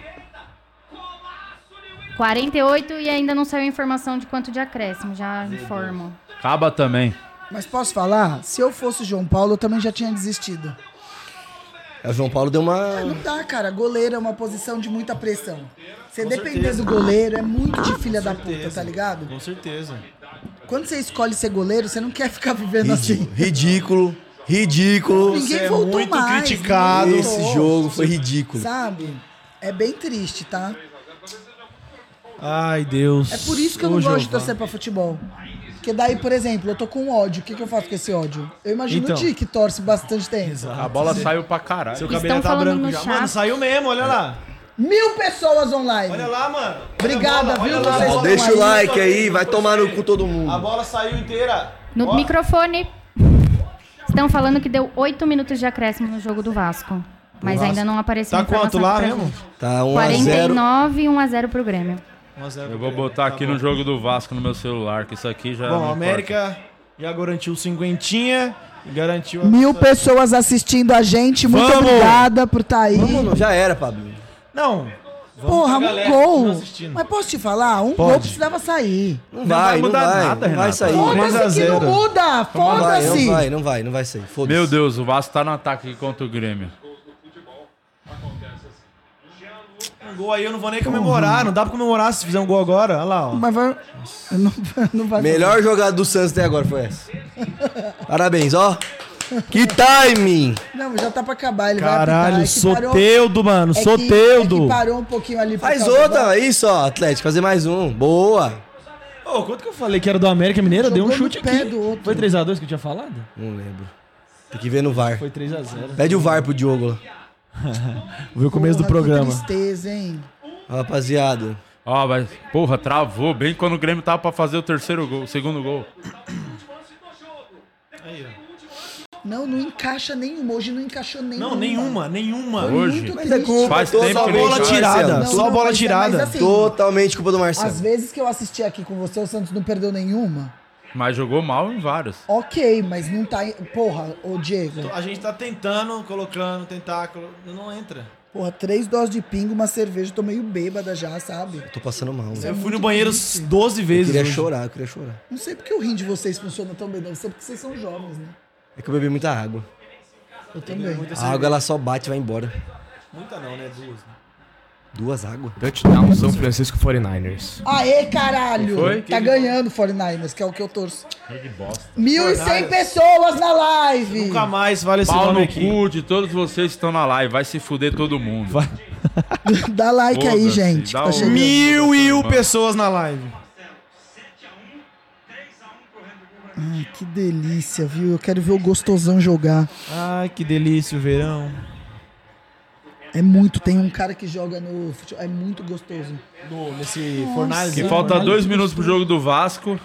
S11: 48 e ainda não saiu informação de quanto de acréscimo, já informo.
S1: Acaba também.
S4: Mas posso falar? Se eu fosse o João Paulo, eu também já tinha desistido.
S3: É, O João Paulo deu uma.
S4: Não dá, cara. Goleiro é uma posição de muita pressão. Você depender do goleiro é muito de filha da puta, tá ligado?
S2: Com certeza.
S4: Quando você escolhe ser goleiro, você não quer ficar vivendo
S3: Ridículo.
S4: assim.
S3: Ridículo. ridículo.
S4: Ninguém
S2: é
S4: voltou
S2: muito
S4: mais.
S2: criticado.
S4: ninguém
S3: Esse
S4: voltou.
S3: jogo foi ridículo.
S4: Sabe? É bem triste, tá?
S2: Ai, Deus.
S4: É por isso que eu não
S2: Ô,
S4: gosto de
S2: Jeová.
S4: torcer pra futebol. Porque daí, por exemplo, eu tô com ódio. O que, que eu faço com esse ódio? Eu imagino
S2: Então.
S4: o Di, que torce bastante tempo.
S1: A bola saiu pra caralho.
S2: Seu cabelo tá
S11: falando
S2: branco
S11: no
S2: já.
S11: chat.
S2: Mano, saiu mesmo, olha lá.
S4: Mil pessoas online.
S2: Olha lá, mano. Olha a
S4: Obrigada,
S2: bola, olha
S4: viu,
S2: lá, a
S4: vocês
S3: Ó,
S2: bola.
S4: estão
S3: deixa o
S4: aí.
S3: like aí, vai tomar no cu todo
S2: A
S3: mundo.
S2: bola saiu inteira.
S11: No
S2: Ó,
S11: microfone. Estão falando que deu 8 minutos de acréscimo no jogo do Vasco. Mas
S2: Vasco.
S11: ainda não apareceu
S2: Tá
S11: informação
S2: quanto lá
S11: pra
S2: mesmo?
S11: gente.
S3: Tá 1 a 0.
S11: 49 1 a 0 pro Grêmio.
S1: Eu vou botar aqui no jogo do Vasco no meu celular, que isso aqui já.
S2: Tá
S1: é
S2: Bom,
S1: não
S2: a América já garantiu cinquentinha e garantiu a
S4: Mil pessoas assistindo a gente. Muito
S2: Vamos!
S4: obrigada por estar aí.
S3: Já era, Pablo.
S2: Não. Vamos
S4: Porra,
S2: pra
S4: um
S2: galera que tá
S4: gol.
S2: nos assistindo.
S4: Mas posso te falar? Um
S2: Pode.
S4: gol precisava sair.
S3: Não vai, não vai. não vai sair.
S2: Três a
S4: Foda-se que não
S2: zero.
S4: muda.
S3: Não vai, não
S4: Foda-se.
S3: vai, não vai, não vai sair. Foda-se.
S1: Meu Deus, o Vasco tá no ataque aqui contra o Grêmio.
S2: Um gol aí eu não vou nem comemorar. Não dá pra comemorar se fizer um gol agora. Olha lá, ó.
S4: Mas vai... Não, não vai
S3: Melhor jogada do Santos até agora foi essa. Parabéns, ó. Que timing!
S4: Não, já tá pra acabar. Ele
S2: Caralho,
S4: vai apitar. É que
S2: Soteudo, mano.
S4: parou- é que-
S2: Soteudo.
S4: é que parou um pouquinho ali. por
S3: Faz
S4: causa do
S3: outra, é isso, ó, Atlético. Fazer mais um. Boa.
S2: Ô, quanto que eu falei que era do América Mineira? Deu um
S4: Jogou no
S2: chute
S4: pé
S2: aqui.
S4: do outro.
S2: Foi 3x2 que eu tinha falado?
S3: Não lembro. Tem que ver no VAR.
S2: Foi 3x0.
S3: Pede o VAR pro Diogo lá.
S2: Viu o começo do
S4: Porra, que
S2: programa.
S4: tristeza, hein?
S3: Rapaziada.
S1: Ó, mas, porra, travou bem quando o Grêmio tava pra fazer o terceiro gol, o segundo gol.
S4: Não, não encaixa nenhuma. Hoje não encaixou nenhuma.
S2: Não, nenhuma, nenhuma.
S1: Hoje.
S4: Muito
S3: Mas é
S4: triste.
S3: culpa
S1: Faz
S3: toda
S1: tempo
S3: a
S1: que nem
S2: Bola
S1: Marcelo.
S2: tirada.
S4: Não,
S2: Só
S4: não,
S2: bola
S4: mas é-
S2: tirada.
S4: mas assim-
S3: Totalmente culpa do Marcelo.
S4: Às vezes que eu assisti aqui com você, o Santos não perdeu nenhuma.
S1: Mas jogou mal em vários.
S4: Ok, mas não tá. em- Porra, ô Diego.
S2: A gente tá tentando, colocando, tentáculo. Não entra.
S4: Porra, três doses de pingo, uma cerveja, tô meio bêbada já, sabe?
S3: Tô passando mal. velho.
S2: Eu fui
S4: muito
S2: no banheiro
S4: triste.
S2: 12
S3: Eu
S2: vezes.
S3: queria
S2: hoje.
S3: chorar, eu queria chorar.
S4: Não sei porque o rim de vocês funciona tão bem, deve ser porque vocês são jovens, né?
S3: É que eu bebi muita água.
S4: Eu também.
S3: A água ela só bate e vai embora.
S2: Muita não, né? Duas.
S3: Duas águas.
S5: Touchdown São Francisco 49ers.
S4: Aê, caralho!
S1: Foi?
S4: Tá ganhando o 49ers, que é o que eu torço.
S1: Que bosta.
S4: 1.100 pessoas na live!
S2: Nunca mais vale esse
S1: Pau
S2: nome
S1: no
S2: aqui.
S1: cu de todos vocês que estão na live. Vai se fuder todo mundo.
S4: Dá like aí,
S1: Foda-se,
S4: gente. que
S1: dá
S4: Tá
S1: um-
S4: chegando.
S2: Mil e um pessoas na live.
S4: Ai, que delícia, viu? Eu quero ver o gostosão jogar.
S2: Ai, que delícia o verão.
S4: É muito, tem um cara que joga no futebol. É muito gostoso.
S2: No, nesse Fornalzinho.
S1: Que falta
S2: Fornalzinho.
S1: dois minutos pro jogo do Vasco.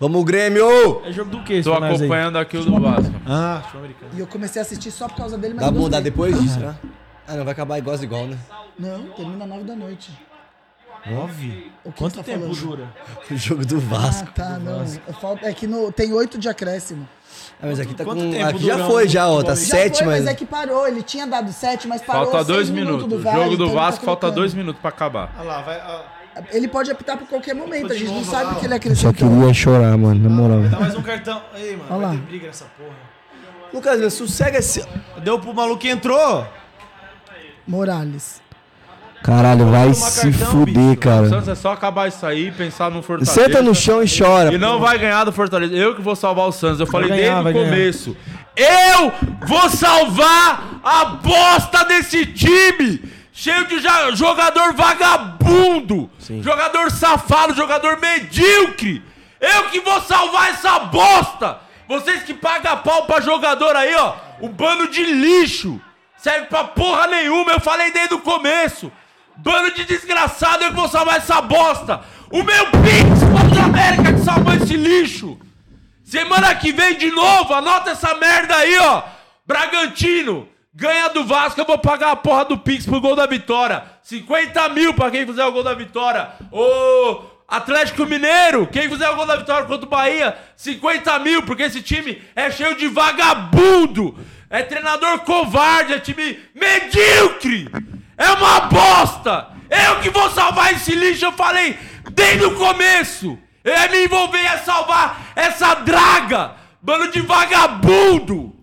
S3: Vamos, Grêmio!
S2: É jogo do que?
S1: Tô acompanhando aqui o do Vasco.
S2: Ah, show americano.
S4: E eu comecei a assistir só por causa dele, mas.
S3: Dá
S4: eu
S3: bom dar
S4: gostei.
S3: depois disso, né? Ah, não, vai acabar igual igual, né?
S4: Não, termina às 9 da noite.
S2: Nove?
S4: O que
S2: Quanto
S4: você tá
S2: tempo
S4: falando?
S2: dura?
S3: O jogo do
S4: Ah,
S3: Vasco.
S4: tá, não. Eu falo- É que no- tem oito de acréscimo.
S3: Ah, mas aqui tá
S2: Quanto
S3: com.
S2: tempo
S3: Aqui já
S2: durou?
S3: foi, já, ó. Tá
S2: Já
S4: Já
S3: sete,
S4: foi, mas
S3: mas.
S4: é que parou. Ele tinha dado sete, mas parou.
S1: Falta
S4: seis
S1: dois
S4: minutos.
S1: minutos.
S4: VAR,
S1: Jogo do
S4: então ele tá
S1: Vasco, falta
S4: colocando.
S1: dois minutos pra acabar.
S2: Ah lá, vai. ah,
S4: Ele pode apitar por qualquer momento. A gente não
S2: novo,
S4: sabe
S2: lá,
S4: o
S2: ó.
S4: que ele acrescentou.
S3: chorar, mano, na moral.
S2: dá mais um cartão. Ei, mano,
S4: Olha
S2: vai
S4: lá.
S2: ter briga nessa porra.
S3: Lucas, meu, sossega esse.
S2: Deu pro maluco que entrou.
S4: Morales.
S3: Caralho, vai
S2: tomar se cartão, fuder, bicho.
S1: O
S3: cara.
S1: Santos é só tá acabar isso aí, pensar no Fortaleza.
S3: Senta no chão e chora.
S1: E não vai ganhar do Fortaleza. Eu que vou salvar o Santos. Eu falei
S2: ganhar,
S1: desde o
S2: vai ganhar.
S1: começo. Eu vou salvar a bosta desse time! Cheio de ja- jogador vagabundo! Jogador safado, jogador medíocre! Eu que vou salvar essa bosta! Vocês que pagam pau pra jogador aí, ó! Um bando de lixo! Serve pra porra nenhuma, eu falei desde o começo! Bando de desgraçado, eu que vou salvar essa bosta! O meu Pix contra a América que salvou esse lixo! Semana que vem de novo, anota essa merda aí, ó! Bragantino, ganha do Vasco, eu vou pagar a porra do Pix pro gol da vitória! 50 mil pra quem fizer o gol da vitória! Ô, Atlético Mineiro, quem fizer o gol da vitória contra o Bahia, 50 mil, porque esse time é cheio de vagabundo! É treinador covarde, é time medíocre! É uma bosta! Eu que vou salvar esse lixo, eu falei desde o começo! Eu ia me envolver a salvar essa draga! Bando de vagabundo!